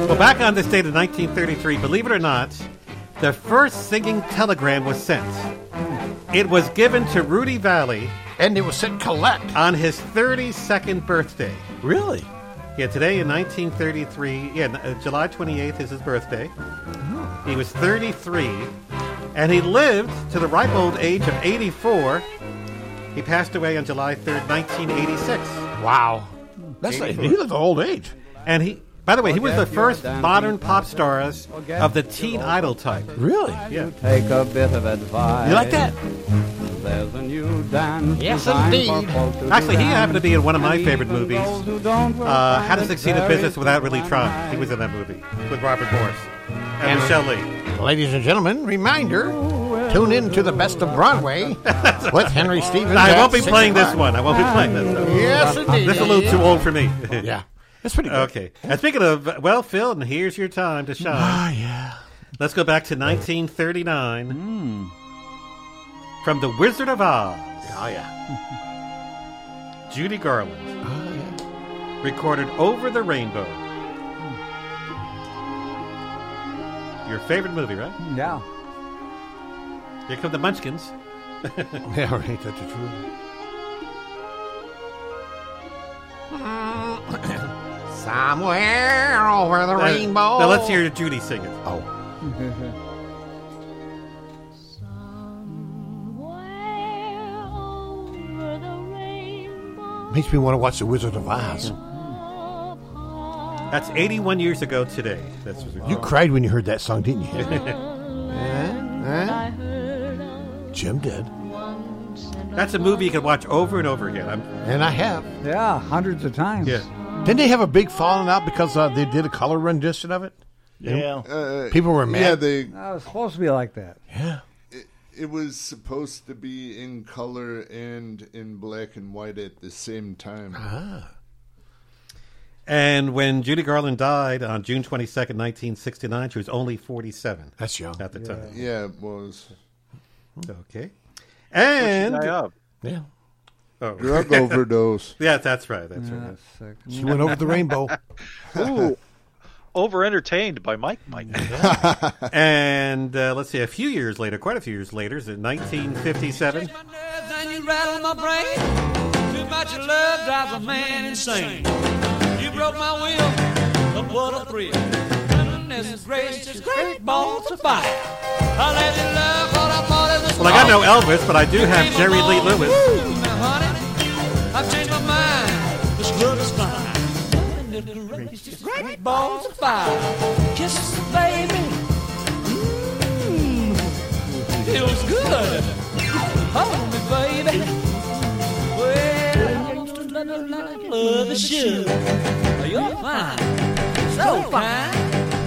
Well, back on this date in 1933, believe it or not, the first singing telegram was sent. It was given to Rudy Valley. And it was sent collect. On his 32nd birthday. Really? Yeah, today in 1933, yeah, uh, July 28th is his birthday. Oh. He was 33, and he lived to the ripe old age of 84. He passed away on July 3rd, 1986. Wow. That's a, 84. he lived an old age. And he, by the way, he was Okay. the first You're done. modern pop stars of the teen idol type. Really? Yeah. Take a bit of advice. You like that? There's a new dance. Yes, designed indeed. for folk to Actually, he dance. happened to be in one of my And favorite even movies, those who don't will uh, find How to it Succeed in very Business Without Really Trying. He was in that movie with Robert Morris and And- Michelle Lee. Ladies and gentlemen, reminder tune in to the best of (laughs) Broadway with Henry Stevens. I won't at be six playing this o'clock. one. I won't be playing this. One. Yes, indeed. This is a little too old for me. (laughs) yeah, that's pretty good. Okay. And speaking of, well, Phil, and here's your time to shine. Ah, yeah. Hmm. Let's go back to 1939 from The Wizard of Oz. Oh yeah. (laughs) Ah, Judy Garland. Recorded over the rainbow. Hmm. Your favorite movie, right? Yeah. Here come the Munchkins. (laughs) yeah, right. That's true. Somewhere over the rainbow. Now let's hear Judy sing it. Oh. Makes me want to watch The Wizard of Oz. That's 81 years ago today. That's what You cried when you heard that song, (laughs) didn't you? Jim did. (laughs) That's a movie you can watch over and over again. I'm, And I have. Yeah, hundreds of times. Yeah. Didn't they have a big falling out because uh, they did a color rendition of it? Yeah. Uh, People were mad. yeah, they- No, it's supposed to be (laughs) like that. It was supposed to be in color and in black and white at the same time. Uh-huh. Ah. And when Judy Garland died on June 22nd, 1969, she was only 47. That's young. At the time. Yeah, it was. Okay. And. What should I have? Yeah. Oh. Drug overdose. (laughs) yeah, that's right. That's right. She went over the rainbow. Ooh, over entertained by Mike. (laughs) Mike. and uh, let's see, a few years later, quite a few years later, is it 1957? And you rattle my brain. Too much love drives a man insane. You broke my will, but what a thrill. Goodness gracious, great balls of fire. I let you love what I thought it was. Well, I got no wrong. Elvis, but I do have Jerry Lee Lewis. Woo, now, honey, I've changed my mind. This love is fine. Goodness gracious, Great balls of fire. Kisses, baby. Mmm. Feels good. Hold me, baby. Well, love is you. You're fine. So fine.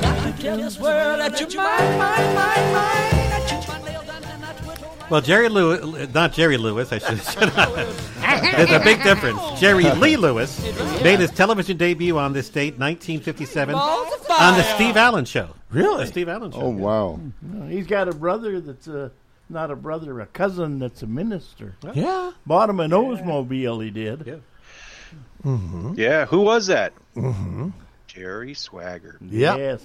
I can tell this world that you're mine, mine, mine, mine. That you're my nail down and I twiddle Well, Jerry Lewis, not Jerry Lewis, I should have (laughs) There's a big difference. Jerry Lee Lewis made his television debut on this date, 1957, on The Steve Allen Show. Really? The Steve Allen Show. Oh, wow. No, Mm-hmm. he's got a brother that's a not a brother, a cousin that's a minister. Yeah. bought him an Oldsmobile. He did. Yeah. Mm-hmm. Mm-hmm. Yeah, who was that? Mm-hmm. Jerry Swagger. Yes.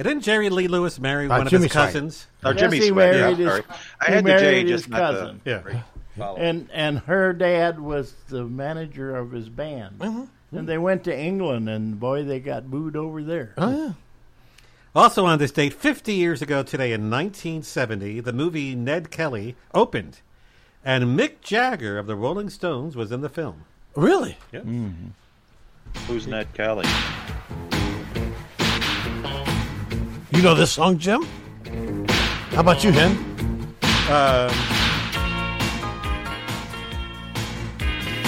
And didn't Jerry Lee Lewis marry Uh, one of Jimmy his Swagger. cousins? Oh, Yes, Jimmy he Swagger, married yeah, his- sorry. I he had the J, married just his not the- cousin. Yeah. And and her dad was the manager of his band. Mm-hmm. And they went to England, and boy, they got booed over there. Oh, Also on this date, 50 years ago today in 1970, the movie Ned Kelly opened, and Mick Jagger of the Rolling Stones was in the film. Really? Yep. Who's Ned Kelly? You know this song, Jim? How about you, Hen? Um,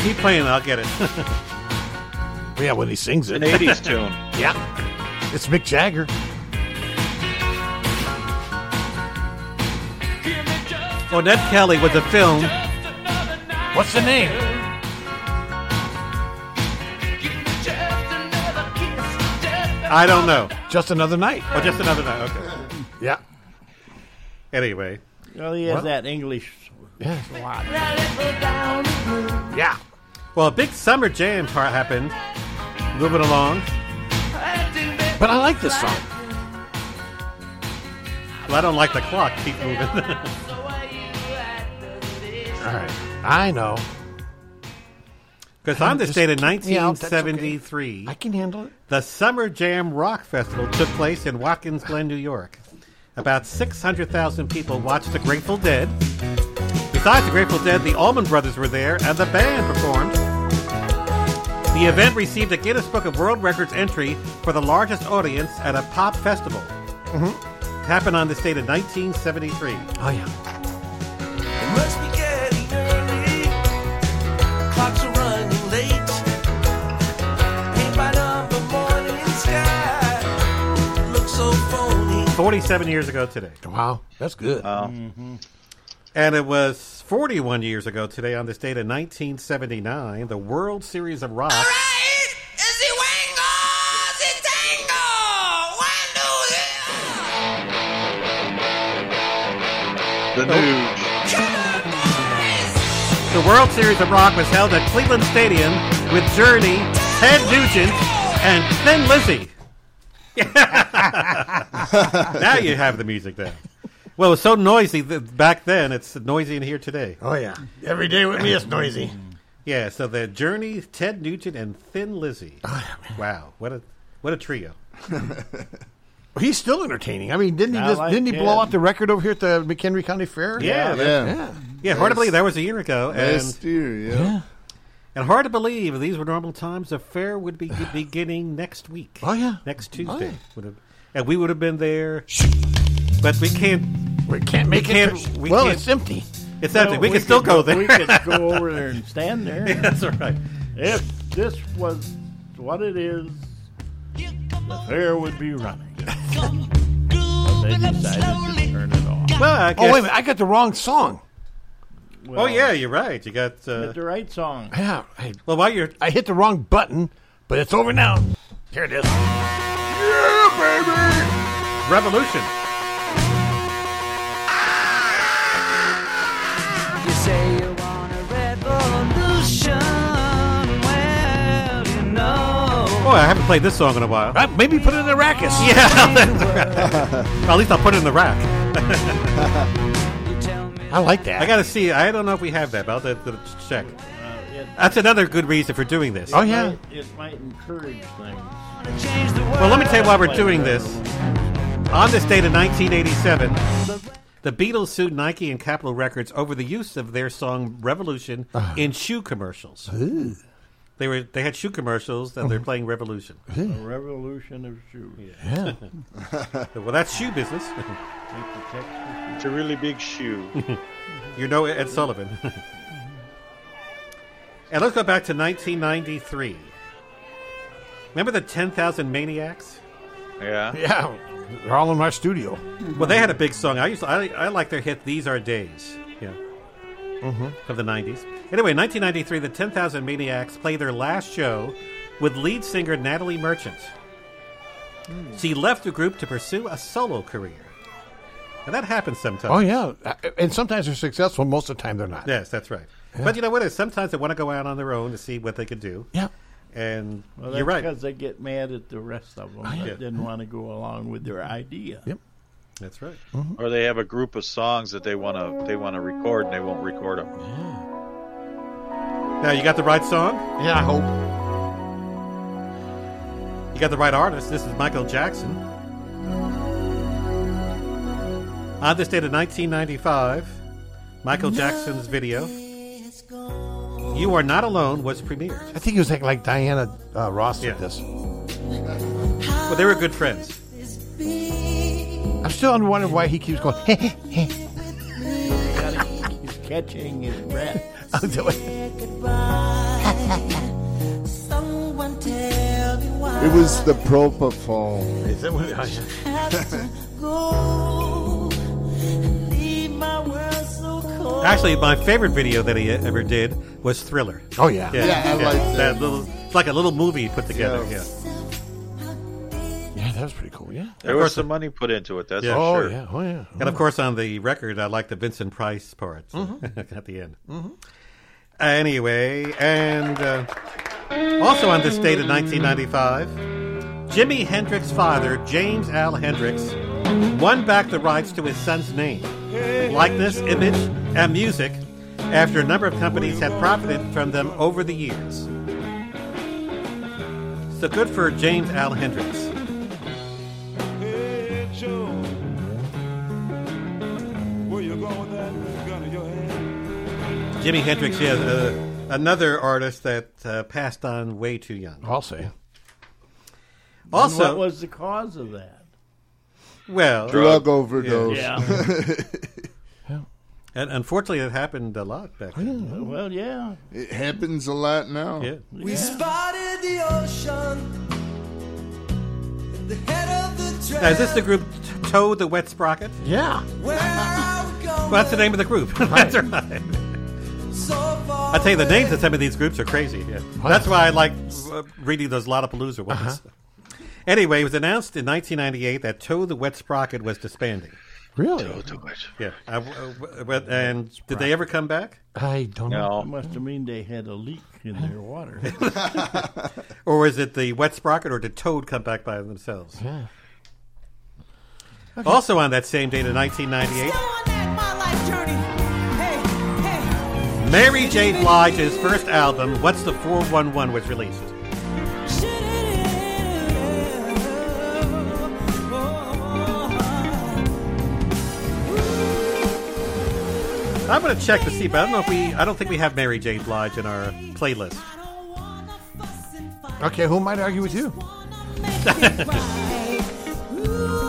keep playing, I'll get it. (laughs) Yeah, when he sings it. An (laughs) 80s tune. Yeah. It's Mick Jagger. well, Oh, Ned Kelly was a film. What's the name? I don't know. Just another night. Oh, just another night. Okay. Yeah. Anyway, Well, he has Well- that English swat. Yeah. Well, a big summer jam par- happened. Moving along. But I like this song. Well, I don't like the clock. Keep moving. (laughs) All right. I know. Because on this date in Yeah, that's okay. 1973, I can handle it. the Summer Jam Rock Festival took place in Watkins Glen, New York. About 600,000 people watched the Grateful Dead. Besides the Grateful Dead, the Allman Brothers were there and the band performed. The event received a Guinness Book of World Records entry for the largest audience at a pop festival. It happened on this date in 1973. Mm-hmm. Oh, yeah. It must be getting early. Clocks are running late. Paint by number morning sky. Looks so phony. 47 years ago today. Mm-hmm. Wow, that's good. And it was 41 years ago today, on this date in 1979, the World Series of Rock. The Nuge. The World Series of Rock was held at Cleveland Stadium with Journey, Ted Nugent, and Thin (laughs) Lizzy. (laughs) (laughs) now you have the music there. Well, it was so noisy that back then. It's noisy in here today. Oh yeah, every day with me is noisy. Yeah. So the Journey, Ted Nugent, and Thin Lizzy. Oh, wow, what a what a (laughs) trio. He's still entertaining. I mean, didn't he I just like didn't he Ted. blow out the record over here at the McHenry County Fair? Yeah, yeah. that- yeah. Hard to believe that was a year ago. Last and, And hard to believe these were normal times. The fair would be beginning next week. Oh yeah, next Tuesday. Oh, yeah. Would have- and we would have been there, but we can't. We can't make it can't- for- we well, can't- it's empty. It's empty. Well, we, can still could go there. We could (laughs) go over there and stand there. Yeah, (laughs) that's right. If this was what it is, the fair would be (laughs) running. but they decided to turn it off. Well, I oh wait guess- a minute, I got the wrong song. oh yeah, you're right. You got. Uh, Hit the right song. Yeah. I, well, while you're, I hit the wrong button, but it's over now. Here it is. Revolution. You say you want a revolution. Well, you know. Boy, I haven't played this song in a while. maybe put it in (laughs) the rackus. Yeah. that's right. Well, (laughs) at least I'll put it in the rack. (laughs) I like that. I gotta see. I don't know if we have that, but I'll have to check. it- That's another good reason for doing this. Oh, It might- It might encourage things. Well, let me tell you why we're doing this. On this date in 1987, the Beatles sued Nike and Capitol Records over the use of their song "Revolution" Uh-huh. in shoe commercials. They were they had shoe commercials that Uh-huh. they're playing "Revolution." A revolution of shoes. (laughs) (laughs) well, that's shoe (laughs) business. Make the text It's a really big shoe. (laughs) you know Ed Sullivan. (laughs) and let's go back to 1993. Remember the 10,000 Maniacs? Yeah. (laughs) Yeah. They're all in my studio. Well, they had a big song. I used to, I, I like their hit "These Are Days." Yeah. Mm-hmm. Of the '90s. Anyway, in 1993, the 10,000 Maniacs play their last show with lead singer Natalie Merchant. Hmm. She left the group to pursue a solo career, and that happens sometimes. Oh yeah, and sometimes they're successful. Most of the time they're not. Yes, that's right. But you know what? Sometimes they want to go out on their own to see what they could do. Yeah. And Well, you're right. Because they get mad at the rest of them that didn't want to go along with their idea. Yep. That's right. Or they have a group of songs that they want to they want to record and they won't record them. Now you got the right song. Yeah, I hope. You got the right artist. This is Michael Jackson. On this date of 1995, Michael Jackson's video "You Are Not Alone" was premiered. I think it was like, like Diana uh, Ross did this. Well, they were good friends. I'm still wondering why he keeps going. He's catching his (laughs) breath. I'll do it. It was the propofol. Is that what- oh, yeah. (laughs) Actually, my favorite video that he ever did was Thriller. Oh, yeah. Yeah, I like that. little. It's like a little movie put together. Yeah. Yeah, that was pretty cool. Yeah. There Of was course some money put into it. That's Yeah. for Oh, sure. yeah. Oh yeah. And of course, on the record, I like the Vincent Price part Mm-hmm. (laughs) at the end. Anyway, and uh, also on this date in 1995, Jimi Hendrix's father, James Al Hendrix, won back the rights to his son's name, likeness, image, and music after a number of companies had profited from them over the years. So good for James Al Hendrix. Jimi Hendrix, yeah, uh, another artist that uh, passed on way too young. I'll say. And what Also, was the cause of that? well, uh, Drug overdose. Yeah. (laughs) and unfortunately, it happened a lot back then. Well, yeah. It happens a lot now. Yeah. We spotted the ocean. And Now, is this the group Toe the Wet Sprocket? Yeah. Well, that's the name of the group. (laughs) that's right. I tell you, the names of some of these groups are crazy. That's why I like uh, reading those Lollapalooza ones. Uh-huh. Anyway, it was announced in 1998 that Toe the Wet Sprocket was disbanding. Really? Yeah. I- w- uh, w- w- and did they ever come back? I don't No. It must have mean they had a leak in their water. (laughs) Or was it the Wet Sprocket or did Toad come back by themselves? Yeah. Also on that same date in 1998, Mary J. Blige's first album, What's the 411, was released. I'm going to check to see, but I don't know if we, I don't think we have Mary J. Blige in our playlist. (laughs) Okay, who might argue with you? Do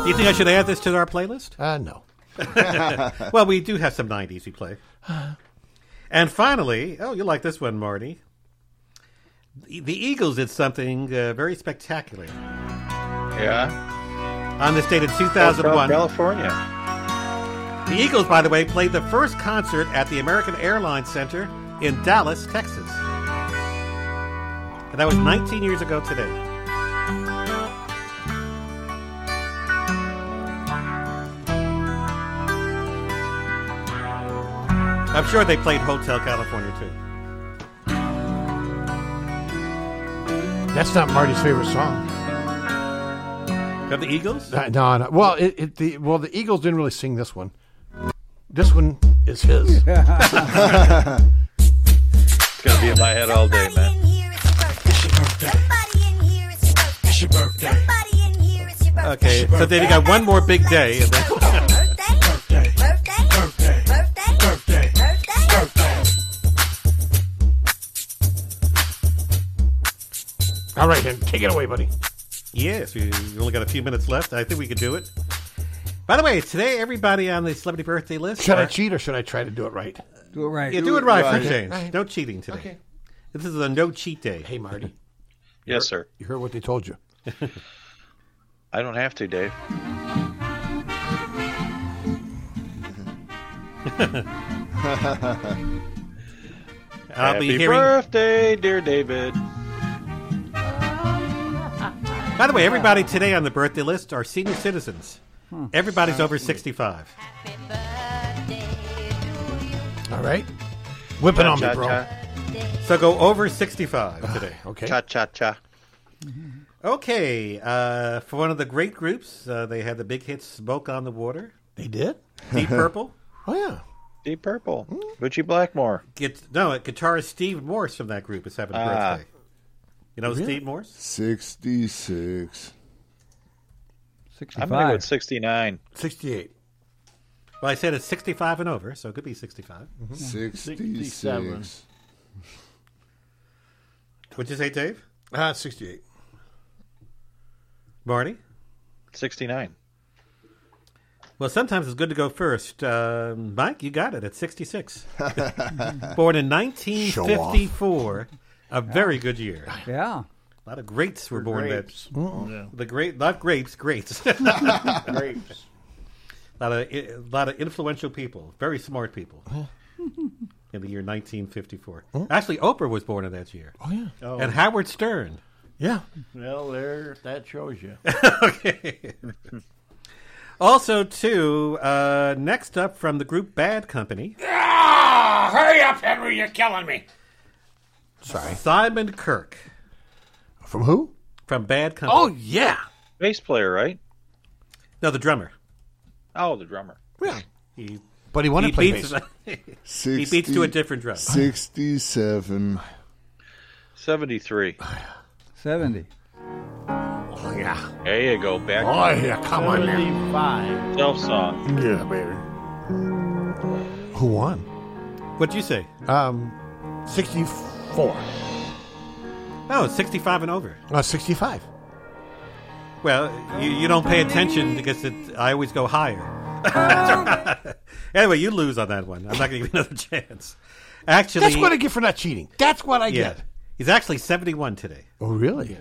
you think I should add this to our playlist? Uh, no. (laughs) well, we do have some 90s we play. Uh-huh. And finally, oh, you like this one, Marty. The the Eagles did something uh, very spectacular. Yeah. On this date in 2001. California. The Eagles, by the way, played the first concert at the American Airlines Center in Dallas, Texas. And that was 19 years ago today. I'm sure they played Hotel California too. That's not Marty's favorite song. Have the Eagles? Uh, no, no. Well, it, it the well the Eagles didn't really sing this one. This one (laughs) is his. It's gonna be in my head all day, man. Okay, so then you got one more big day. And then All right, then take it away, buddy. Yes, we we only got a few minutes left. I think we can do it. By the way, today everybody on the celebrity birthday list. Should I are- cheat or should I try to do it right? Do it right. Yeah, do, it right, for a change. Right. No cheating today. Okay. This is a no cheat day. Hey, Marty. Yes, sir. You heard what they (laughs) told you. I don't have to, Dave. I'll Happy be hearing- birthday, dear David. By the way, everybody today on the birthday list are senior citizens. Hmm. Everybody's over 65. All right. Whip it on me, bro. So go over 65 today. Okay. Cha cha cha. Mm-hmm. Okay. Uh, for one of the great groups, uh, they had the big hit Smoke on the Water. They did? (laughs) Deep Purple. Oh, yeah. Hmm. Deep Purple. Richie Blackmore. Get, no, guitarist Steve Morse from that group is having a Ah. birthday. You know Steve Morse? 66. I'm gonna go with sixty-nine. 68. Well, I said it's 65 and over, so it could be 65. Mm-hmm. Sixty-seven. What'd you say, Dave? Uh, 68. Barney? Sixty-nine. Well, sometimes it's good to go first. Uh, Mike, you got it at 66. (laughs) Born in 1954, a very good year. Yeah. A lot of greats were For born grapes. that. Mm. Yeah. The great, not grapes, greats. grapes. A lot of a lot of influential people, very smart people. (laughs) in the year 1954, actually, Oprah was born in that year. Oh yeah. Oh. And Howard Stern. Yeah. Well, there, that shows you. (laughs) (laughs) okay. Also, too, uh, next up from the group Bad Company, Ah, hurry up, Henry, you're killing me. Sorry. Simon Kirk From who? from Bad Company. Oh yeah, bass player, right? No, the drummer. Oh, the drummer. Yeah. He, But he wanted he to play beats, (laughs) bass. he beats to a different drum. 67. Seventy-three. 70. Oh, yeah. There you go. Back. Oh, yeah. Come on, man. Seventy-five. Self song. Yeah, baby. Who won? What'd you say? Um, 64. Oh, 65 and over. Uh, 65. Well, you, you don't pay attention because it, I always go higher. (laughs) anyway, you lose on that one. I'm not going to give you another (laughs) chance. Actually, That's what I get for not cheating. That's what I yeah. get. He's actually 71 today. Oh, really?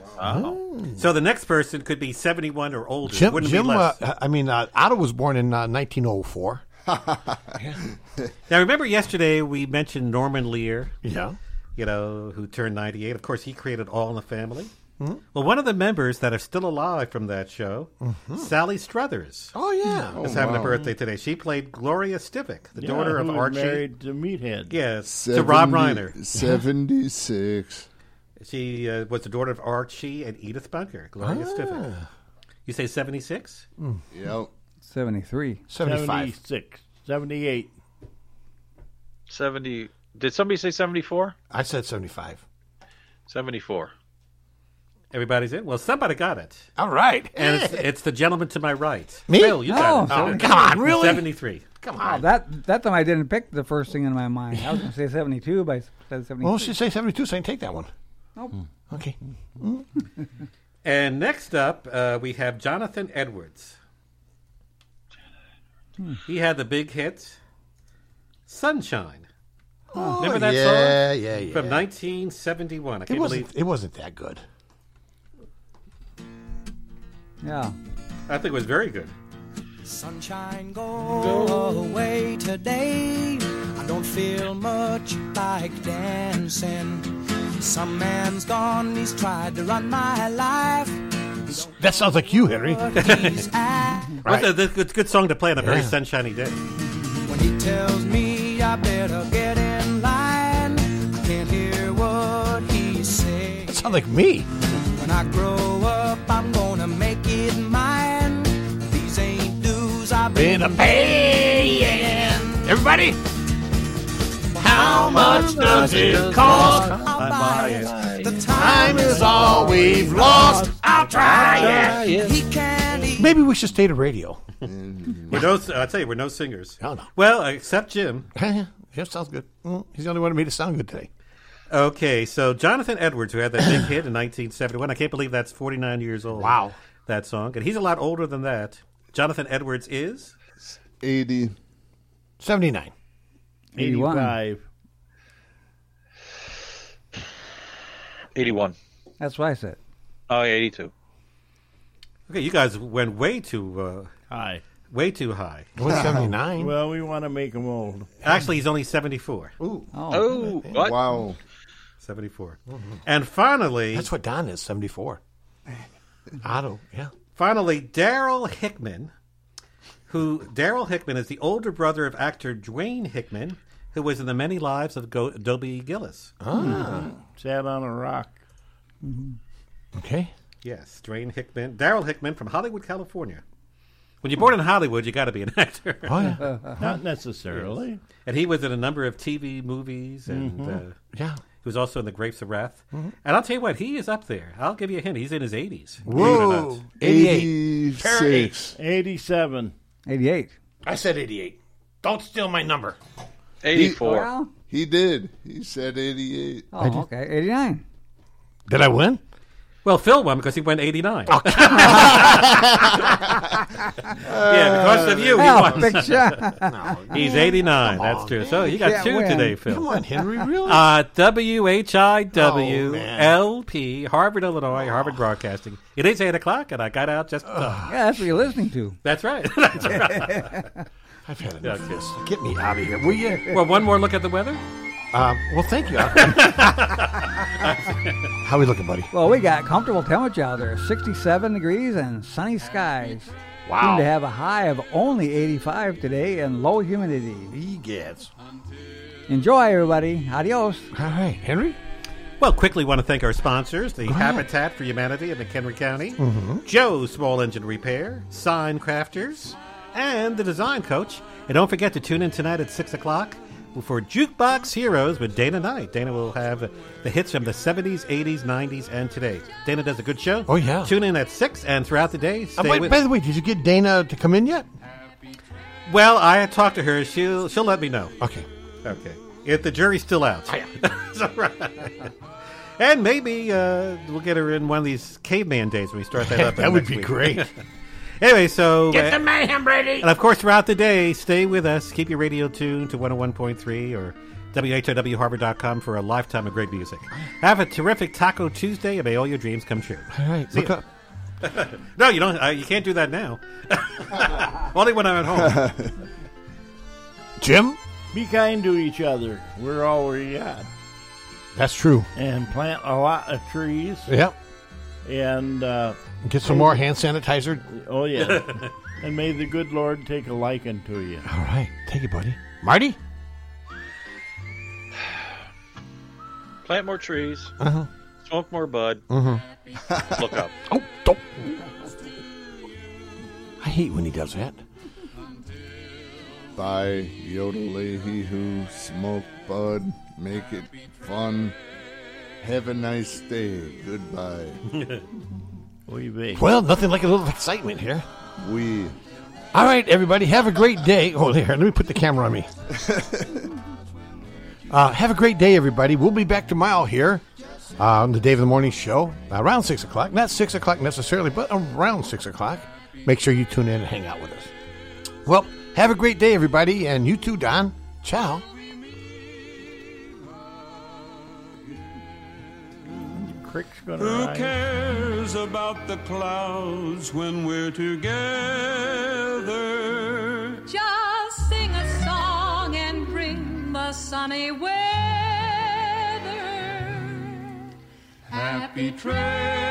So the next person could be 71 or older. Jim, Wouldn't Jim be uh, less. I mean, uh, Otto was born in (laughs) uh, 1904. now, remember yesterday we mentioned Norman Lear. Yeah. You know, who turned 98. Of course, he created All in the Family. Hmm? Well, one of the members that are still alive from that show, Mhm. Sally Struthers. Oh, yeah. Is Oh, having a wow. birthday today. She played Gloria Stivic, the Yeah, daughter of who was Archie. married to Meathead. Yes, to Rob Reiner. 76. (laughs) She uh, was the daughter of Archie and Edith Bunker, Gloria Ah. Stivic. You say 76? Hmm. Mm. Yep. 73. 76, 78. 70. Did somebody say 74? I said 75. 74. Everybody's in? Well, somebody got it. All right. And it's, it's the gentleman to my right. Me? Bill, you got Oh, it. seventy- come on, really? 73. Come on. that that time I didn't pick the first thing in my mind. I was going to say 72, but I said 73. Well, she say 72, so I can take that one. Nope. Okay. And next up, uh, we have Jonathan Edwards. He had the big hit, Sunshine. Oh, Remember that yeah, song? yeah, yeah. From 1971. I It can't wasn't, believe it wasn't that good. Yeah. I think it was very good. Sunshine, go, away today. I don't feel much like dancing. Some man's gone, he's tried to run my life. That sounds like you, Henry. What's a, that's a good, good song to play on a very Yeah. sunshiny day. When he tells me I better get in line, I can't hear what he's saying. That sounds like me. When I grow up, I'm gonna make it mine. These ain't dues I've Been been, a paying. Everybody, how much does it cost? The Time is all we've lost. I'll try it. He can't Maybe we should stay to radio. We're no, I tell you, we're no singers. Well, except (laughs) Jim. Jim sounds good. Mm, He's the only one who made it sound good today. Okay, so Jonathan Edwards, who had that big hit in 1971, I can't believe that's 49 years old. Wow. That song. And he's a lot older than that. Jonathan Edwards is? 80. 79. 81. 85. 81. That's what I said. Oh, yeah, 82. Okay, you guys went way too uh, high. Way too high. (laughs) Well, we want to make him old. Actually, he's only 74. Ooh. Oh. Oh, what? wow. 74. And finally. That's what Don is, 74. Otto, yeah. Finally, Daryl Hickman, who Daryl Hickman is the older brother of actor Dwayne Hickman, who was in the many lives of Go- Dobie Gillis. Ah. Sat on a rock. Okay. Yes, Dwayne Hickman, Daryl Hickman from Hollywood, California. When you're born in Hollywood, you got to be an (laughs) actor. Oh, yeah. (laughs) Not necessarily. Yes. And he was in a number of TV movies, and Mhm. uh, yeah, he was also in The Grapes of Wrath. Mhm. And I'll tell you what, he is up there. I'll give you a hint. He's in his 80s. Whoa. 88. 86. 87. 88. I said 88. Don't steal my number. 84. He did. He said 88. Oh, okay. 89. Did I win? Well, Phil won because he went 89. Oh, (laughs) yeah, because of you, he Oh, won. big shot. (laughs) He's 89. That's true. So you got Can't two win. today, Phil. Come on, Henry, really? Uh, Oh, WHIWLP, Harvard, Illinois, Harvard Broadcasting. It is 8 o'clock, and I got out just in time. (sighs) Yeah, that's what you're listening to. That's right. (laughs) That's (laughs) right. I've had enough of Okay. this. Get me out of here, will you? Well, one more look at the weather. Um, well, (laughs) thank you. How we looking, buddy? Well, we got comfortable temperature out there 67 degrees and sunny skies. Wow. Seem to have a high of only 85 today and low humidity. He gets. Enjoy, everybody. Adios. All right, Henry? Well, quickly want to thank our sponsors, the Habitat for Humanity of McHenry County, Mhm. Joe's Small Engine Repair, Sign Crafters, and the Design Coach. And don't forget to tune in tonight at 6 o'clock for Jukebox Heroes with Dana Knight. Dana will have the hits from the 70s, 80s, 90s, and today. Dana does a good show. Oh, yeah. Tune in at 6 and throughout the day. Uh, Stay wait, with by the way, did you get Dana to come in yet? Well, I talked to her. She'll, she'll let me know. Okay. Oh, Okay. If the jury's still out. (laughs) That's all right. And maybe uh, we'll get her in one of these caveman days when we start that (laughs) up. That in would next be week. great. (laughs) anyway, so. Get uh, the mayhem ready. oh And of course, throughout the day, stay with us. Keep your radio tuned to 101.3 or WHOWHarbor.com for a lifetime of great Oh, music. Have a terrific Taco Tuesday and may all your dreams come true. All right, look up. no, you don't. Uh, you can't do that now. Only when I'm at home. (laughs) Jim? (laughs) Be kind to each other. We're all we got. That's true. And plant a lot of trees. Yep. And uh, Get some more hand sanitizer. Oh yeah. and may the good Lord take a liking to you. All right. Take it, buddy. Marty? Plant more trees. Uh-huh. Smoke more bud. Mhm. Look up. (laughs) Oh, don't. I hate when he does that. By Yodel he who smoke bud, make it fun. Have a nice day. (laughs) Goodbye. Well, nothing like a little excitement here. We. All right, everybody, have a great day. Oh, there, let me put the camera on me. uh, have a great day, everybody. We'll be back tomorrow here uh, on the Dave of the Morning Show around 6 o'clock. Not 6 o'clock necessarily, but around 6 o'clock. Make sure you tune in and hang out with us. Well, have a great day, everybody, and you too, Don. Ciao. Crick's gonna Who rise. cares about the clouds when we're together? Just sing a song and bring the sunny weather. Happy trails.